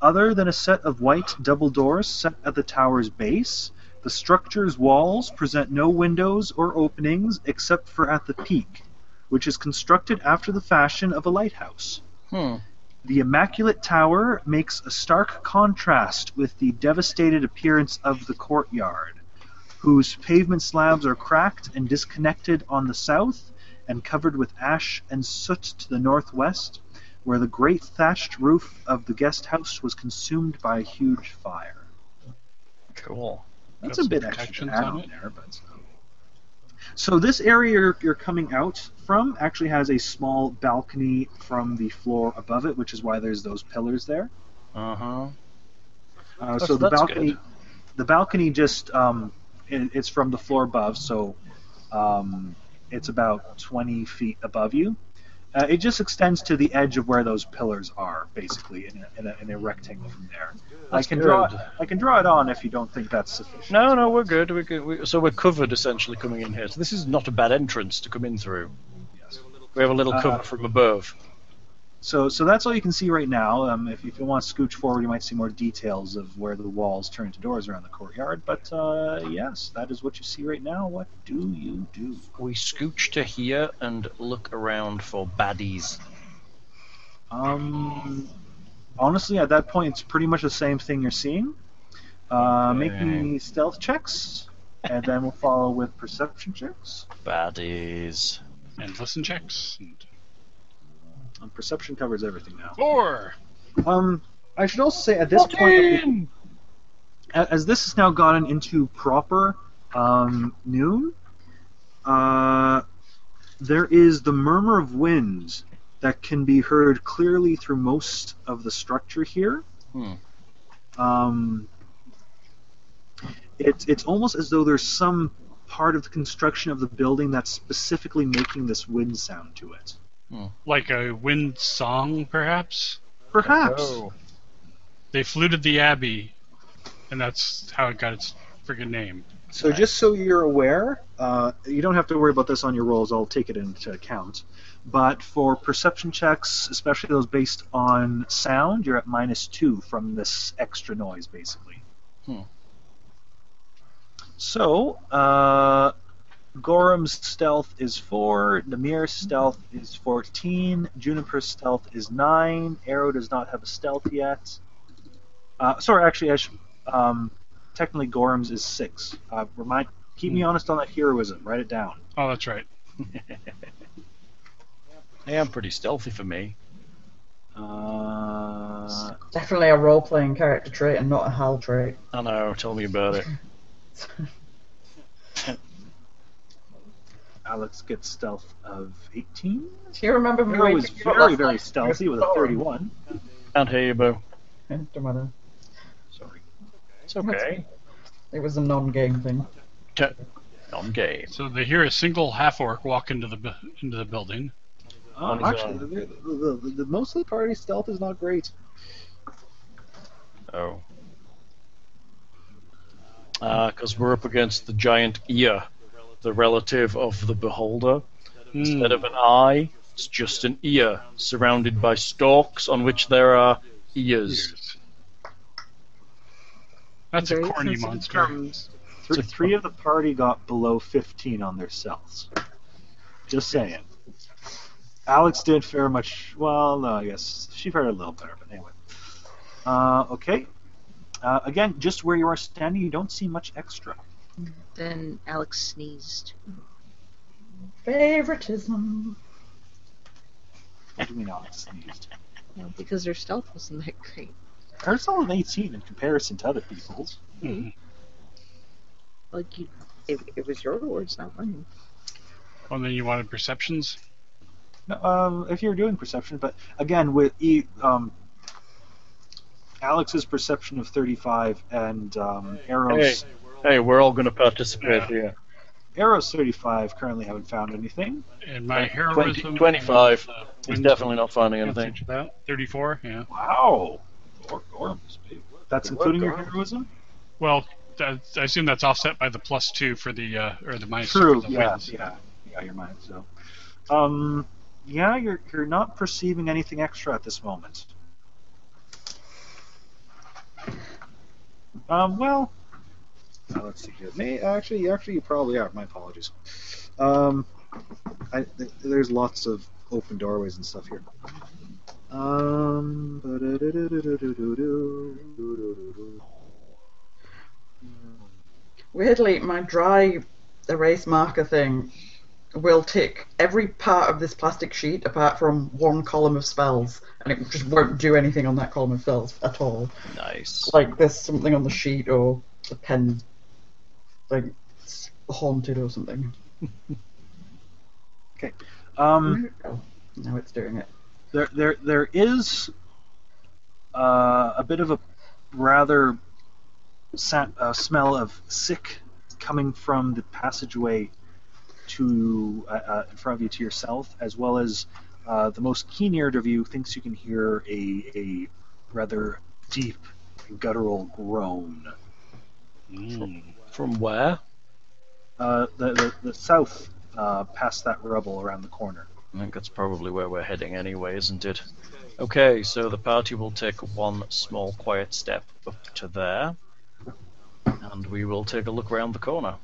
Speaker 2: other than a set of white double doors set at the tower's base, the structure's walls present no windows or openings except for at the peak, which is constructed after the fashion of a lighthouse.
Speaker 4: Hmm.
Speaker 2: The immaculate tower makes a stark contrast with the devastated appearance of the courtyard, whose pavement slabs are cracked and disconnected on the south and covered with ash and soot to the northwest, where the great thatched roof of the guest house was consumed by a huge fire.
Speaker 4: Cool.
Speaker 2: That's
Speaker 6: Got
Speaker 2: a
Speaker 6: some
Speaker 2: bit extra
Speaker 6: protections
Speaker 2: to add
Speaker 6: on
Speaker 2: on
Speaker 6: it?
Speaker 2: there, but. uh, So this area you're, you're coming out from actually has a small balcony from the floor above it, which is why there's those pillars there.
Speaker 4: Uh huh.
Speaker 2: Uh,
Speaker 4: That's-
Speaker 2: so the
Speaker 4: that's
Speaker 2: balcony,
Speaker 4: good.
Speaker 2: the balcony just um, it, it's from the floor above, so um, it's about 20 feet above you. Uh, it just extends to the edge of where those pillars are, basically, in a, in a, in a rectangle from there. I
Speaker 4: That's
Speaker 2: can draw
Speaker 4: good.
Speaker 2: I can draw it on if you don't think that's sufficient.
Speaker 4: No, no, we're good. We're good. We, so we're covered essentially coming in here. So this is not a bad entrance to come in through.
Speaker 2: Yes.
Speaker 4: We have a little
Speaker 2: Uh,
Speaker 4: cover from above.
Speaker 2: So, so that's all you can see right now. Um, if, if you want to scooch forward, you might see more details of where the walls turn into doors around the courtyard. But uh, yes, that is what you see right now. What do you do?
Speaker 4: We scooch to here and look around for baddies.
Speaker 2: Um, honestly, at that point, it's pretty much the same thing you're seeing. Uh, make me stealth checks, and then we'll follow with perception checks.
Speaker 4: Baddies.
Speaker 6: and listen checks. And
Speaker 2: Um, perception covers everything now.
Speaker 6: four.
Speaker 2: Um, I should also say at this point, a- as this has now gotten into proper um, noon, uh, there is the murmur of wind that can be heard clearly through most of the structure here.
Speaker 4: Hmm.
Speaker 2: Um, it, it's almost as though there's some part of the construction of the building that's specifically making this wind sound to it.
Speaker 6: Like a wind song, perhaps?
Speaker 2: Perhaps.
Speaker 5: Ah.
Speaker 4: Oh.
Speaker 6: They fluted the Abbey, and that's how it got its friggin' name.
Speaker 2: So just so you're aware, uh, you don't have to worry about this on your rolls. I'll take it into account. But for perception checks, especially those based on sound, you're at minus two from this extra noise, basically.
Speaker 4: Hmm.
Speaker 2: So uh, Gorham's stealth is four. Namir's stealth is fourteen. Juniper's stealth is nine. Arrow does not have a stealth yet. Uh, sorry, actually, I should. Um, technically Gorham's is six. Uh, remind, keep
Speaker 4: Hmm.
Speaker 2: me honest on that heroism. Write it down.
Speaker 6: Oh, that's right.
Speaker 4: They are pretty stealthy for me.
Speaker 2: Uh,
Speaker 3: Definitely a role playing character trait and not a Hal trait. [LAUGHS]
Speaker 4: I know. Tell me about it.
Speaker 2: Alex gets stealth of 18.
Speaker 3: Do you remember me?
Speaker 2: Hero
Speaker 3: waking
Speaker 2: is
Speaker 3: you up
Speaker 2: very,
Speaker 3: last
Speaker 2: very
Speaker 3: night?
Speaker 2: stealthy with a
Speaker 3: Oh,
Speaker 2: 31.
Speaker 4: Can't hear you, Bo.
Speaker 3: Don't matter.
Speaker 2: Sorry.
Speaker 4: It's okay.
Speaker 3: It was a non game thing.
Speaker 4: I'm gay.
Speaker 6: So they hear a single half orc walk into the bu- into the building.
Speaker 2: Um,
Speaker 4: On his
Speaker 2: actually, the,
Speaker 4: own.
Speaker 2: the, the, the, most of the party's stealth is not great.
Speaker 4: Oh. Because we're up against the giant ear, the relative of the beholder.
Speaker 6: Hmm.
Speaker 4: Instead of an eye, It's just an ear surrounded by stalks on which there are ears.
Speaker 6: Years. That's a
Speaker 7: Very
Speaker 6: corny
Speaker 7: sensitive
Speaker 6: monster.
Speaker 7: thumbs.
Speaker 2: Three, three of the party got below 15 on their cells. Just saying. Alex did fair much. Well, no, I guess she fared a little better, but anyway. Uh, okay. Uh, again, just where you are standing, you don't see much extra.
Speaker 7: Then Alex sneezed.
Speaker 3: Favoritism.
Speaker 2: What do you mean Alex sneezed?
Speaker 7: You know, because their stealth wasn't that great.
Speaker 2: Hers all an 18 in comparison to other people's.
Speaker 6: Mhm.
Speaker 7: Like you, it, it was your words, not mine.
Speaker 6: Well, Oh, then you wanted perceptions?
Speaker 2: No, um, if you're doing perception, but again, with e, um, Alex's perception of 35 and um, Arrow's
Speaker 4: Hey, we're all going to participate here.
Speaker 2: Arrow's 35 currently haven't found anything.
Speaker 6: And my
Speaker 4: Twenty-
Speaker 6: heroism.
Speaker 4: 25.
Speaker 6: Uh,
Speaker 4: He's definitely not finding anything.
Speaker 6: answer to that. 34, yeah.
Speaker 2: Wow. That's including your heroism?
Speaker 6: Well, that, I assume that's offset by the plus two for the, uh, or the minus two
Speaker 2: True.
Speaker 6: for the
Speaker 2: Yeah,
Speaker 6: wins.
Speaker 2: yeah. Yeah, you're mine. So, um, yeah, you're you're not perceiving anything extra at this moment. Um, well, uh, let's see here. May, actually, actually, you probably are. My apologies. Um, I, th- there's lots of open doorways and stuff here. Um,
Speaker 3: Weirdly, my dry erase marker thing will tick every part of this plastic sheet apart from one column of spells, and it just won't do anything on that column of spells at all.
Speaker 4: Nice.
Speaker 3: Like there's something on the sheet or the pen, like it's haunted or something.
Speaker 2: um,
Speaker 3: Oh, now it's doing it.
Speaker 2: there there there is uh, a bit of a rather sa- uh, smell of sick coming from the passageway to uh, uh, in front of you to your south, as well as uh, the most keen-eared of you thinks you can hear a a rather deep guttural groan.
Speaker 6: Mm.
Speaker 4: From where?
Speaker 2: Uh, the, the the south uh, past that rubble around the corner.
Speaker 4: I think that's probably where we're heading anyway, isn't it? Okay, so the party will take one small quiet step up to there, and we will take a look round the corner.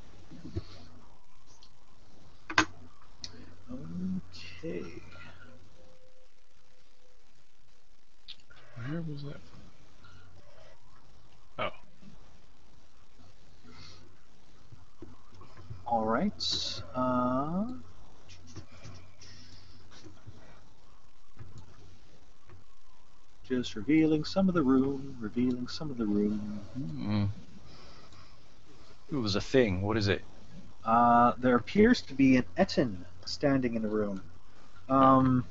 Speaker 2: Okay.
Speaker 6: Where was that?
Speaker 2: All right. Uh, just revealing some of the room, revealing some of the room.
Speaker 4: Hmm. Ooh, there's a thing. What is it?
Speaker 2: Uh, there appears to be an Etin standing in the room. Um,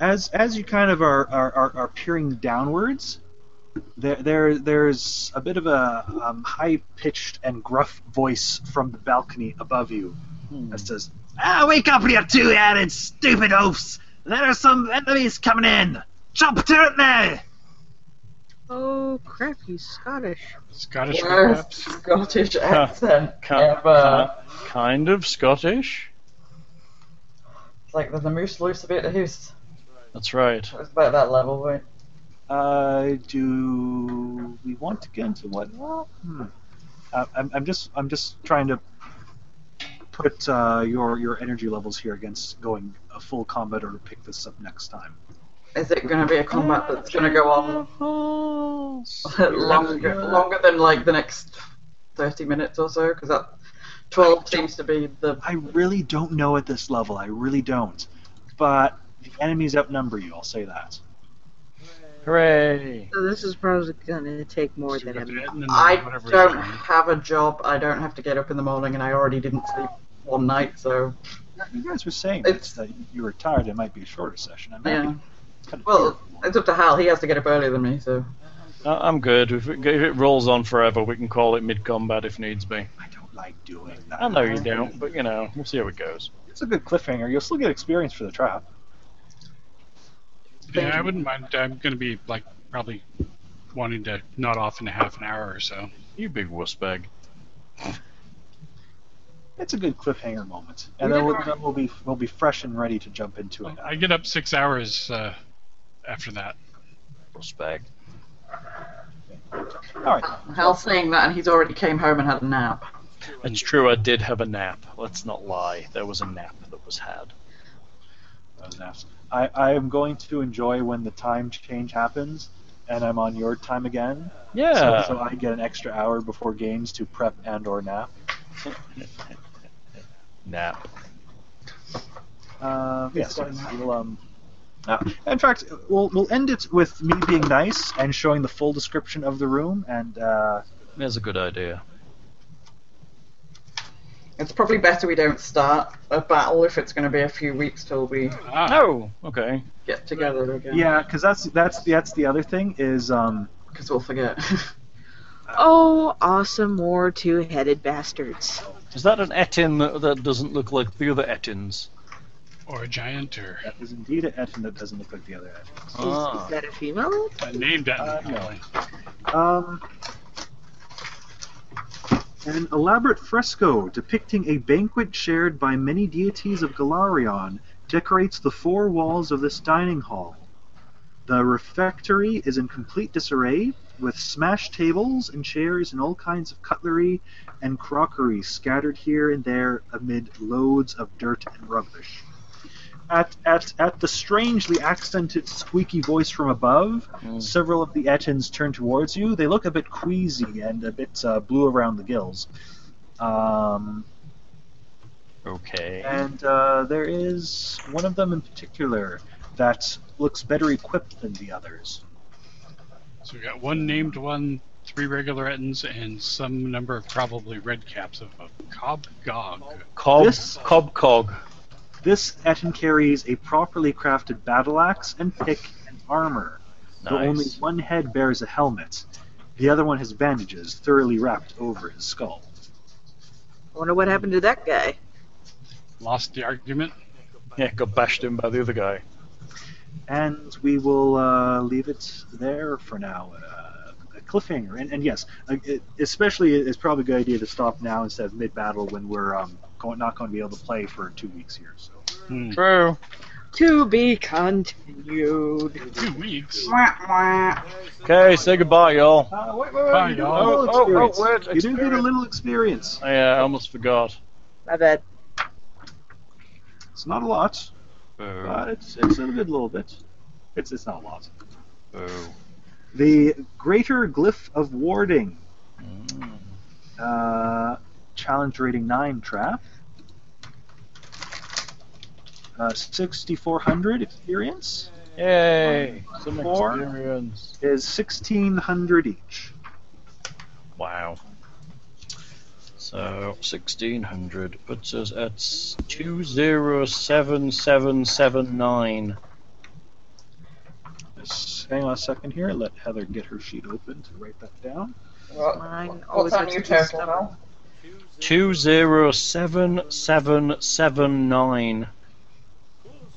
Speaker 2: as as you kind of are are, are, are peering downwards, there, there there's a bit of a um, high pitched and gruff voice from the balcony above you that says, "Ah, wake up, you two-headed stupid oafs! There are some enemies coming in. Jump to it now!"
Speaker 7: Oh crap! He's Scottish.
Speaker 6: Scottish
Speaker 3: Worst
Speaker 6: perhaps?
Speaker 3: Scottish accent
Speaker 4: Ki-
Speaker 3: ever.
Speaker 4: ki- kind of Scottish.
Speaker 3: It's like there's a moose loose a bit of hoose.
Speaker 4: That's right.
Speaker 3: It's about that level, right?
Speaker 2: Uh, do we want to get into what? Hmm. Uh, I'm, I'm just I'm just trying to put uh, your your energy levels here against going a full combat or pick this up next time.
Speaker 3: Is it going to be a combat that's going to go on longer, longer than like the next 30 minutes or so? Because that 12 seems to be the.
Speaker 2: I really don't know at this level. I really don't. But the enemies outnumber you. I'll say that.
Speaker 4: Hooray!
Speaker 7: So this is probably gonna take more
Speaker 6: So
Speaker 7: than
Speaker 6: we got
Speaker 7: a
Speaker 6: the
Speaker 7: minute.
Speaker 6: Etna and
Speaker 3: I
Speaker 6: whatever it's
Speaker 3: don't
Speaker 6: called.
Speaker 3: have a job. I don't have to get up in the morning, and I already didn't sleep one night, so
Speaker 2: You guys were saying
Speaker 3: It's-
Speaker 2: that you were tired. It might be a shorter session. I might
Speaker 3: yeah.
Speaker 2: be kind of
Speaker 3: Well, it's up to Hal. He has to get up earlier than me, so
Speaker 4: I- Uh, I'm good. If it, if it rolls on forever, we can call it mid combat if needs be.
Speaker 2: I don't like doing that.
Speaker 4: I know you don't, but you know, we'll see how it goes.
Speaker 2: It's a good cliffhanger. You'll still get experience for the trap.
Speaker 6: Yeah, I wouldn't mind. I'm going to be like probably wanting to nod off in a half an hour or so.
Speaker 4: You big wussbag.
Speaker 2: it's a good cliffhanger moment, and
Speaker 3: Yeah.
Speaker 2: then we'll, then we'll be we'll be fresh and ready to jump into it.
Speaker 6: I get up six hours uh, after that.
Speaker 4: Respect.
Speaker 2: All right.
Speaker 3: Hal's saying that, and he's already came home and had a nap.
Speaker 4: It's true, I did have a nap. Let's not lie. There was a nap that was had.
Speaker 2: those naps. I, I am going to enjoy when the time change happens and I'm on your time again.
Speaker 4: Yeah.
Speaker 2: So, so I get an extra hour before games to prep and or nap.
Speaker 4: Nap.
Speaker 2: Uh, yeah, so
Speaker 3: Good stuff.
Speaker 2: we'll, um, uh, in fact, we'll, we'll end it with me being nice and showing the full description of the room. And uh,
Speaker 4: There's a good idea.
Speaker 3: It's probably better we don't start a battle if it's going to be a few weeks till we
Speaker 6: Ah,
Speaker 4: Oh, okay.
Speaker 3: get together again.
Speaker 2: yeah, because that's that's that's the other thing is um,
Speaker 3: Because we'll forget. [LAUGHS]
Speaker 7: Oh, awesome more two-headed bastards.
Speaker 4: Is that an etin that, that doesn't look like the other etins?
Speaker 6: or a giant or
Speaker 2: that is indeed an etching that doesn't look like the other etching.
Speaker 7: Is,
Speaker 4: Ah.
Speaker 7: is that a female?
Speaker 6: I named that.
Speaker 2: Uh,
Speaker 6: probably.
Speaker 2: Um, an elaborate fresco depicting a banquet shared by many deities of Galarion decorates the four walls of this dining hall. The refectory is in complete disarray, with smashed tables and chairs and all kinds of cutlery and crockery scattered here and there amid loads of dirt and rubbish. At, at, at the strangely accented squeaky voice from above,
Speaker 4: Mm.
Speaker 2: Several of the Etins turn towards you. They look a bit queasy and a bit uh, blue around the gills. Um,
Speaker 4: Okay.
Speaker 2: and uh, there is one of them in particular that looks better equipped than the others.
Speaker 6: So we got one named one, three regular ettins, and some number of probably red caps of a cob gog.
Speaker 4: Cob,
Speaker 2: This-
Speaker 4: cob cog.
Speaker 2: This Etin carries a properly crafted battle axe and pick and armor, though only
Speaker 4: Nice.
Speaker 2: one head bears a helmet. The other one has bandages thoroughly wrapped over his skull.
Speaker 7: I wonder what happened to that guy.
Speaker 6: Lost the argument.
Speaker 4: Yeah, got bashed in by the other guy.
Speaker 2: and we will uh, leave it there for now. Uh, a cliffhanger, and, and yes, uh, it, especially it's probably a good idea to stop now instead of mid battle when we're um, going, not going to be able to play for two weeks here. So
Speaker 6: Hmm.
Speaker 4: True.
Speaker 7: To be continued.
Speaker 6: Two weeks.
Speaker 3: Mwah, mwah.
Speaker 4: Okay, say goodbye, y'all.
Speaker 2: uh, wait, wait, wait,
Speaker 6: Bye,
Speaker 2: you do get
Speaker 6: y'all.
Speaker 2: a little
Speaker 4: Oh, oh, oh,
Speaker 2: experience.
Speaker 4: wait,
Speaker 2: you do get a
Speaker 4: experience.
Speaker 2: little experience.
Speaker 4: I uh, almost forgot.
Speaker 7: My bad.
Speaker 2: It's not a lot,
Speaker 4: Boo.
Speaker 2: but it's it's a good little bit. It's it's not a lot.
Speaker 4: Boo.
Speaker 2: The Greater Glyph of Warding,
Speaker 4: Mm.
Speaker 2: uh, challenge rating nine trap. Uh, 6400 experience.
Speaker 4: Yay! Some
Speaker 2: Four.
Speaker 4: experience.
Speaker 2: is sixteen hundred each.
Speaker 4: Wow. So sixteen hundred puts us at two zero seven seven seven nine.
Speaker 2: Just hang on a second here. Let Heather get her sheet open to write that down.
Speaker 3: What,
Speaker 7: Mine always
Speaker 3: what's our
Speaker 7: likes
Speaker 3: new
Speaker 7: to be
Speaker 3: total
Speaker 7: stubborn.
Speaker 3: now?
Speaker 4: Two zero seven seven seven nine.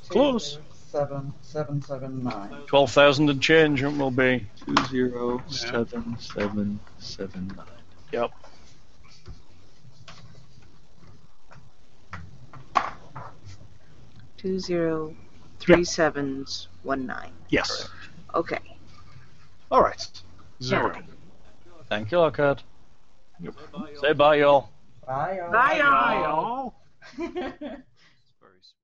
Speaker 4: Close.
Speaker 3: Seven, seven, seven, nine.
Speaker 4: Twelve thousand and change it will be.
Speaker 2: Two zero seven seven seven nine.
Speaker 4: Yep.
Speaker 7: Two zero three sevens one nine.
Speaker 2: Yes.
Speaker 7: Okay.
Speaker 2: All right.
Speaker 6: Zero.
Speaker 4: Thank you, Lockhart. Say bye, y'all.
Speaker 3: Bye, y'all.
Speaker 7: Bye, y'all.
Speaker 2: all.
Speaker 3: [LAUGHS] y'all.